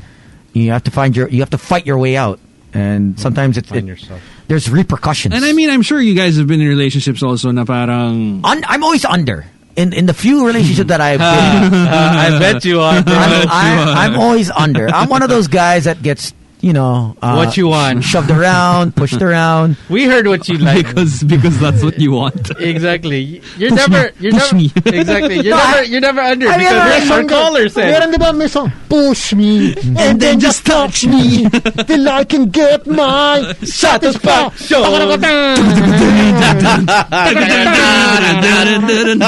you have to find your you have to fight your way out, and sometimes it's
Mm-hmm. Find
it-
yourself.
there's repercussions.
And I mean, I'm sure you guys have been in relationships also na parang...
Un- I'm always under. In, in the few
Hmm.
relationships that I've been,
Uh, I bet you are.
I'm, I, I'm always under. I'm one of those guys that gets, you know, uh,
What you want.
shoved around, pushed around.
we heard what you like.
because because that's what you want.
Exactly. You're
Push
never.
me.
You're
Push
never.
me.
Exactly. You're
No,
never.
I-
You're never under
I never-
because our
Song-
caller said.
Meron di ba may song, push me, and then just touch me, till I can get my satisfaction.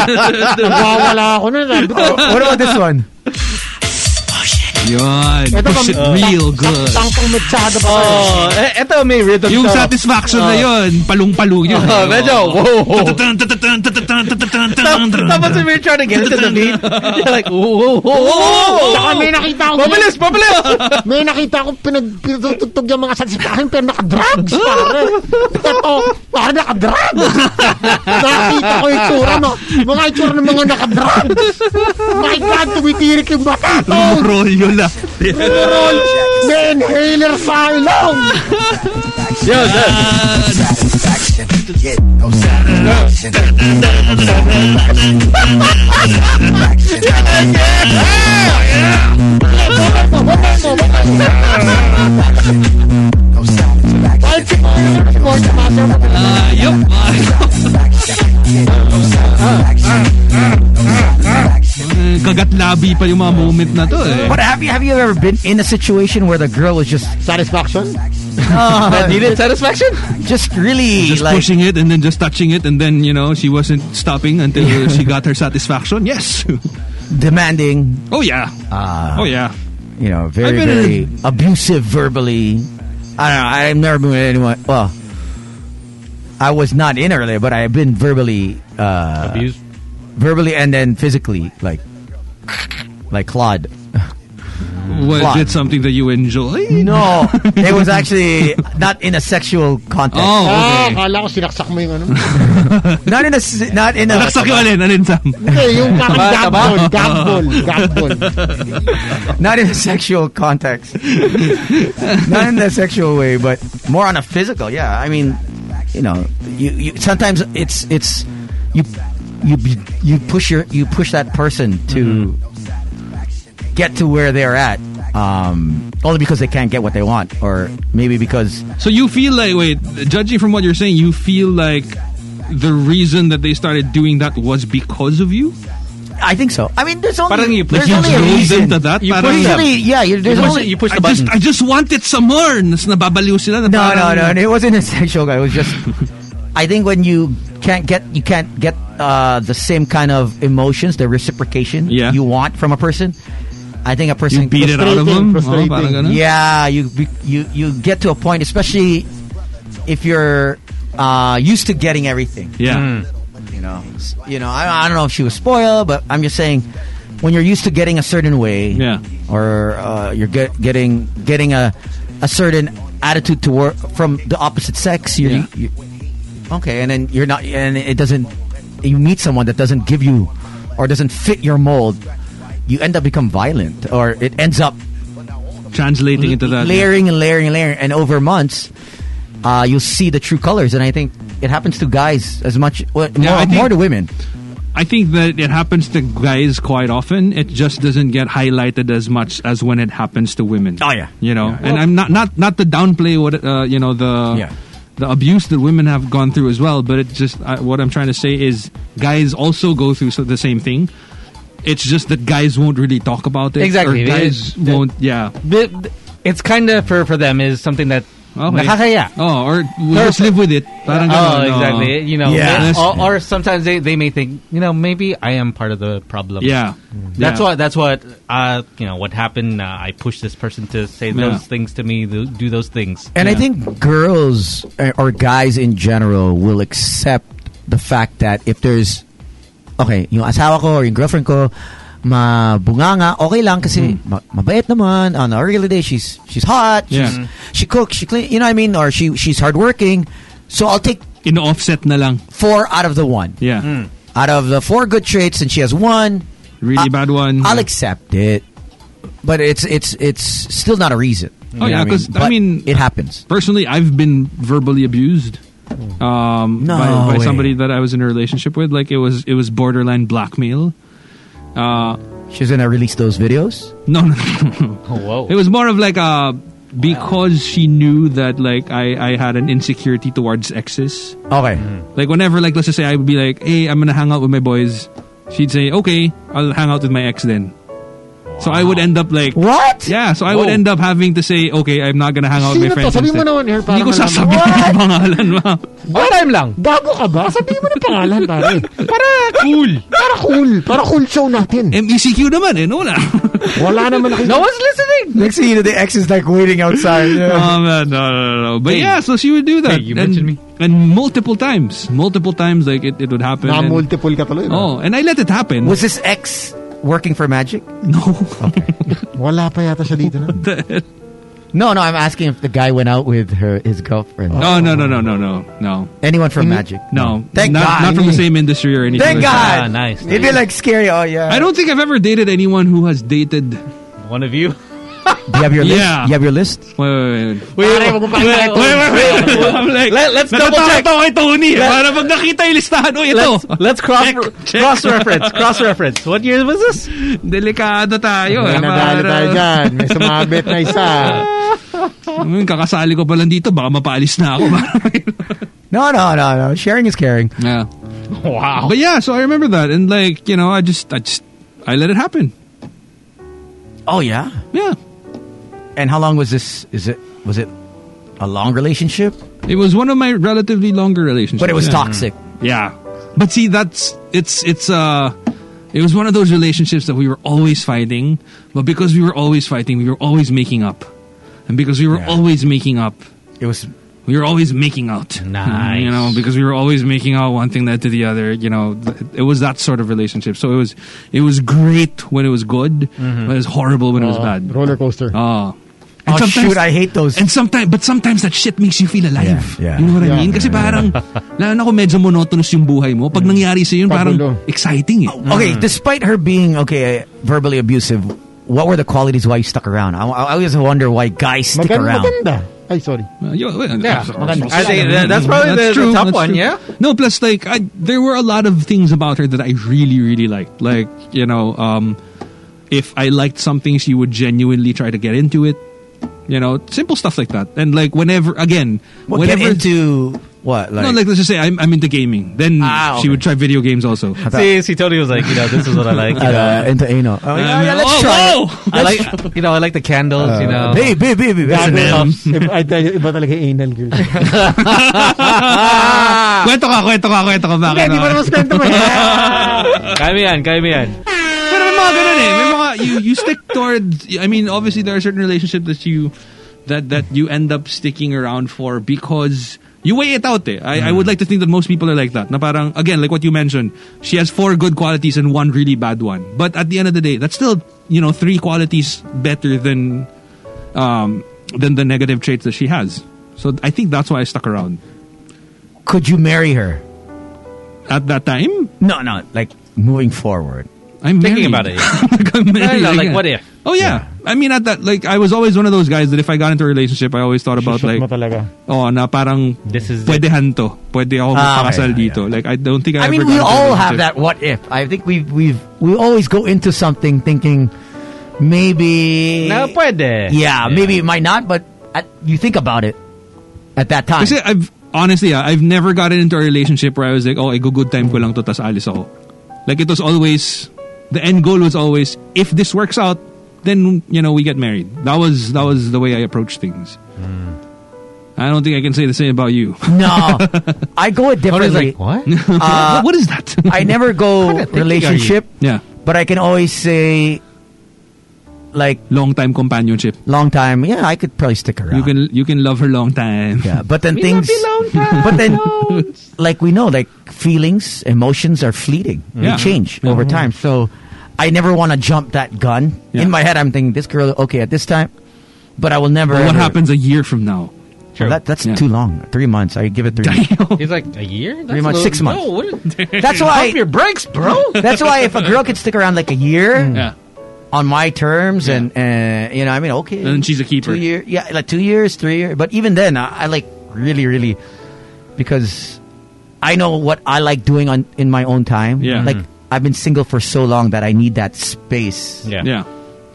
Nawawala ako nun.
What about this one?
Yun. Push it real good.
Tangkang magsada pa.
Oh, eh, eto may rhythm.
Yung
to.
satisfaction na yun, palung-palung yun.
Oh, medyo, whoa. Tapos we were trying to get into the beat. You're like, whoa, whoa, whoa.
Saka may nakita ako.
Pabilis, pabilis.
May nakita akong pinag pinatutugtog yung mga satisfaction pero naka-drugs, pare. Ito, oh, pare naka-drugs. Nakita ko yung itsura, no? Mga itsura ng mga naka-drugs. My God, tumitirik yung bata.
Rolyo lang.
Roll, may inhaler sa ilong.
Yo, that,
Yup. Kagat labi pa yung mga moment na to eh.
But have you have you ever been in a situation where the girl was just
Satisfaction?
that needed satisfaction?
just really
Just
like
pushing it and then just touching it and then, you know, she wasn't stopping until she got her satisfaction. Yes.
demanding?
oh yeah.
Uh,
Oh yeah.
you know,
I've
very
been
very abusive verbally. I don't know. I've never been with anyone. Well, I was not in earlier, but I've been verbally uh,
Abuse.
verbally and then physically like like Claude.
Was
Fly.
it something that you enjoy?
No, it was actually not in a sexual context.
Oh,
Ah,
okay.
akala ko sinaksak mo yung ano.
Not in a s- not in a
Naksak yung alin, alin Sam?
Hindi, Eh, yung parang gambol, gambol, gambol.
not in a sexual context. not in a sexual way, but more on a physical. Yeah, I mean, you know, you, you sometimes it's it's you you you push your you push that person to get to where they're at. Um, only because they can't get what they want, or maybe because
So you feel like wait, judging from what you're saying, you feel like the reason that they started doing that was because of you?
I think so. I mean, there's only
Parang you
there's
push-
only a
you drove
reason.
them to that?
You
Parang-
push- really- yeah, you, there's
You push,
only
it- you push
I
the
just
button.
I just want it some more. Nas nababaliw sila na
No, no,
parang-
no, no. It wasn't a sexual guy. It was just. I think when you can't get you can't get uh, the same kind of emotions, the reciprocation
Yeah.
you want from a person. I think a person
You beat it out of them.
Frustrating,
Oh, parang ganun.
Yeah, you be- you you get to a point, especially if you're uh, used to getting everything.
Yeah.
You know, S- you know. I, I don't know if she was spoiled, but I'm just saying, when you're used to getting a certain way,
Yeah.
or uh, you're get, getting getting a a certain attitude toward from the opposite sex, you're,
Yeah.
you okay, and then you're not, and it doesn't. You meet someone that doesn't give you or doesn't fit your mold. You end up become violent, or it ends up
Translating into that.
layering and layering and layering, and over months, uh, you'll see the true colors. And I think it happens to guys as much, well,
Yeah,
more,
I think-
more to women.
I think that it happens to guys quite often. It just doesn't get highlighted as much as when it happens to women.
Oh, yeah.
you know. And I'm not not not to downplay what uh, you know the
Yeah.
the abuse that women have gone through as well. But it just I, what I'm trying to say is guys also go through so- the same thing. It's just that guys won't really talk about it.
Exactly.
Or guys
They- they-
won't. Yeah.
The- the- it's kind of for for them is something that
Okay.
nakakaya.
Oh, or we'll just live with it. Parang
Oh,
ganun, no.
exactly. You know,
Yeah.
they- or, or sometimes they, they may think, you know, maybe I am part of the problem.
Yeah.
That's
Yeah.
what that's what uh, you know what happened. Uh, I pushed this person to say
Yeah.
those things to me, th- do those things.
And I
Yeah.
think girls uh, or guys in general will accept the fact that if there's okay, yung asawa ko or yung girlfriend ko mabunganga, okay lang kasi ma- mabait naman. On a regular day, she's she's hot.
Hmm. Yeah.
She's, She cooks, she clean, you know what I mean? Or she she's hardworking. So I'll take
in offset na lang.
Four out of the one.
Yeah.
Hmm.
Out of the four good traits, and she has one
really bad one.
I'll accept it, but it's it's it's still not a reason.
Oh
You
yeah,
know what I mean?
because I
But-
mean,
it happens.
Personally, I've been verbally abused um,
No
by, by
way.
somebody that I was in a relationship with. Like it was it was borderline blackmail. Uh,
She's gonna release those videos.
No, no.
Oh,
Whoa. It was more of like a because she knew that like I, I had an insecurity towards exes.
Okay.
Like whenever like let's just say I would be like, hey, I'm gonna hang out with my boys. She'd say, okay, I'll hang out with my ex then. So I would end up like
what?
Yeah, so I would
Whoa.
end up having to say, okay, I'm not gonna hang out with
Sino
my
to?
friends.
Sabi mo
instead."
naman here para
Hindi ko
malaman.
sasabihin yung pangalan mo.
One time lang. Gago ka ba? Sabihin mo na pangalan, pare. Para cool. Para cool. Para cool show natin.
MECQ naman eh, no na.
Wala naman nakita.
No one's
listening. Next thing you know, the ex is like waiting outside.
Oh, man, no, no, no, no. But
Hey.
yeah, so she would do that.
Hey, you
and,
mentioned
me. And multiple times. Multiple times, like, it, it would happen.
Na
and-
multiple ka tuloy.
Oh, and I let it happen.
Was this ex working for Magic?
No.
Wala pa yata siya dito. No?
No, no. I'm asking if the guy went out with her his girlfriend.
No, no, no, no, no, no, no.
Anyone from Magic?
No.
Mm-hmm. Thank
not,
God.
Not from the same industry or anything.
Thank
like that.
God. It'd be like scary. Oh yeah.
I don't think I've ever dated anyone who has dated.
One of you?
Do you have your list?
Yeah.
You have your list?
Wait, wait, wait.
Wait,
Pare, wag mo pakinggan to. I'm like,
Let, let's double
natatakot
check.
ako kay Tony eh. Para pag nakita yung listahan, oh, ito.
Let's, let's cross
Check, check.
cross reference. Cross reference. What year was this?
Uh,
Delikado tayo. eh,
May nadali
para-
tayo dyan. May sumabit na isa.
Ayun, Hmm, kakasali ko pa lang dito, baka mapaalis na ako.
no, no, no, no. Sharing is caring.
Yeah. Wow. But yeah, so I remember that, and like you know, I just, I just, I let it happen.
Oh yeah.
Yeah.
And how long was this? Is it was it a long relationship?
It was one of my relatively longer relationships,
But it was
yeah.
toxic.
Yeah. But see, that's it's it's uh, it was one of those relationships that we were always fighting, but because we were always fighting, we were always making up, and because we were always making up,
it was.
We were always making out.
Nice.
You know, because we were always making out one thing led to the other. You know, th- it was that sort of relationship. So it was, it was great when it was good, but it was horrible when it was
Oh,
bad.
Roller coaster.
Oh.
Oh, shoot, I
hate those.
And sometimes, but sometimes that shit makes you feel alive.
Yeah, yeah.
You know what I
Yeah. Mm.
mean? Kasi parang, lalo na kung medyo monotonous yung buhay mo, pag nangyari sa'yo yun, parang
Pagulo. Oh.
exciting eh.
Mm-hmm. Okay, despite her being okay, verbally abusive, what were the qualities why you stuck around? I, I always wonder why guys stick
Maganda,
around.
maganda. Ay, sorry.
Uh, Yeah,
maganda. I think that- that's probably the- the top one, yeah?
No, plus like I, there were a lot of things about her that I really, really liked. Like you know, um, if I liked something, she would genuinely try to get into it. You know, simple stuff like that. And like whenever, again,
Well, get
whenever
into what? Like,
no, like let's just say I'm, I'm into gaming. Then
Ah,
she
okay.
would try video games also.
See, see, Tony was like, you know, this is what I like. You
Uh,
know.
into anal. Oh, yeah, yeah, let's
oh,
try. Uh, it.
whoa! I like, you know, I like the candles. you know,
Hey, baby, baby,
Gago.
baby.
Iba, ay, tayo- iba talaga yung anal girl.
kwento ka, kwento ka, kwento ka. Bakit?
Hindi, di ba naman spend mo
kaya mo yan, kaya mo yan.
Pero may mga ganun eh. May mga, you, you stick towards, I mean, obviously there are certain relationships that you, that, that you end up sticking around for because you weigh it out eh. I, I would like to think that most people are like that. Na parang, again, like what you mentioned, she has four good qualities and one really bad one. But at the end of the day, that's still, you know, three qualities better than, um, than the negative traits that she has. So I think that's why I stuck around.
Could you marry her?
At that time?
No, no. Like moving forward.
I'm
Thinking
married.
about it. yeah.
Like, I'm married
no, like,
again.
what if?
Oh yeah. I mean, at that, like, I was always one of those guys that if I got into a relationship, I always thought about
Shoot
like,
mo talaga.
oh, na parang
This is it.
pwedehan to, pwede ako
Ah,
magpakasal
okay,
dito. Like, I don't think I,
I mean,
ever
we
got into a
all have
relationship.
that what if. I think we've we've we always go into something thinking maybe
No, pwede.
Yeah, maybe it might not, but at, you think about it at that time.
Kasi I've honestly, ah, I've never gotten into a relationship where I was like, oh, go good time ko lang to, tas alis ako. Like it was always the end goal was always if this works out, then you know we get married. That was that was the way I approached things.
Hmm.
I don't think I can say the same about you.
No, I go it
Tony's
differently.
like, what?
Uh,
what is that?
I never go
thinking are you?
relationship,
yeah,
but I can always say like
long time companionship.
long time. Yeah, I could probably stick around.
You can you can love her long time.
yeah, but then things. But then, like we know, like feelings, emotions are fleeting.
Yeah.
They change
Yeah. Mm-hmm.
over time. So I never want to jump that gun. In my head, I'm thinking this girl okay at this time, but I will never.
But what
ever-
happens a year from now?
Well, that, that's too long. Three months. I give it three.
He's like a year, That's
Three months,
a little-
six months.
No, what are-
That's why
Pump your brakes, bro.
That's why if a girl could stick around like a year, on my terms, and, and you know, I mean, okay,
Then she's a keeper.
Two year, yeah, like two years, three years. But even then, I, I like really, really because I know what I like doing on in my own time.
Yeah.
like
Mhm.
I've been single for so long that I need that space.
Yeah.
Yeah.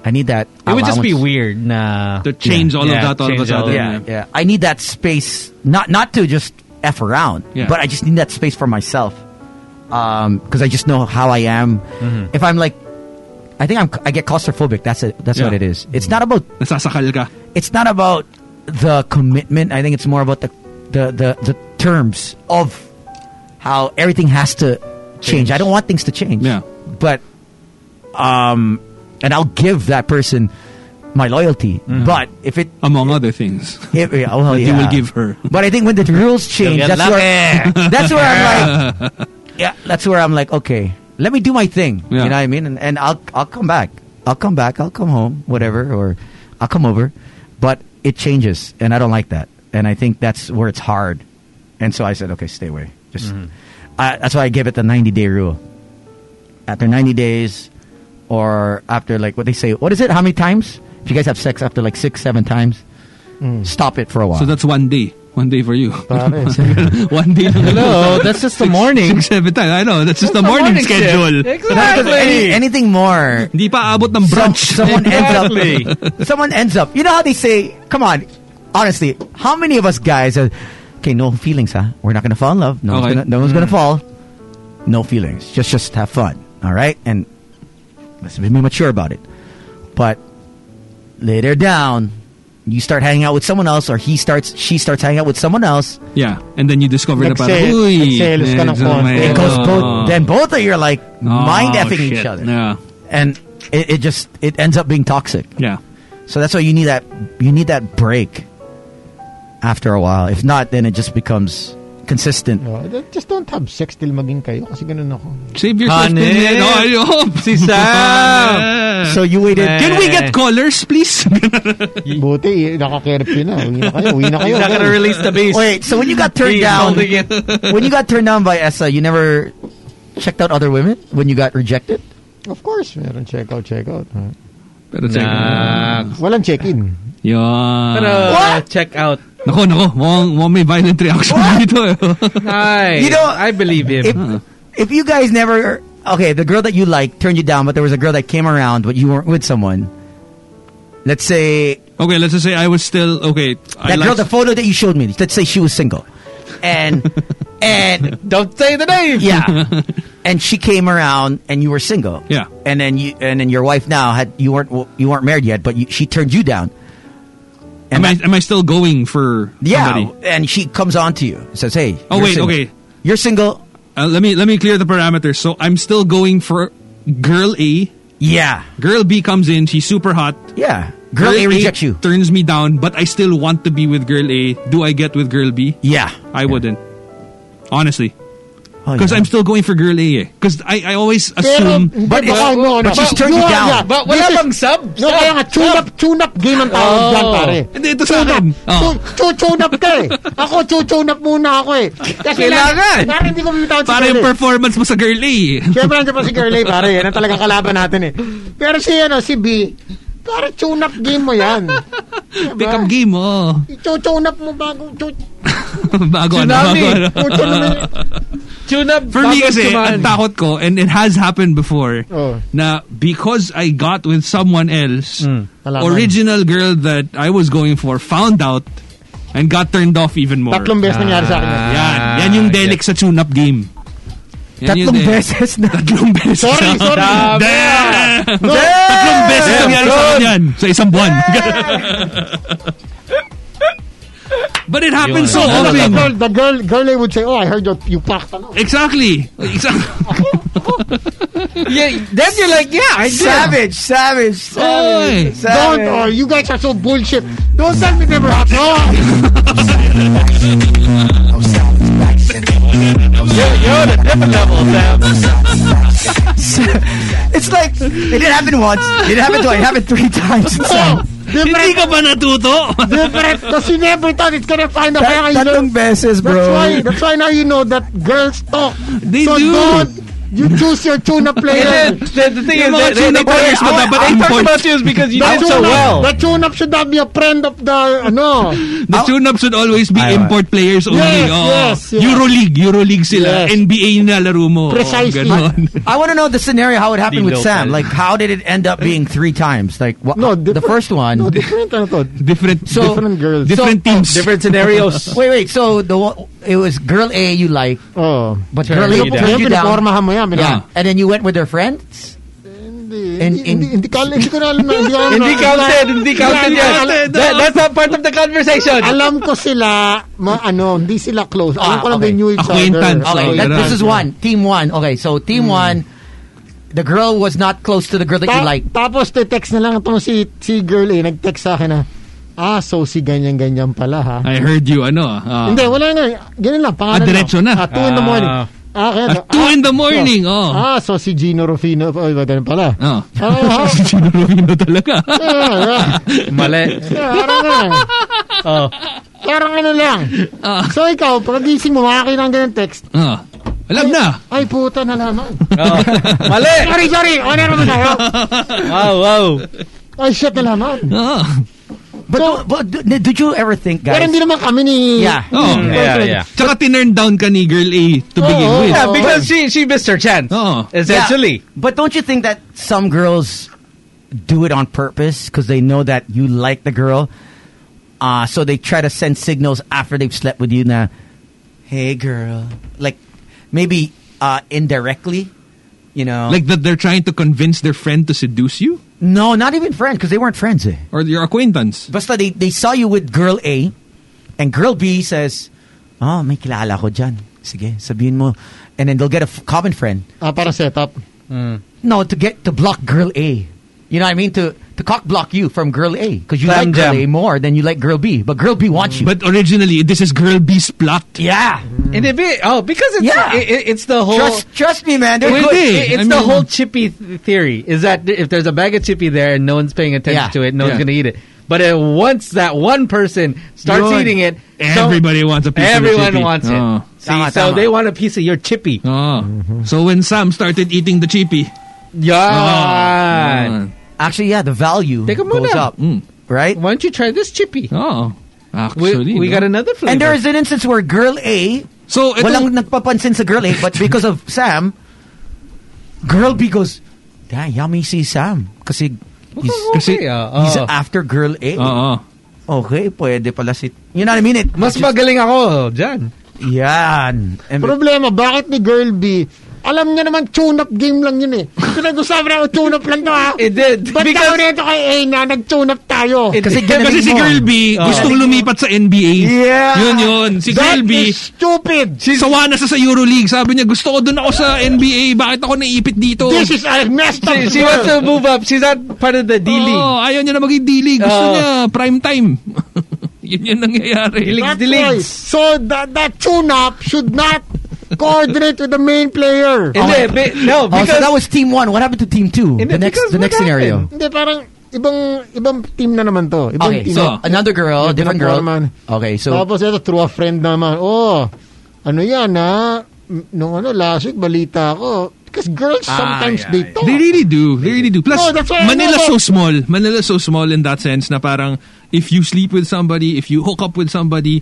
I need that.
It would just be
allowance.
weird, nah.
To change all of that all of a
change
sudden,
Yeah, yeah, I need that space, not not to just f around,
Yeah.
but I just need that space for myself. Um, because I just know how I am.
Mhm.
If I'm like, I think I'm, I get claustrophobic. That's it. That's
Yeah.
what it is. It's not about.
Nasasakal ka.
It's not about the commitment. I think it's more about the the the, the terms of how everything has to change. I don't want things to change. Yeah. But um and I'll give that person my loyalty. But if it
among other things.
If, yeah, well,
That you
Oh, yeah.
will give her.
But I think when the rules change,
get
that's where
lucky.
that's where I'm like Yeah, that's where I'm like, okay, let me do my thing. You
Yeah.
know what I mean? And, and I'll I'll come back. I'll come back, I'll come home, whatever, or I'll come over. But it changes and I don't like that. And I think that's where it's hard. And so I said, okay, stay away. Just
Mm-hmm.
I, that's why I gave it the 90 day rule. After 90 days, or after like what they say, what is it? How many times? If you guys have sex after like six, seven times,
Hmm.
stop it for a while.
So that's one day. One day for you. one day.
Hello, that's just the morning.
Six, seven times. I know. That's just the morning, schedule.
Because any- anything more.
Hindi pa abot ng brunch.
someone ends up. someone ends up. You know how they say, come on, honestly, how many of us guys are, okay, no feelings, huh? We're not going to fall in love. No one's
Okay. Mm.
gonna, no one's going to fall. No feelings. Just, just have fun. All right? And let's be mature about it. But later down, you start hanging out with someone else, or he starts, she starts hanging out with someone else.
Yeah. And then you discover na parang,
Nagselos-
uy.
nagselos ka ng
medyo
konti.
may-
It goes both-
Oh.
then both of you are like
Oh,
mind effing each
shit.
other.
Yeah.
And it, it just it ends up being toxic.
Yeah.
So that's why you need that you need that break after a while. If not, then it just becomes consistent.
No, that- Oh, just don't have sex till maging kayo kasi ganun ako.
Save
yourself Honey. till then. Oh, I
hope.
Si Sam. So you waited-
Can we get callers, please?
Buti, nakakerep yun na. Uwi na kayo, uwi na kayo.
He's not gonna
Ganun.
release the beast. Wait, so when you got turned
He's
down-
holding it.
when you got turned down by Essa, you never checked out other women when you got rejected?
Of course, meron check out, check out. Huh?
Pero
check- Nah.
Walang check-in.
Yun.
Pero, uh, check out.
Nako, nako. Mukhang, mukhang may violent reaction dito. eh.
Nice.
You know,
I believe him.
If you guys never okay, the girl that you liked turned you down, but there was a girl that came around, but you weren't with someone. Let's say
Okay, let's just say I was still, okay. I
that girl,
liked-
the photo that you showed me. Let's say she was single, and and
don't say the name.
Yeah, and she came around, and you were single.
Yeah.
and then you and then your wife now had you weren't you weren't married yet, but you, she turned you down.
am, I, am I still going for
Yeah,
somebody?
and she comes on to you and says, "Hey,
Oh,
you're
wait,
single.
okay.
you're single."
Uh, let me let me clear the parameters. So I'm still going for girl A.
Yeah.
Girl B comes in. She's super hot.
Yeah. Girl A rejects you.
Turns me down, but I still want to be with girl A. Do I get with girl B?
Yeah.
I wouldn't. Honestly.
Oh,
Because
yeah.
I'm still going for girl A. Because I, I always assume.
Pero, but, baka, ano, no, no,
she's
But-
turned you
yeah,
down.
yeah.
But wala
This is-
bang sub?
No,
Sub,
kaya nga, tune
sub.
up, tune up game ang tawag
Oh.
dyan, pare.
Hindi, ito sa akin. Oh.
Tu- tu- Tune up ka eh. Ako, tu- tune up muna ako eh. Kasi
Kailangan.
lang- Pare, hindi ko bibitawan si
Para
girl
yung
eh.
performance mo sa girl A. eh.
Siyempre, nandiyan pa si girl eh, pare. Yan ang talaga kalaban natin eh. Pero si, ano, si B, pare, tune up game mo yan. Diba?
Pick up game, oh.
Tune up mo bago, tu-
bago ano,
Tsunami.
bago ano.
Puto naman.
Tune up.
For me kasi, ang takot ko, and it has happened before,
Oh.
na because I got with someone else,
Nalaman.
original girl that I was going for found out and got turned off even more.
Tatlong beses nangyari sa akin. yan.
Yan. Yan yung delik sa tune-up game.
Tatlong
eh.
beses na.
Tatlong beses.
Sorry,
na.
sorry.
Damn!
No,
Tatlong beses
Damn,
nangyari sa akin yan. Sa isang buwan. But it happens so
no, no, the
often.
girl, the girl, girl, they would say, "Oh, I heard you, you packed." Ano?
Exactly. Exactly.
Yeah, then you're like, yeah, I did.
Savage, savage, savage,
Don't.
savage.
Oh, you guys are so bullshit. Don't tell me never happened. Oh.
You're the different level,
it's like it didn't happen once. It happened twice. It happened three times.
Oh,
Hindi ka ba natuto?
Different. Kasi you never thought it's gonna find out. Kaya you know,
Tatlong beses, bro.
That's why, that's why now you know that girls talk. They so
do.
Don't, you choose your tuna player.
And then, the, the thing
Yung
is,
mga
they, they,
tuna
they,
players,
talk-
dapat
they
ang
talk
point.
about you is because you
The
did so
tune-up-
well.
The tune-up should not be a friend of the, ano.
The tune-up should always be import players only.
Yes,
Oo.
yes, yes.
Euroleague, Euroleague sila.
Yes.
NBA na laro mo. Oo,
Precisely.
ganon.
I want to know the scenario how it happened with
Dilopal.
Sam. Like, how did it end up being three times? Like, wha- the first one.
No, different ano to.
Different,
So-
different girls.
Different
So- oh,
teams.
Different scenarios.
wait, wait. So the one- it was girl A you like,
Oh.
but
Turned
girl A
you
turned
down.
you
Pinapormahan
down.
mo yan.
Yeah.
Pinapormahan.
And then you went with their friends.
Hindi, hindi, hindi, ka- hindi ko na alam. na- Hindi, ko alam na-
Hindi counted, hindi counted
Hindi,
yan.
alam-
That- that's not part of the conversation.
Ah.
Alam ko sila, ma, ano, hindi sila close.
Ah,
Alam ko lang
okay.
they knew each
Acquaintance.
other.
Okay,
Oh,
that-
ganun.
this is one team one. Okay, so team one, the girl was not close to the girl that
Ta-
you like.
Tapos te text na lang itong si, si girl eh, nag-text sa akin na, ah, so si ganyan-ganyan pala ha.
I heard you, ano. ah.
Hindi, wala na. Ganun lang. Pangalan
Ah, diretso
lang.
na.
Ah, two in the morning.
Ah.
Ah, kaya,
At two in the morning, oh.
Ah, so si Gino Rufino. Oh, iba ganun pala.
Oh.
Ah, ah,
Sino Rufino talaga?
ah, ah.
Mali.
Ah, parang ganun.
Oh.
Parang ano lang.
Ah.
So ikaw, pagising mo, makakita ng ganun text.
Ah. Alam na.
Ay, puta na naman.
Oh. Mali.
sorry, sorry. Honor mo tayo.
Wow, wow.
Ay, shit na naman.
Ah.
But,
So-
but d- did you ever think, guys?
Pero hindi naman kami ni...
Yeah.
Oh.
Hmm, Yeah, yeah.
Tsaka tinurn down ka ni girl A to begin
Oo.
with.
Yeah,
Oh.
because she she missed her chance.
Oo.
Essentially.
But don't you think that some girls do it on purpose because they know that you like the girl? Uh, so they try to send signals after they've slept with you now. Hey, girl. Like, maybe uh, indirectly, you know?
Like that they're trying to convince their friend to seduce you?
no, not even friends because they weren't friends. Eh.
Or your acquaintance?
Basta they, they saw you with girl A and girl B says, Oh, may kilala ko dyan. Sige, sabihin mo. And then they'll get a f- common friend.
Ah, para setup.
No, to get to block girl A. You know what I mean? To to cock block you from girl A because you
Clam
like girl
jam.
A more than you like girl B, but girl B wants you.
But originally, this is girl B's plot.
yeah,
And it be, oh, because it's
Yeah.
it, it- it's the whole
trust trust me, man. They're
It-
good.
Pwede.
it- it's
I
the
mean-
whole chippy th- theory. Is that if there's a bag of chippy there and no one's paying attention
Yeah.
to it, no one's
Yeah.
gonna eat it. But uh, once that one person starts
Yun.
eating it, so-
Everybody wants a piece of the
everyone
chippy.
wants it.
Oh.
See,
Tama,
so
tama.
they want a piece of your chippy.
Oh. So when Sam started eating the chippy, Oh.
Yeah.
Actually, yeah, the value
Take a
goes
muna.
up,
Mm.
right?
Why don't you try this chippy?
Oh.
We,
Actually,
we
no?
got another flavor.
And there is an instance where girl A,
So, ito,
walang nagpapansin sa girl A, but because of Sam, girl B goes, yeah, yummy si Sam kasi he's,
Kasi, ah,
he's
ah.
after girl A.
Uh.
Oo.
Okay, pwede pala si... You know what I mean? It,
Mas magaling ako dyan.
Yan. And-
Problema, bakit ni Girl B? Alam niya naman, tune-up game lang yun eh. Pinag-usapan ako, tune-up lang to ha.
It did.
Ba't ako nito kay A na nag-tune-up tayo?
It-
kasi
Kasi si Girl B,
Oh.
gustong lumipat sa NBA.
Yeah.
Yun yun. Si
That
Girl B,
is stupid.
sawa na sa sa Euroleague. Sabi niya, gusto ko dun ako sa NBA. Bakit ako naipit dito?
This is a messed up
She, she wants
world.
to move up. She's not part of the D League.
Oh.
Oh.
Oo, ayaw niya na maging D-League. Gusto
Oo.
niya, prime time. yun yun nangyayari.
Dilig-
That's
dilig.
why. So, that, that tune-up should not coordinate with the main player.
Hindi, be- no,
Oh,
because
so that was team one. What happened to team two?
Hindi,
The next,
because
the next
what
scenario.
Hindi, parang ibang ibang team na naman to. Ibang
Okay,
team.
so
So,
another girl,
Yung
different girl.
pinagpormahan.
Okay, so
Tapos ito, through a friend naman. Oh, ano yan ha? M- Nung ano, last week, balita ako. Because girls, sometimes they
Oh.
talk.
Ah, They really do. They really do. Plus,
No, that's why I
Manila's so
know
small. Manila's so small in that sense na parang if you sleep with somebody, if you hook up with somebody,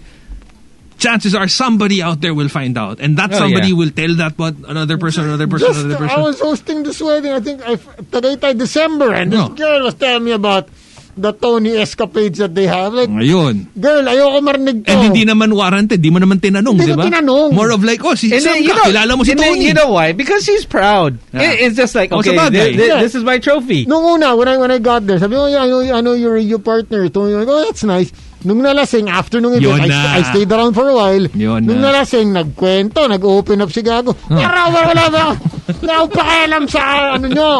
chances are somebody out there will find out. And that
Oh,
somebody
yeah.
will tell that what another person, another person,
Just,
another
I
person.
was hosting this wedding, I think, I, Tagaytay, December, and this
No.
girl was telling me about the Tony escapades that they have. Like,
Ayun.
girl, ayoko marinig
Oh.
to.
And hindi naman warranted. Di mo naman tinanong,
Hindi
di
ko
ba?
tinanong.
More of like, oh, si
And
Sam
then, you
ka,
know,
kilala mo si
and then
Tony.
you know why? Because she's proud.
Yeah.
It- it's just like,
Oh,
okay, thi-
sabagay.
thi-
Yeah.
this is my trophy.
Nung una, when I, when I got there, sabi ko, yeah, I know, I know you're your partner. Tony, like, oh, that's nice. Nung nalasing, after nung
Yun
event, I,
na.
I stayed around for a while.
Yun
nung
na.
nalasing, nagkwento, nag-open up si Gago. Para, wala, wala, wala. Wala akong pakialam sa ano nyo.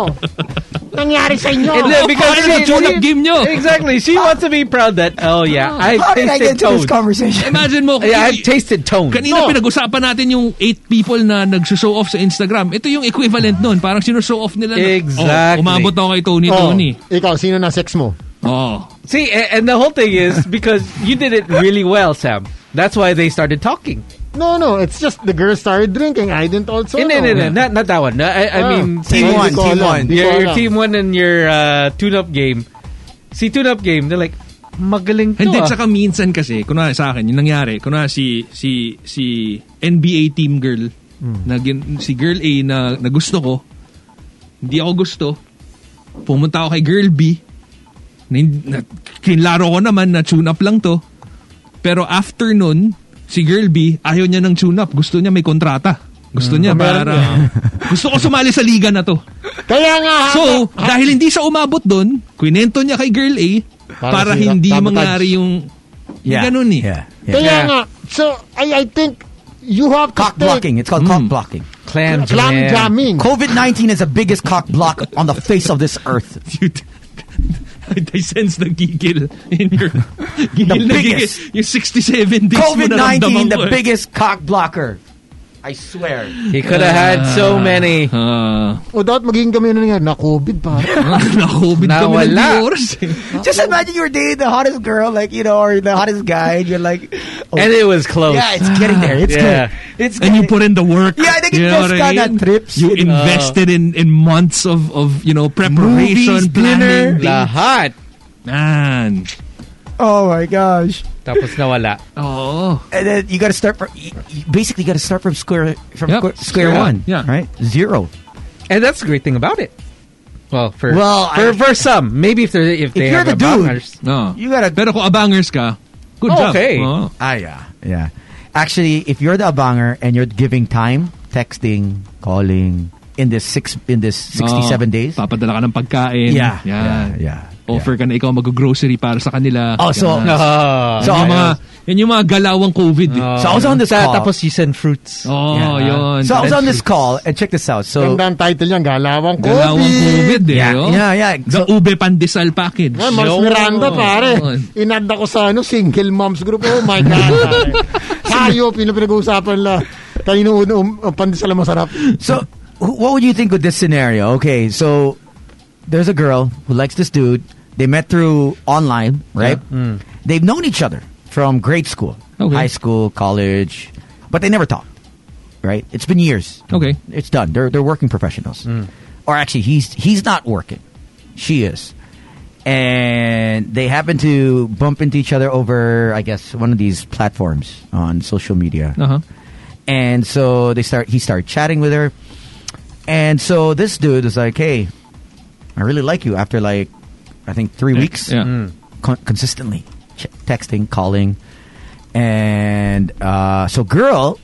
nangyari sa inyo?
And
Oh,
then, because
Ano
she- she- Exactly.
Ah.
She wants to be proud that, oh yeah, I've
How did I
tasted
get to this
toads.
conversation?
Imagine mo,
Yeah, I've tasted tones.
Kanina pinag-usapan natin yung 8 people na nagsushow off sa Instagram. Ito yung equivalent nun. Parang sinushow off nila. na,
Exactly.
Oh, umabot ako kay Tony
Oh,
Tony.
Ikaw, sino na sex mo?
Oh.
See, a- and the whole thing is because you did it really well, Sam. That's why they started talking.
No, no, it's just the girl started drinking. I didn't also
Eh, no,
know.
no, no, not, not that one. I, I
Ah.
mean, say-
Team one, team
Your, your
one. Hindi ko alam.
team one and your uh, tune-up game. See, tune-up game, they're like, magaling to
Hindi,
ah.
tsaka minsan kasi, kunwari sa akin, yung nangyari, kunwari si, si, si NBA team girl, na, gin- si girl A na, na gusto ko, hindi ako gusto, pumunta ako kay girl B, na, hin- na, kinlaro ko naman na tune up lang to, pero after nun, si girl B, ayaw niya ng tune up, gusto niya may kontrata. Gusto niya
Ah, meron
para gusto ko sumali sa liga na to.
Kaya nga.
So, dahil hindi siya umabot doon, kwinento niya kay girl A para,
Para sira-
hindi
sabotage.
mangyari yung
Yeah.
yung ganun eh.
Kaya nga. So, I, I think you have to
Cock blocking. It's called cock blocking.
Clam
Clam jam. jamming.
COVID 19 is the biggest cock block on the face of this earth.
Dude, I sense the gigil in your gigil na gigil.
biggest.
Yung 67 days mo
COVID
naramdaman
19,
ko
the
eh.
biggest cock blocker. I swear.
He could have had so
Ah.
many.
Ah,
O dapat magiging kami ano na nangyari. Na COVID pa.
na COVID kami ng
Nawala.
viewers.
Just imagine you were dating the hottest girl, like, you know, or the hottest guy, and you're like, oh,
And it was close.
yeah, it's getting there. It's
Yeah.
good. It's
And you put
good.
in the work.
Yeah, I think
You know
it just
what I
got
mean?
that trips.
You invested in, in months of, of you know, preparation,
Movies,
planning.
dinner.
dates.
Lahat.
Man.
Oh my gosh.
Tapos nawala.
Oh.
And then you got to start from, you, you basically got to start from square, from
Yep,
square, square
square
one.
one, yeah.
Right? Zero.
And that's the great thing about it. Well, for
Well,
for,
I-
for some, maybe if they if they
you're
have
the
a
dude,
bangers.
No.
You got to
Ah. Pero kung abangers ka, good
Oh,
job.
okay.
Oo.
Ah, yeah, yeah. Actually, if you're the banger and you're giving time, texting, calling in this six in this sixty-seven
Oo.
days.
Papadala ka ng pagkain.
Yeah,
Yan.
yeah, yeah,
Offer ka na ikaw mag-grocery para sa kanila.
Oh, so-
Yan.
Ah,
So, uh,
Yan yung mga, yan yung mga galawang COVID. eh.
so I was on this
Sa-
call.
Tapos you send fruits.
Oh, yun.
so I was on this call and check this out. So
Ganda ang title niyan. Galawang COVID.
Galawang COVID eh.
yeah,
oh.
yeah, yeah.
The Ube Pandesal Package.
Ah, Mams Miranda, pare.
Yun.
Inad ako sa ano, single moms group. Oh my God, pare. Hayop, yun ang pinag-uusapan la. Kanino uno, um, um, pandesal ang masarap.
So, wh- what would you think with this scenario? Okay, so there's a girl who likes this dude. They met through online, right? They've known each other from grade school,
Mm. Okay.
high school, college, but they never talked, right? It's been years.
Okay. Mm.
It's done. They're, they're working professionals. Or actually, he's, he's not working, she is. And they happen to bump into each other over, I guess, one of these platforms on social media
Uh-huh.
and so they start he started chatting with her and so this dude is like hey i really like you after like i think three weeks
Yeah.
con- consistently ch- texting calling and uh, so girl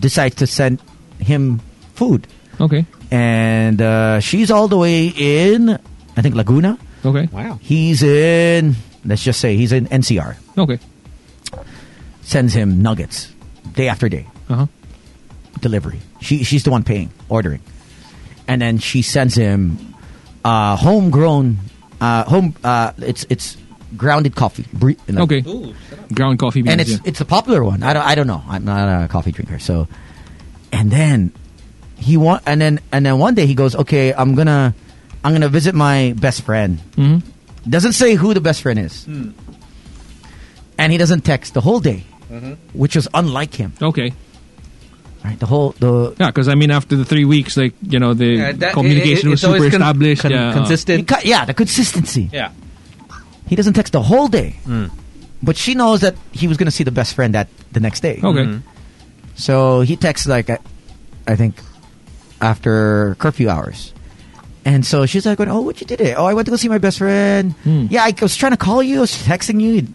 decides to send him food
Okay.
and uh, she's all the way in i think laguna
Okay.
Wow.
he's in let's just say he's in ncr
Okay.
sends him nuggets day after day
Uh-huh.
delivery. She she's the one paying, ordering, and then she sends him uh, homegrown, uh, home. Uh, it's it's grounded coffee. Bre- you know.
Okay. Ground coffee beans.
and it's
yeah.
it's a popular one. I don't I don't know. I'm not a coffee drinker, so. And then he want and then and then one day he goes, okay, I'm gonna I'm gonna visit my best friend.
Mhm.
Doesn't say who the best friend is, and he doesn't text the whole day, which is unlike him.
Okay.
Right, the whole the
Yeah, because I mean, after the three weeks, like you know, the
Yeah, that-
communication
it- it- it's
was
always
super
con-
established,
con-
yeah.
You
consistent.
cut- yeah, the consistency.
Yeah. Mm.
He doesn't text the whole day, but she knows that he was going to see the best friend that the next day.
Okay.
Mm-hmm.
So he texts like, I, I think, after curfew hours, and so she's like, "Oh, what you did it? Oh, I went to go see my best friend.
Hmm.
Yeah, I was trying to call you. I was texting you. You,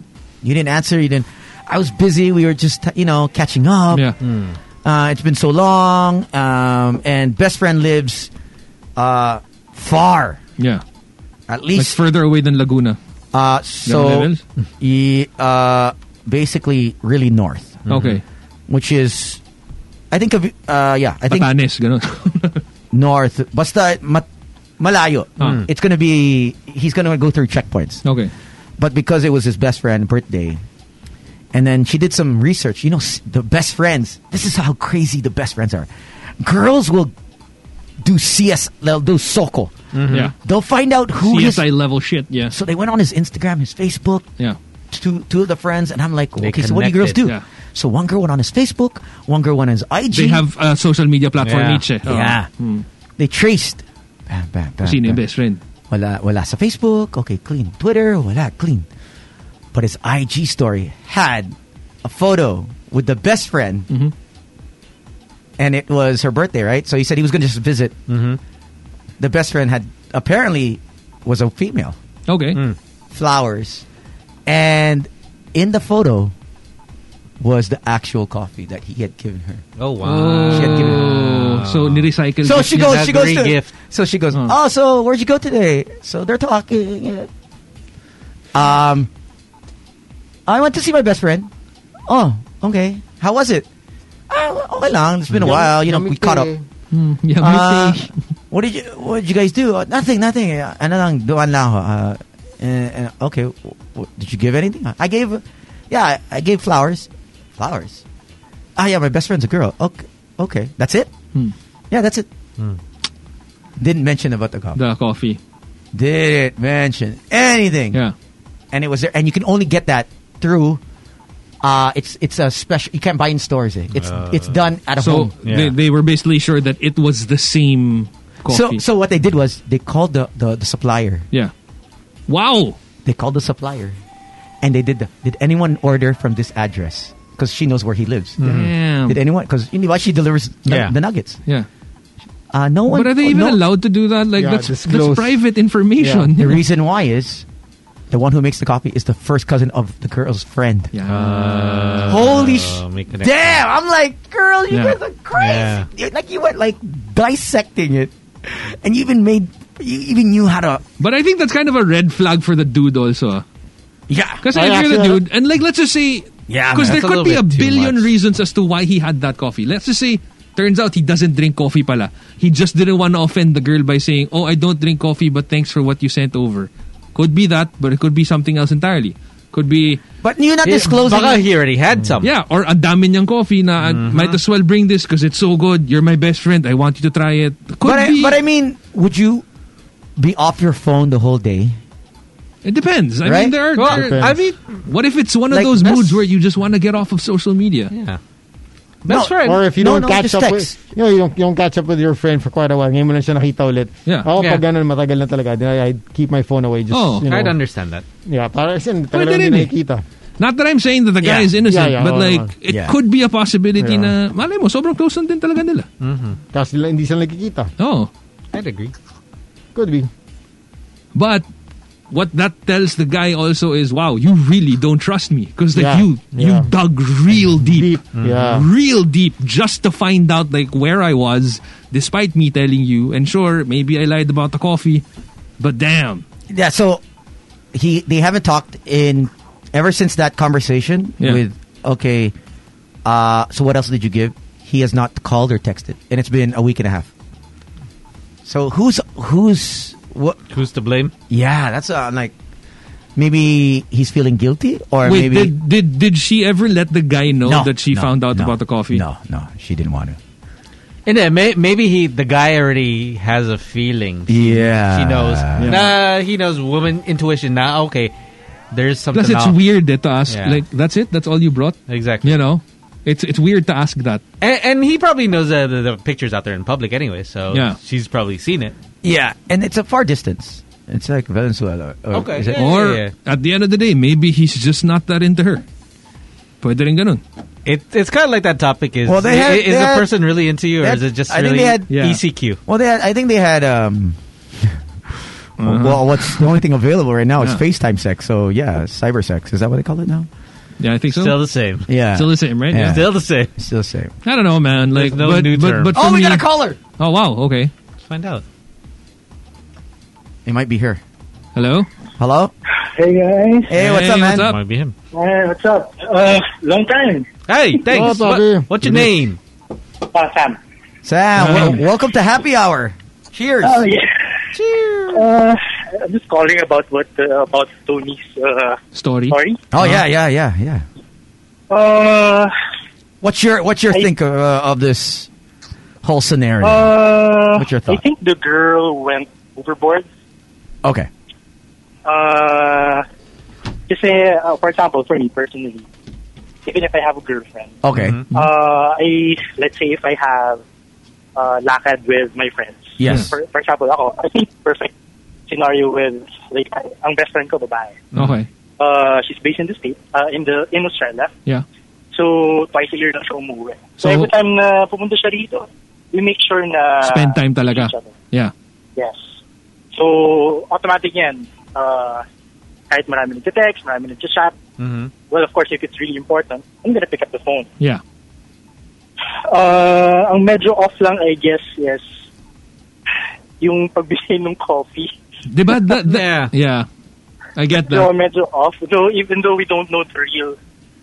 you didn't answer. You didn't. I was busy. We were just you know catching up.
Yeah.
Hmm.
Uh, it's been so long. Um, and best friend lives, uh, far.
Yeah.
At
Like
least
further away than Laguna.
Uh, so,
Levels?
ye- uh, basically, really north,
Okay.
which is, I think of, uh, yeah, I think
Patanes, ganun.
north. Basta, mat, malayo.
Ah.
It's gonna be he's gonna go through checkpoints.
Okay.
But because it was his best friend birthday, and then she did some research. You know, s- the best friends. This is how crazy the best friends are. Girls will do CS. They'll do soko.
Hmm.
Mhm. Yeah.
They'll find out Mm-hmm. who his
CSI level shit. Yeah.
so they went on his Instagram, his Facebook.
Yeah.
Two two of the friends, and I'm like, okay, so what do you girls do?
connected, yeah.
So one girl went on his Facebook, one girl went on his IG.
They have a social media platform
Yeah.
each. Eh. Oh.
Yeah.
Hmm.
They traced. Bam, bam, bam,
Sino yung
bam.
best friend?
Wala, wala sa Facebook. Okay, clean. Twitter, wala, clean. But his IG story had a photo with the best friend.
Mm-hmm.
And it was her birthday, right? So he said he was going to just visit. Mm-hmm. The best friend had apparently was a female
Okay.
Mm. flowers. And in the photo was the actual coffee that he had given her.
Oh
She had given So nirecycle.
Oh. So she goes. She goes to. So she goes. Oh, so where'd you go today? So they're talking. Um, I went to see my best friend. Oh, okay. How was it? Ah, okay lang. It's been a
Yum-
while. You know, we
yummy
caught up.
day.
Mm, yeah,
Uh, what did you What did you guys do? Uh, nothing, nothing. Uh, Ano lang, doon lang ako. Uh, eh, eh, okay, w- w- did you give anything? I gave, yeah, I I gave flowers. Flowers? Ah, yeah, my best friend's a girl. Okay, okay. that's it?
Hmm.
Yeah, that's it. Didn't mention about the coffee.
The coffee.
Didn't mention anything.
Yeah.
And it was there, and you can only get that through. Uh, it's it's a special. You can't buy in stores. Eh? It's it's done at a
so
home.
They, they were basically sure that it was the same coffee.
So, so what they did was they called the, the, the supplier.
Yeah. Wow.
They called the supplier, and they did. The, did anyone order from this address? Because she knows where he lives.
Mhm. Damn.
Did anyone? Because you know why she delivers nu-
Yeah.
the nuggets.
Yeah.
Uh, no one.
but are they even
no-
allowed to do that? Like
Yeah,
that's
disclose.
that's private information.
The reason why is the one who makes the coffee is the first cousin of the girl's friend. Uh, Holy sh! Damn! I'm like, girl, you
Yeah.
guys are crazy. You- Like you went like dissecting it, and you even made you even knew how to.
But I think that's kind of a red flag for the dude also.
Yeah,
because
I
if you're the
actually-
dude, and like let's just say,
Yeah,
because there
man, that's a
could
little
be a
bit too
billion
much.
reasons as to why he had that coffee. Let's just say, turns out he doesn't drink coffee, pala. He just didn't want to offend the girl by saying, "Oh, I don't drink coffee, but thanks for what you sent over." Could be that, but it could be something else entirely. Could be.
But you're
not Eh, disclosing- baka he already had some.
Yeah, or ang dami niyang coffee na
Mm-hmm.
uh, might as well bring this because it's so good. You're my best friend. I want you to try it. Could
but
be.
I, but I mean, would you be off your phone the whole day?
It depends. I mean,
Right?
there are.
Well,
there-
Depends.
I mean, what if it's one of
Like,
those
that's-
moods where you just want to get off of social media?
Yeah.
No, Or if you don't catch up with, you know, you don't, you don't catch up with your friend for quite a while, ngayon mo lang siya nakita ulit.
Yeah.
Ako
Yeah.
pag ganun, matagal na talaga. Then I, I'd keep my phone away. Just,
Oh.
you know,
I'd understand that.
Yeah, para kasi
Pwede
tagal na
rin
hindi
eh.
nakikita.
Not that I'm saying that the guy
Yeah.
is innocent,
Yeah, yeah,
but
oo
like
naman.
it
Yeah.
could be a possibility
Yeah.
na malay mo sobrang close lang din talaga nila.
Tapos nila, hindi sila nakikita.
Oh.
I'd agree.
Could be.
But what that tells the guy also is wow, you really don't trust me because like
Yeah.
you
Yeah.
you dug real deep.
yeah.
Real deep just to find out like where I was despite me telling you and sure maybe I lied about the coffee, but damn.
Yeah. So he they haven't talked in ever since that conversation
Yeah.
with okay. Uh, so what else did you give? He has not called or texted, and it's been a week and a half. So who's who's what?
Who's to blame?
Yeah, that's uh, like maybe he's feeling guilty, or
Wait,
maybe
did, did did she ever let the guy know
No,
that she
no,
found out
no,
about the coffee?
No, no, she didn't want to.
And then may, maybe he, the guy already has a feeling. She-
Yeah.
she knows.
Yeah.
Nah, he knows woman intuition. Now, okay, there's something.
Plus, it's
off.
weird eh, to ask.
Yeah.
Like, that's it. That's all you brought.
Exactly.
You know, it's it's weird to ask that.
And, and he probably knows uh, the, the pictures out there in public anyway, so
Yeah.
she's probably seen it.
Yeah, and it's a far distance. It's like Venezuela. Or
Okay,
is it-
or at the end of the day, maybe he's just not that into her. Pwede rin ganun.
It, it's kind of like that topic is
Well, they
i-
had-
is
they
the
had-
person really into you, or
they
is
had-
it just
I think
really E
they had- E Yeah.
ECQ?
Well, they had, I think they had. Um, Well, what's the only thing available right now
Yeah.
is FaceTime sex. So yeah, cyber sex is that what they call it now?
Yeah, I think so.
Still the same.
Yeah,
Still the same, right?
Yeah.
Still the same.
Still the same.
I don't know, man. Like,
There's no
but,
new
but,
term.
but
Oh,
for
we
me-
got a caller!
Oh wow, okay.
Let's find out.
It might be her.
Hello.
Hello.
Hey guys.
Hey, what's up, man?
Might be him.
Hey, what's up? Uh, long time.
Hey,
What's
thanks.
up, eh?
What, what's your name?
Uh, Sam.
Sam,
Um,
wel- welcome to Happy Hour. Cheers.
Oh yeah. Cheers. Uh, I'm just calling about what uh, about Tony's uh,
story.
Story.
Oh yeah, yeah, yeah, yeah.
Uh,
What's your what's your
I-
think of, uh, of this whole scenario?
uh,
what's your
I
thought?
think the girl went overboard.
Okay.
Uh, kasi, uh, for example, for me personally, even if I have a girlfriend,
Okay.
uh, I let's say if I have uh, lakad with my friends.
Yes.
For, for example, ako, I think perfect scenario with like ang best friend ko babae.
Okay.
Uh, she's based in the state, uh, in the in Australia.
Yeah.
So twice a year na siya umuwi. So,
So-
every time na pumunta siya rito, we make sure na
Spend time talaga. Yeah.
Yes. So automatic yan. Uh, kahit marami nagte-text, marami nagte-chat.
Mm-hmm.
Well, of course, if it's really important, I'm gonna pick up the phone.
Yeah.
Uh, ang medyo off lang, I guess, yes. Yung pagbili ng coffee.
Diba? That, that, yeah. I get
So,
that.
medyo off. Though, even though we don't know the real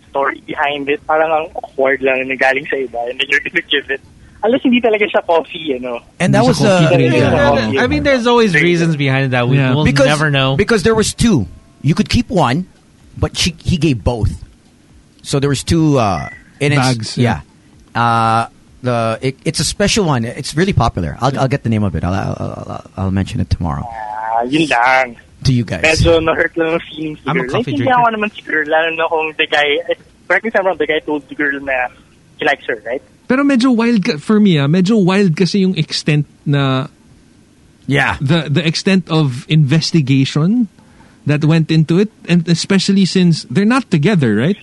story behind it, parang ang awkward lang na galing sa iba and then you're gonna give it. Unless hindi talaga siya coffee, you know.
And that was uh, the
I mean, there's always reasons behind it that we will
because,
never know.
because there was two. You could keep one, but she he gave both. So there was two uh, and it's-
Bags, yeah.
Yeah, Uh, the it, it's a special one. It's really popular. I'll, I'll get the name of it. I'll, I'll, I'll, I'll- I'll mention it tomorrow
Ah, yun lang.
to you guys.
Medyo na-hurt lang ang feelings ni
I'm a
girl.
coffee
Naintindihan ko naman si girl, lalo na kung the guy, eh, correct me if I'm wrong, the guy told the girl na he likes her, right?
Pero medyo wild ka, for me ah, medyo wild kasi yung extent na
Yeah.
The the extent of investigation that went into it and especially since they're not together, right?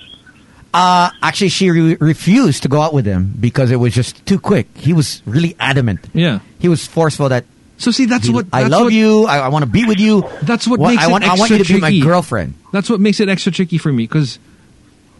Uh, actually, she re- refused to go out with him because it was just too quick. He was really adamant.
Yeah.
He was forceful that.
So see, that's what-
I
that's
love
what-
you. I, I want to be with you.
That's what
Well,
makes
I want.
it
I
extra
want you to be my
tricky.
girlfriend.
That's what makes it extra tricky for me because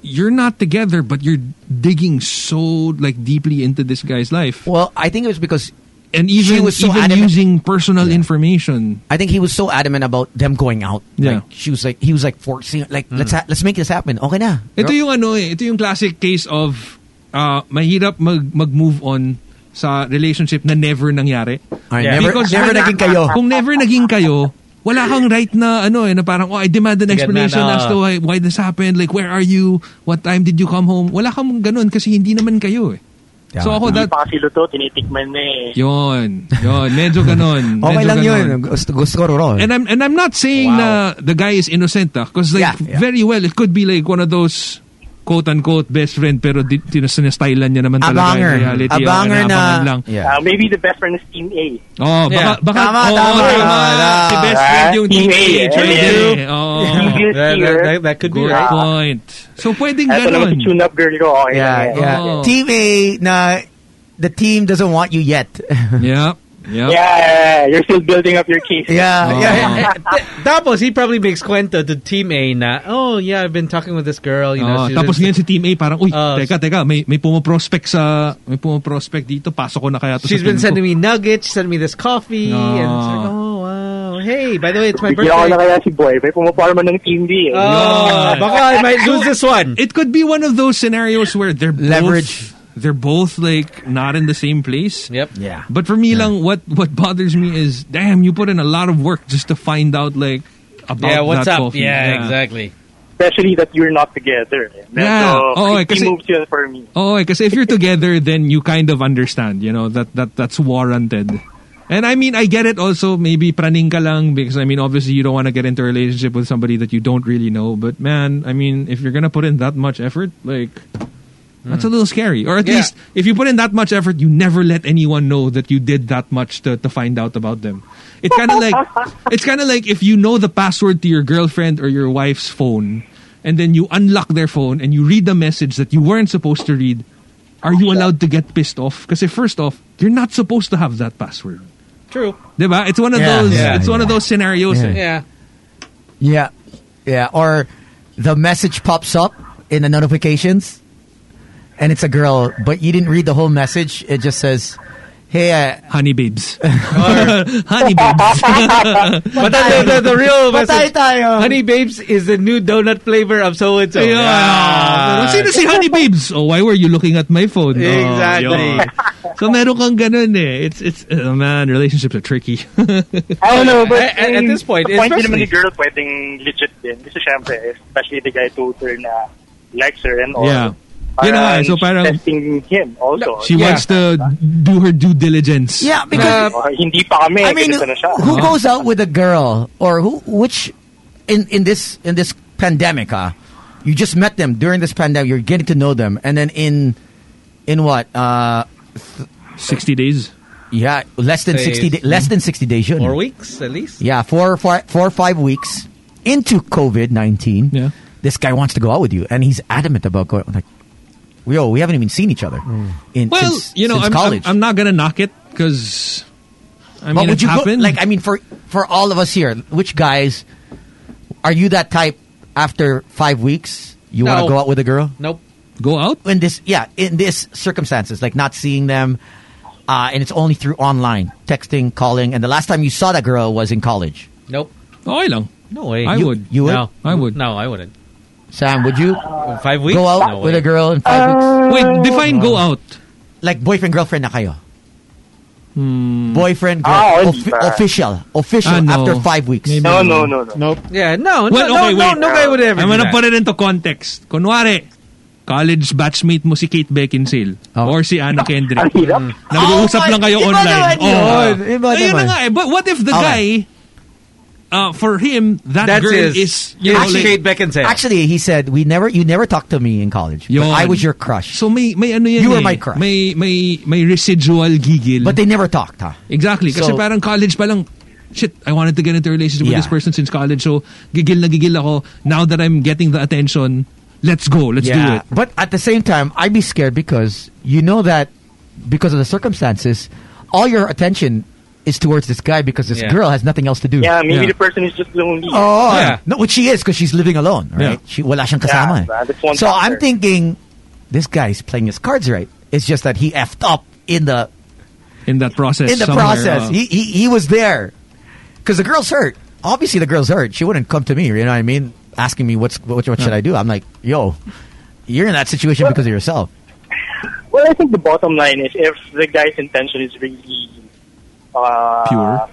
you're not together, but you're digging so like deeply into this guy's life.
Well, I think it was because
and even
she was so
even
adamant-
using personal information.
I think he was so adamant about them going out.
Yeah. Mm.
Like, she was like, he was like forcing, like let's ha- let's make this happen. Okay na.
Ito yung ano eh, ito yung classic case of uh, mahirap mag mag-move on sa relationship na never nangyari.
Ay, never- never naging kayo.
Kung never naging kayo, wala kang right na ano eh, na parang, oh, I demand an
Sige,
explanation
na, na.
as to why, why this happened, like, where are you, what time did you come home? Wala kang ganun kasi hindi naman kayo eh. so ako,
Hindi
that,
pa kasi luto, tinitikman na eh.
yon, yon, medyo ganun.
Okay
medyo
lang
ganun.
yun. Gusto, gusto ko ron.
And I'm and I'm not saying na the guy is innocent because like
Yeah, yeah.
very well it could be like one of those quote unquote best friend pero di, tinastylan niya naman talaga
Abanger.
in reality. Oo,
Abanger na-
inaabangan lang.
Uh, maybe the best friend is Team A.
Oh, baka,
Yeah.
baka
Tama,
oo,
tama, tama.
Si best friend yung
Team
team
A,
A,
eh.
pwede.
Team
A.
Oo.
That- Oh, that- that- that could be
Good
right.
point. So pwedeng
Ito naman si
ganun.
Tune Up Girl ko, okay lang
yeah,
yan.
yeah.
Oh.
Team A, na the team doesn't want you yet.
Yeah. Yeah.
Yeah, you're still building up your case.
yeah,
Oh.
yeah.
Tapos, he probably makes cuenta to Team A na, oh yeah, I've been talking with this girl, you know.
Oo,
she's
tapos
just-
ngayon si Team A parang, uy,
Oh,
teka, teka, may, may pumaprospect sa, may pumaprospect dito, pasok ko na kaya to
She's
sa
been
team ko.
sending me nuggets, she sent me this coffee, and it's like,
Ah.
oh wow, hey, by the way, it's my
Bigyan ko na
birthday.
kaya si Boy. May pumaparma ng Team B eh.
Oh, baka I might lose this one.
It could be one of those scenarios where they're
Leverage.
both they're both like not in the same place.
Yep.
Yeah.
But for me lang what what bothers me is damn you put in a lot of work just to find out like about
Yeah, what's
that
up?
coffee.
Yeah, exactly.
Especially that you're not together. eh.
Yeah.
So,
Oo, eh, kasi-
he moves yun for me.
Oh, because if you're together then you kind of understand, you know, that that that's warranted. And I mean, I get it also, maybe praning ka lang because I mean, obviously you don't want to get into a relationship with somebody that you don't really know, but man, I mean, if you're going to put in that much effort, like That's a little scary. Or at
Yeah.
least, if you put in that much effort, you never let anyone know that you did that much to, to find out about them. It's kind of like it's kind of like if you know the password to your girlfriend or your wife's phone, and then you unlock their phone and you read the message that you weren't supposed to read. Are you allowed to get pissed off? Because first off, you're not supposed to have that password.
True.
Diba? It's one of
Yeah.
those.
Yeah,
it's one of
yeah.
those scenarios. eh.
Yeah.
Yeah. Yeah. Or the message pops up in the notifications and it's a girl, but you didn't read the whole message. It just says, Hey, I,
Honey babes. Honey babes.
But then the, the, the real
Patay
message,
tayo.
honey babes, is the new donut flavor of so and so.
Yeah. Pero Sino si Honey Babes? Oh, why were you looking at my phone? Oh,
Exactly.
yun. So meron kang ganun eh. It's, it's, oh man, relationships are tricky.
I don't know, but
At- at this point,
the point din naman
especially-
ni girl pwedeng legit din. Kasi syempre, especially the guy to her na likes her and all.
Yeah. Yun na nga eh, so parang-
testing him also.
She wants to do her due diligence.
Yeah, because-
Uh, hindi pa kami.
I mean,
ganito na siya.
who goes out with a girl or who? Which in in this in this pandemic, huh? You just met them during this pandemic. You're getting to know them, and then in in what? Uh,
sixty days.
Yeah, less than
Days.
sixty.
Mm-hmm.
Da- less than sixty days. Yun.
Four weeks at least.
Yeah, four, four, four or five weeks into COVID nineteen. Yeah. This guy wants to go out with you, and he's adamant about going. Like, yo, we haven't even seen each other in
Mm. Well,
since,
you know,
since
I'm,
college.
I'm, I'm not gonna knock it because I
but
mean,
would
it
you go,
happened.
like? I mean, for for all of us here, which guys are you that type? After five weeks, you want
No.
to go out with a girl?
Nope.
Go out
in this? Yeah, in this circumstances, like not seeing them, uh, and it's only through online texting, calling, and the last time you saw that girl was in college.
Nope.
Okay lang.
No way.
I You- would. you would?
No.
I would.
No, I wouldn't.
Sam, would you
five weeks?
go out
No
with
way.
a girl in five
Uh,
weeks?
Wait, define
go out.
Like boyfriend girlfriend na kayo. Boyfriend girl,
Ah,
of-
hindi pa.
official, official
Ah, no.
after five weeks.
Maybe No, no, no, no.
Nope.
Yeah, no, no,
Well, okay,
no,
wait.
no, no guy would ever.
I'm
do
gonna
that.
put it into context. Kunwari, college batchmate mo si Kate Beckinsale
Oh.
or si Anna Kendrick. Mm. Nag-uusap
Oh,
lang kayo
Iba
online.
naman yun.
Oh,
Iba
Ayun na
naman.
nga eh. But what if the
Okay.
guy, uh, for him, that
That's
girl
his-
is, you know,
Actually-
like,
Actually, he said we never, you never talked to me in college. But
Yun.
I was your crush.
So may may ano yan
You were
eh.
my crush.
May may may residual gigil. But
they never talked, huh?
Exactly. Kasi
So-
parang college pa lang, shit, I wanted to get into a relationship
Yeah.
with this person since college. So gigil na gigil ako. Now that I'm getting the attention, let's go. Let's do it.
But at the same time, I'd be scared because you know that because of the circumstances, all your attention is towards this guy because this
Yeah.
girl has nothing else to do.
Yeah, maybe the person is just lonely.
Oh, no, which she is because she's living alone, right?
Yeah.
She wala siyang kasama.
Yeah, that's
eh.
one
so
factor.
I'm thinking, this guy's playing his cards right. It's just that he effed up in the
In that process.
in the
somewhere,
process.
uh,
he, he he was there because the girl's hurt. Obviously, the girl's hurt. She wouldn't come to me. You know what I mean? Asking me what's what, what should I do? I'm like, yo, you're in that situation because of yourself.
Well, I think the bottom line is if the guy's intention is really uh,
Pure.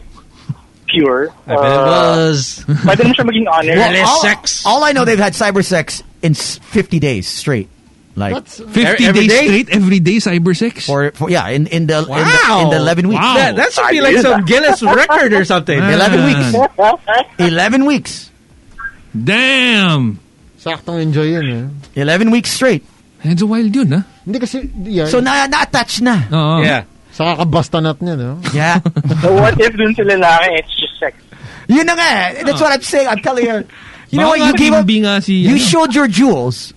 pure.
I bet it was.
Pwede na siya maging honest.
Well, all, all I know, they've had cyber sex in s- 50 days straight. Like
50 days straight, every day cyber sex?
For, for yeah, in in the, in the
Wow.
in the 11 weeks.
Wow. That- that should be like some Guinness record or something.
11
Man.
weeks. 11 weeks.
Damn.
Saktong enjoy yun eh.
11 weeks straight.
Medyo wild yun, ha?
Hindi kasi, yeah.
So na na-attach na.
Oo.
Yeah.
Saka kabastanat niya, no?
Yeah.
so what if dun sa lalaki, it's just sex?
You know nga, eh, that's what I'm saying. I'm telling you. You
Baka
know what? You
nga
gave up.
Hindi nga si,
You
ano,
showed your jewels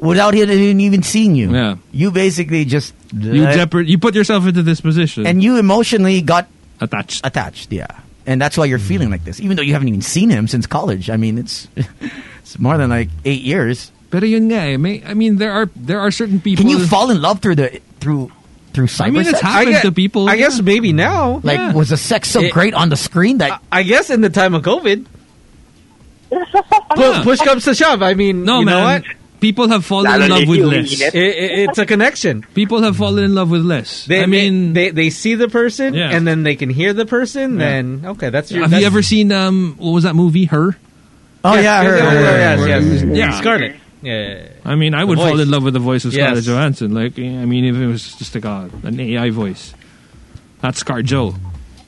without him even seeing you.
Yeah.
You basically just
you, jeopard, you put yourself into this position.
and you emotionally got
attached. Mm.
Attached, yeah. And that's why you're feeling like this, even though you haven't even seen him since college. I mean, it's it's more than like eight years.
Pero yun nga eh, may, I mean, there are there are certain people.
Can you fall in love through the through through cyber?
I mean, it's
sex?
happened to people.
I guess maybe now.
Like, was the sex so great on the screen that
I guess in the time of COVID. Pu- Push comes to shove. I mean,
No,
you know
man.
what?
People have fallen in love with less.
It- it- it's a connection.
People have fallen in love with less.
They,
I mean,
they, they, they see the person
Yeah.
and then they can hear the person.
Yeah.
Then okay, that's your.
have
that's,
you ever seen um? What was that movie? Her.
Oh yeah,
Yes, yes, yes, yes, yes.
Yeah.
Scarlett. Yeah.
I mean, I
The
would fall
voice.
in love with the voice of Scarlett
Yes.
Johansson. Like, I mean, if it was just like a, an AI voice, that's Scar Joe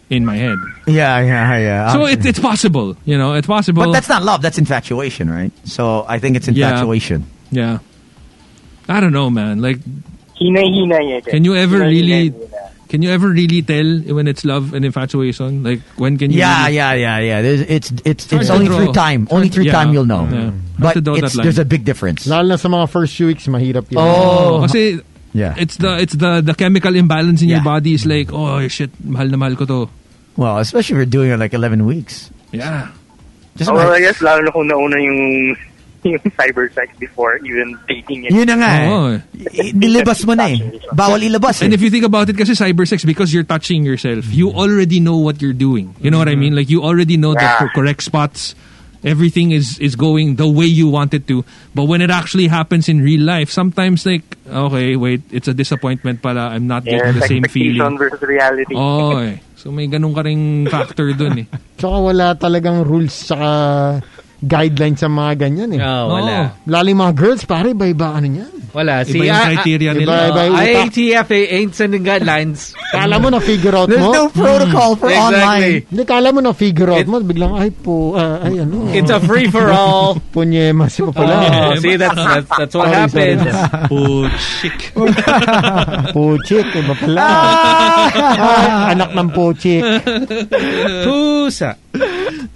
in my head.
Yeah, yeah, yeah.
so
Okay.
it, it's possible, you know, it's possible.
Ah. but that's not love. That's infatuation, right? So I think it's
Yeah.
infatuation.
yeah. I don't know, man. Like,
Hinay-hinay eh.
can you ever
Hinay-hinay.
really? Can you ever really tell when it's love and infatuation? Like, when can you?
Yeah,
really-
yeah, yeah, yeah. There's, it's it's
hard
it's
to
only
draw.
through time.
Hard
Only
to-
through
yeah.
time you'll know.
Yeah. Hard
But
to draw that
it's,
line.
there's a big difference.
Lalo na sa mga first few weeks, mahirap yun.
Oh.
Kasi
Yeah.
it's the it's the the chemical imbalance in your body is like, oh shit, mahal na mahal ko to.
Well, especially if you're doing it like 11 weeks.
Yeah.
Just
Oh, well,
like-
I guess lalo na kung nauna yung yung cyber sex before even dating it.
Yun na nga. eh.
Oo, eh.
I- Nilabas mo na eh. Bawal ilabas
And
eh.
if you think about it kasi cyber sex because you're touching
Mm-hmm.
yourself, you already know what you're doing. You know what I mean? Like you already know the
Yeah.
co- correct spots. everything is is going the way you want it to but when it actually happens in real life sometimes like okay wait it's a disappointment pala I'm not
Yes,
getting the same
expectation
feeling
versus reality.
oh eh. so may ganun ka ring factor dun eh
Tsaka wala talagang rules sa guidelines sa mga ganyan eh.
Oo, Oh, wala.
Oh,
Oo. Lalo yung mga girls, pare, iba-iba ano yan.
Wala.
Iba
See,
yung
I-
criteria
I,
nila.
Iba,
Iba yung utak.
IATF ain't sending guidelines.
Kala mo na figure out
There's
mo. Hmm.
no protocol for Exactly. online.
Hindi, kala mo na figure out mo. Biglang, ay po, ah, ay ano.
It's a free-for-all.
Punyema si Papala.
Ah,
Oh, see, that's, that's, that's what
Sorry,
happens.
sorry.
Oh, Puchik.
Puchik, iba pala.
Ah!
Ay, anak ng Puchik.
Pusa.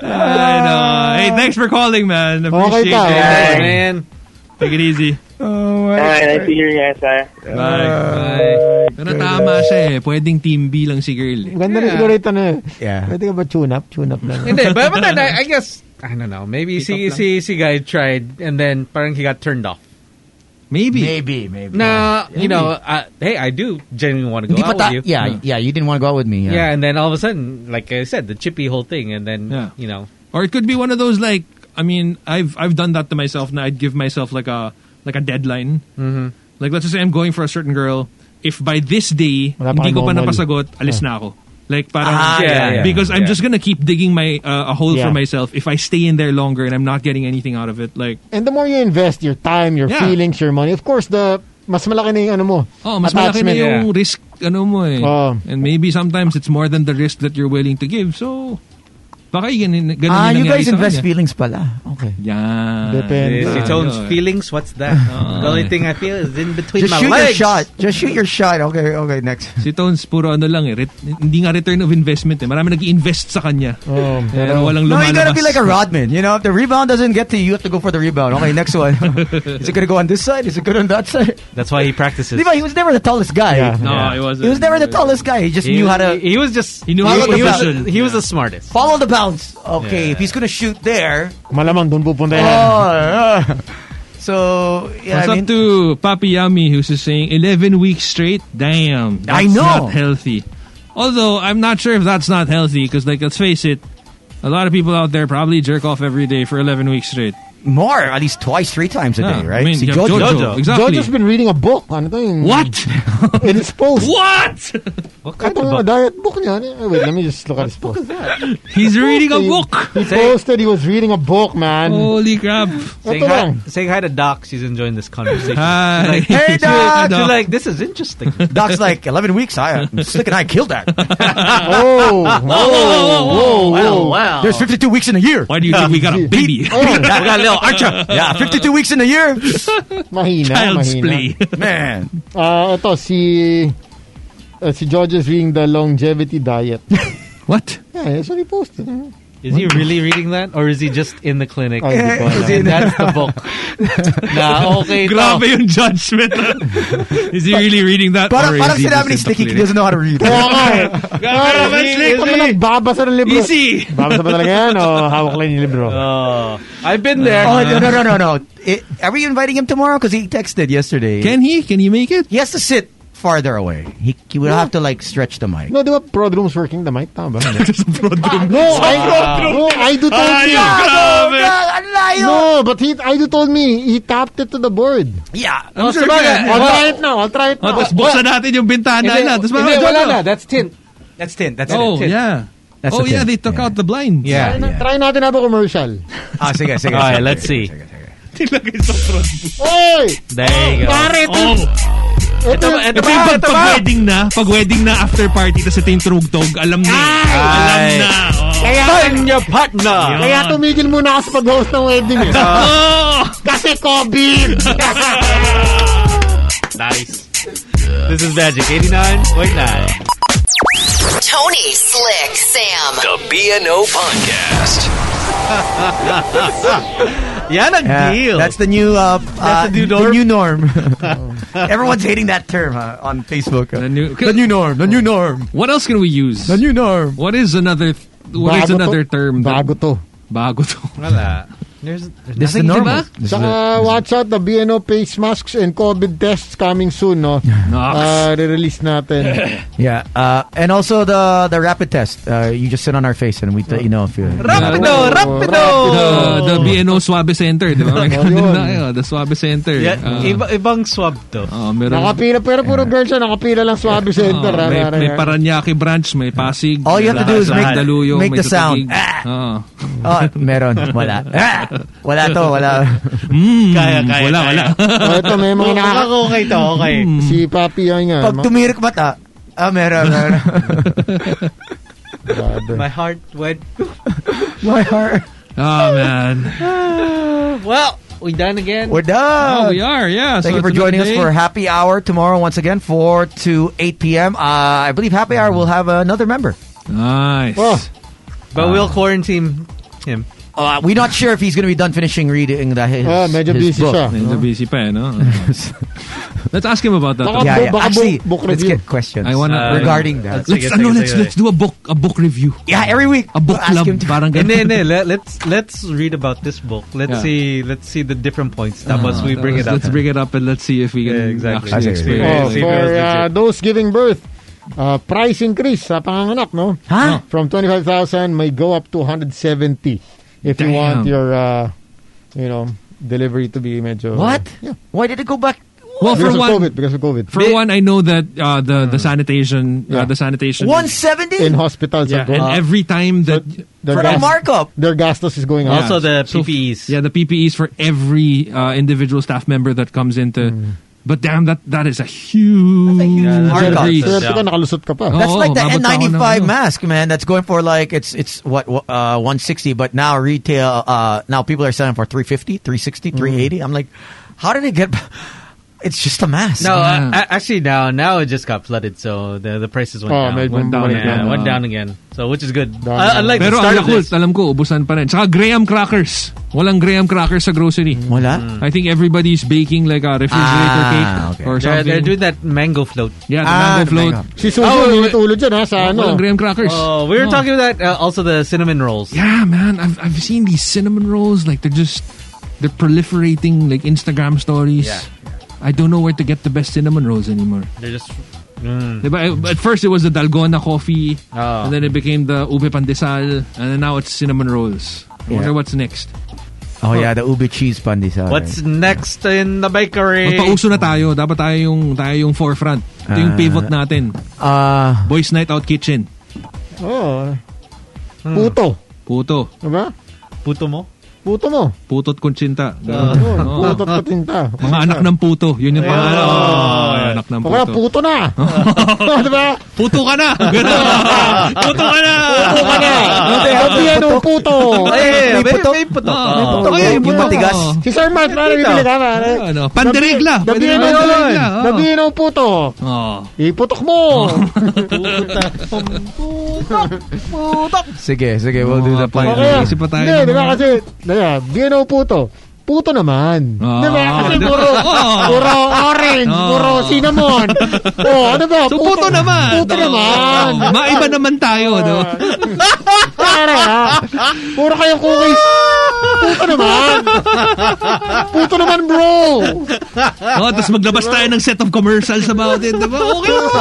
Ay, no. hey thanks for calling man
Okay
appreciate
ka,
it
okay.
man
take it easy
Oh,
Alright, I see you guys, ah.
Bye. Bye. Pero tama siya eh. Pwedeng team B lang si girl eh.
Ganda rin siguro ito na.
Yeah.
Pwede ka ba tune-up? Tune-up lang.
Hindi, but, but then I, I guess I don't know. Maybe si si si guy tried and then parang he got turned off.
Maybe.
Maybe, maybe.
No,
Yeah,
you know,
maybe.
uh, hey, I do genuinely want to
Hindi
go
pa
out
ta-
with you. Mm.
yeah, yeah, you didn't want to go out with me.
yeah,
Yeah.
and then all of a sudden, like I said, the chippy whole thing, and then you know,
Or it could be one of those like I mean, I've I've done that to myself now. I'd give myself like a like a deadline.
Mhm.
Like let's just say I'm going for a certain girl. If by this day
Wala pa
hindi
kang
ko pa
momol.
napasagot,
Ah.
alis na ako. Like parang
Ah, yeah, yeah.
because I'm
yeah.
just gonna keep digging my uh, a hole
Yeah.
for myself if I stay in there longer and I'm not getting anything out of it. Like
And the more you invest your time, your
Yeah.
feelings, your money, of course, the mas malaki na yung ano mo.
Oh, mas malaki na
attachment.
yung risk ano mo eh.
Oh.
And maybe sometimes it's more than the risk that you're willing to give. So, baka yun, ganun
Ah,
yung nangyari
you guys
sa
invest
kanya.
feelings pala. Okay.
Yeah. uh,
Depende.
It's its own feelings. What's that? the only thing I feel is in between
Just
my
shoot
legs.
your shot. Just shoot your shot. Okay, okay, next.
Si Tones, puro ano lang eh. ret- hindi nga return of investment eh. Marami nag-invest sa kanya.
Oh,
pero walang
No,
lumalabas.
you gotta be like a Rodman. You know, if the rebound doesn't get to you, you have to go for the rebound. Okay, next one. is it gonna go on this side? Is it good on that side?
That's why he practices.
Levi, he was never the tallest guy.
Yeah. No, Yeah. he wasn't.
He was never the tallest guy. He just
He
knew
was-
how to.
He, was just.
He knew how
he,
to
he was,
position.
he was the smartest.
Follow the bounce. Okay,
Yeah.
if he's gonna shoot there.
Malamang doon pupunta yan.
Oh, yeah. So yeah,
What's
I
up
mean,
to Papi Yami who's just saying 11 weeks straight? Damn. That's
I know.
not healthy. Although, I'm not sure if that's not healthy because, like, let's face it, a lot of people out there probably jerk off every day for 11 weeks straight.
More, at least twice, three times a day, right?
I mean,
Si
you have
Jojo.
Jojo.
Jojo.
Exactly.
Jojo's been reading a book. Ano to yung...
What?
In his post.
What?
What kind of book? diet book niya. ano yun? Wait, let me just look at his post.
He's reading a
He-
book.
He posted he was reading a book, man.
Holy crap.
Saying
Ito
hi,
lang.
saying hi to Doc. She's enjoying this conversation.
Hi.
She's like,
Hey,
she's
Doc.
she's like, this is interesting.
Doc's like eleven weeks. I I'm slick and I killed that.
oh, whoa, whoa, whoa.
There's 52 weeks in a year.
Why do you think we got a baby?
Oh. We got
a little Archer. Yeah, 52 weeks in a year.
Mahina,
Child's
mahina.
play.
Man.
Ah, ito, si... Uh, si George is reading the longevity diet.
What?
yeah, that's what he posted. huh?
Is he really reading that, or is he just in the clinic?
Ay, hindi ko
Is
alam.
he- that's the book. na okay to.
Grabe yung judgment. Is he really reading that?
Parang,
or
parang
is he
sinabi ni
just in the
Sticky, he
clinic?
doesn't know how to read.
Oo nga eh.
Grabe naman, Slick. eh.
Ito ba nagbabasa ng libro?
Easy. Uh,
Babasa ba talaga yan o hawak lang yung libro?
Oh, I've been there.
Oh, no, no, no, no, no. I- are we inviting him tomorrow? Because he texted yesterday.
Can he? Can he make it?
He has to sit farther away. He, he will have to, like, stretch the mic.
No, di ba prod rooms working the mic? Tama ba? No, I, no, I do told me.
Grabe.
No, but he, I do told me, he tapped it to the board.
Yeah.
Oh,
Sir,
sabagay.
yeah.
I'll try it now, I'll try it
Oh,
now.
tapos buksan natin yung bintana
Hindi,
na. Tapos
hindi,
parang,
wala
Jojo.
na. That's tint. That's tint. That's
Oh,
tint.
yeah.
That's
oh,
the
yeah,
tip.
they took out the blinds.
Yeah.
Try na- Try natin na ba commercial?
Ah, sige, sige.
All right,
sige,
let's
sige,
see.
sige, sige.
Tilagay sa front.
Oy!
There you go.
Pare, ito,
Oh,
ito,
ito yung pag, pag wedding na, pag wedding na after party, tapos ito yung trugtog, alam na. eh. Alam
Ay.
na. Oh.
Kaya,
Find your partner.
kaya tumigil muna ako sa pag-host ng wedding eh.
Oh!
Kasi COVID!
Nice. This is Magic 89.9.
Tony, Slick, Sam.
The BNO Podcast.
Yan ang
Yeah,
deal.
That's the new, uh, uh,
the new
the new norm. Everyone's hating that term huh, on Facebook.
The new-
the new norm. The new norm.
What else can we use?
The new norm.
What is another, what is
Bago to.
another term? that-
Bago to.
Bago to.
Wala. There's, there's
This
nothing,
is the normal.
diba?
This is
Saka watch out the BNO face masks and COVID tests coming soon, no? Ah, re-release natin.
Yeah, uh, and also the the rapid test. Uh, you just sit on our face and we let you know if you.
Rapido!
Oh,
Rapido! The, the BNO Suave Center, di ba? Nandun na kayo, the Suave Center.
Yeah,
Ah.
iba, ibang swab to.
Oo, meron.
Nakapila, pero puro girls siya. Nakapila lang swabe
Oo,
center. ah,
Oh, may,
rara,
may
rara.
Paranaque branch, may Pasig.
All you have to do is make-
Daluyong,
make
may
the sound.
Tutugig. Oo.
Oh, meron. Wala. Ah! Wala to, wala.
Kaya, kaya,
wala,
kaya.
Oh, ito, may mga
Mukhang
nakaka-
okay to, okay.
Si Papi yan nga.
Pag
ma-
tumirik mata, ah, meron, meron.
Grabe.
My heart went...
My heart.
Oh, man.
well, we done again.
We're done.
Oh, we are, yeah.
Thank
So
you for
it's
joining us
another
for
day.
Happy Hour tomorrow once again, 4 to 8 p.m. Uh, I believe Happy Hour will have another member.
Nice.
Oh,
But we'll quarantine him.
Uh, we're not sure if he's going to be done finishing reading the, his,
Ah, medyo
his
busy
book.
siya.
Medyo busy pa eh, no? Let's ask him about that.
Baka
Yeah,
bu-
yeah.
baka bu-
Actually,
book
let's
review.
get questions Uh,
I wanna-
regarding that.
Let's, ano, let's, let's do a book, a book review.
Yeah, every week.
A book
we'll ask
club,
him to-
parang ganun.
Hindi, hindi. Let, let's let's read about this book. Let's
Yeah.
see let's see the different points. Tapos we bring it up.
Ah. Let's bring it up and let's see if we can
Yeah, exactly. Ah,
actually
Okay.
explain
Oh,
it.
Yeah,
for
yeah.
uh, those giving birth, uh, price increase sa panganganak, no?
Huh?
From 25,000 may go up to 170 if you
Damn.
want your uh, you know, delivery to be medyo uh,
What?
Yeah.
Why did it go back?
Well, for
Because of
one,
COVID, because of COVID.
for one, I know that uh, the the
Hmm.
sanitation, uh,
Yeah.
the sanitation,
170?
in hospitals
yeah,
are going
and every time that
their
for Uh, the
gas-
markup.
Their gastos is going up.
Also the
So-
PPEs.
yeah, the PPEs for every uh, individual staff member that comes into.
Hmm.
But damn, that that is a huge,
markup.
increase.
Swerte ka,
Yeah.
nakalusot ka
Oh.
pa.
That's like the
mabot pa ako ng
N95
ano.
mask, man. That's going for like it's it's what wha- uh 160, but now retail uh now people are selling for 350, 360,
Mm.
380. I'm like, how did it get? It's just a mask.
No,
Yeah.
uh, a- actually now now it just got flooded, so the the prices went down.
Oh, medyo
went down,
bumalik
yeah,
lang.
went down again. So which is good.
Down
Uh,
again.
unlike
Pero
the
ang
start of
Yakult,
this.
alam ko, ubusan pa rin. Saka graham crackers. Walang graham crackers sa grocery.
Hmm. Mm.
wala.
I think everybody's baking like a refrigerator
Ah,
cake
okay.
They're,
or something.
they're doing that mango float.
yeah, the
Ah,
mango
the
float.
mango.
Si Susan, oh, ulo dyan ha, sa ano.
Walang graham crackers.
Oh, we were
Oh.
talking about uh, also the cinnamon rolls.
Yeah, man. I've, I've seen these cinnamon rolls. Like, they're just, they're proliferating like Instagram stories.
Yeah.
I don't know where to get the best cinnamon rolls anymore.
They're just
Diba? At first, it was the Dalgona coffee.
Oh.
Ah.
And then it became the ube pandesal. And then now it's cinnamon rolls. I wonder
Yeah.
what's next.
Oh yeah, the ubi cheese pandesal.
What's next in the
Eh.
bakery?
Magpauso na tayo. Dapat tayo yung, tayo yung forefront. Ito yung
Ah.
pivot natin.
uh
Boys Night Out Kitchen.
Oh.
Hmm.
Puto.
Puto.
Diba?
Puto mo?
Puto mo.
Puto't kuntsinta.
Oh,
Oo.
puto at patinta.
Mga anak ng puto. Yun yung pangalan. Oh, anak ng
O kaya
puto.
puto na. diba?
Puto ka na! Ganun. puto ka na! Oh.
Puto ka na. Ba't yan ang ano, puto?
Ay, Eh, may,
puto?
may puto.
Ah,
Oh.
puto.
Yung matigas.
Si Sir Mark, parang eh. bibili ka na.
Ano, panderegla. Pwede
Dabihin ang
naman
puto.
panderegla, oo.
Dabihin ang puto.
Oh.
Iputok mo.
Sige, sige, we'll do the
Okay.
plan.
Okay.
Isip pa tayo
Hindi,
ng
di ba
mga-
kasi, diba, bihin ang puto. Puto naman.
Ah.
Di ba? Kasi
Diba?
puro,
Oo.
puro orange,
Oo.
puro cinnamon. Oh, ano ba?
Oh. So, puto naman. Oh.
Puto
Oo.
naman.
Oo. Maiba naman tayo, no?
Para ha. Puro kayong cookies. Puto naman. Puto naman, bro.
Oh, tapos maglabas tayo ng set of commercials about it, diba? Okay mo!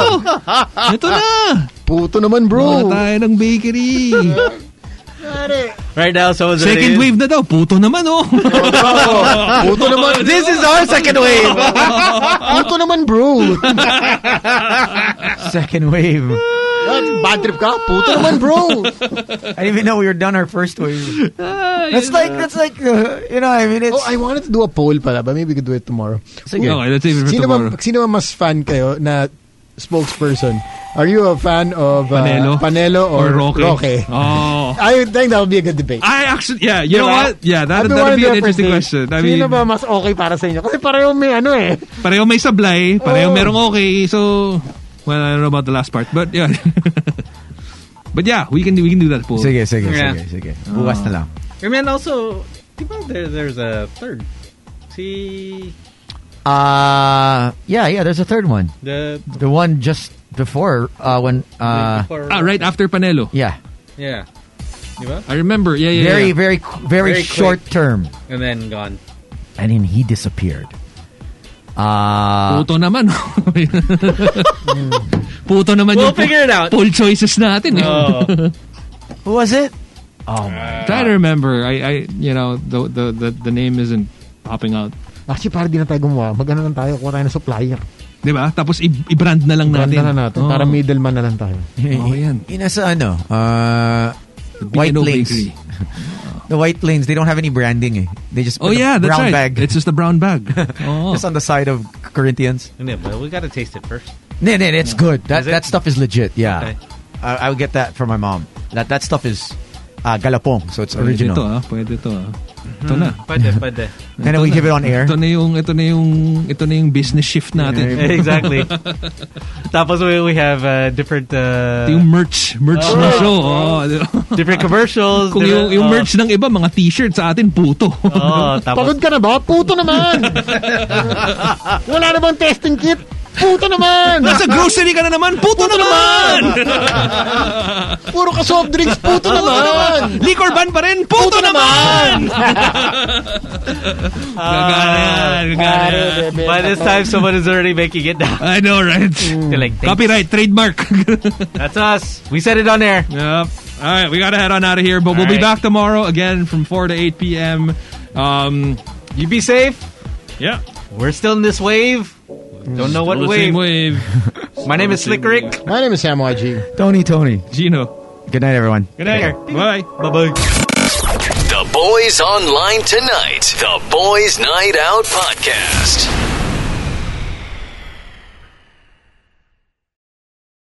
Ito na!
Puto naman,
Wala
bro.
tayo ng bakery.
Right now, someone's
Second wave na daw. Puto naman, oh.
Puto naman.
This is our second wave.
Puto naman, bro.
Second wave.
Bad trip ka? Puto naman, bro.
I didn't even know we were done our first wave.
Ah,
That's like that's like uh, you know I mean it's
Oh, I wanted to do a poll pala, but maybe we could do it tomorrow.
Sige. Okay, let's save it for
sino
tomorrow.
Ba, sino ba mas fan kayo na spokesperson? Are you a fan of uh,
Panelo?
or,
Roque.
Roque?
Oh.
I think that would be a good debate.
I actually, yeah, you know
Diba?
what? Yeah, that,
I've been
that'd be an
wondering for
interesting
days,
question. I mean,
sino ba mas okay para sa inyo? Kasi pareho may ano eh.
pareho may sablay, pareho
Oo.
merong okay, so, well, I don't know about the last part, but yeah. but yeah, we can, do- we can do that poll.
sige, sige,
Yeah. Ah.
sige, sige. Bukas na lang.
I mean, also, di ba there, there's a third? Si...
Uh yeah, yeah, there's a third one.
The...
The one just before uh when uh
before-
Ah, right after Ah, Panelo.
yeah.
Yeah. Di ba?
I remember. Yeah, yeah. yeah.
very, very,
Very
very, short
quick.
term,
And then gone.
and then he disappeared. Uh,
Puto naman. Puto naman
We'll
yung po-
figure it out. Oh.
poll choices natin. Eh.
Oo.
Who was it? Oh my.
Try to remember. I, I, you know, the, the, the, the name isn't popping out.
Actually, para di na tayo gumawa. Magano lang tayo, kuha tayo ng supplier.
Di ba? Tapos i- i-brand na lang natin. Oh.
Natin. na natin.
Oo.
Para middleman na lang tayo.
Oh,
Oo, yan.
Ina sa ano? Uh, White
B&O
Plains.
Bakery.
The White Plains, they don't have any branding. Eh. They just
Oh
put the
yeah, that's
brown
right.
bag
It's just the brown bag. Oh.
just on the side of Corinthians.
Yeah, but we gotta taste it first.
No, no, it's good.
Is
That
it?
that stuff is legit. Yeah,
Okay.
I, I would get that from my mom. That that stuff is uh, galapong, so it's
Pwede
original.
to, ah. Pwede to, ah. Ito na.
Pwede, pwede.
And then we
Ito
give
na.
it on air.
Ito na yung ito na yung ito na yung business shift natin.
exactly. Tapos we, we have uh, different
Ito yung merch, merch
Oh.
na show. Oh.
different commercials.
Kung yung, yung merch ng iba, mga t-shirt sa atin, puto. Ah.
Oh, tapos
Pagod ka na ba? Puto naman! Wala na bang testing kit? Puto naman!
Nasa grocery ka na naman, puto, naman!
Puro ka soft drinks, puto naman!
Liquor ban pa rin, puto, naman! Gagana yan, gagana yan.
by this time someone is already making it down.
I know, right?
They're like, "Thanks."
Copyright, trademark.
That's us. We said it on air.
Yep. All right, we gotta head on out of here, but we'll be
right.
back tomorrow again from four to eight p.m. Um,
You be safe.
yeah,
We're still in this wave. Don't know what
Still the same
wave.
wave.
My name is
Still the
Slick
same
Rick.
My name is Sam YG.
Tony, Tony.
Gino.
Good night, everyone.
Good night. Bye. Bye. Bye.
The Boys Online Tonight, the Boys Night Out Podcast.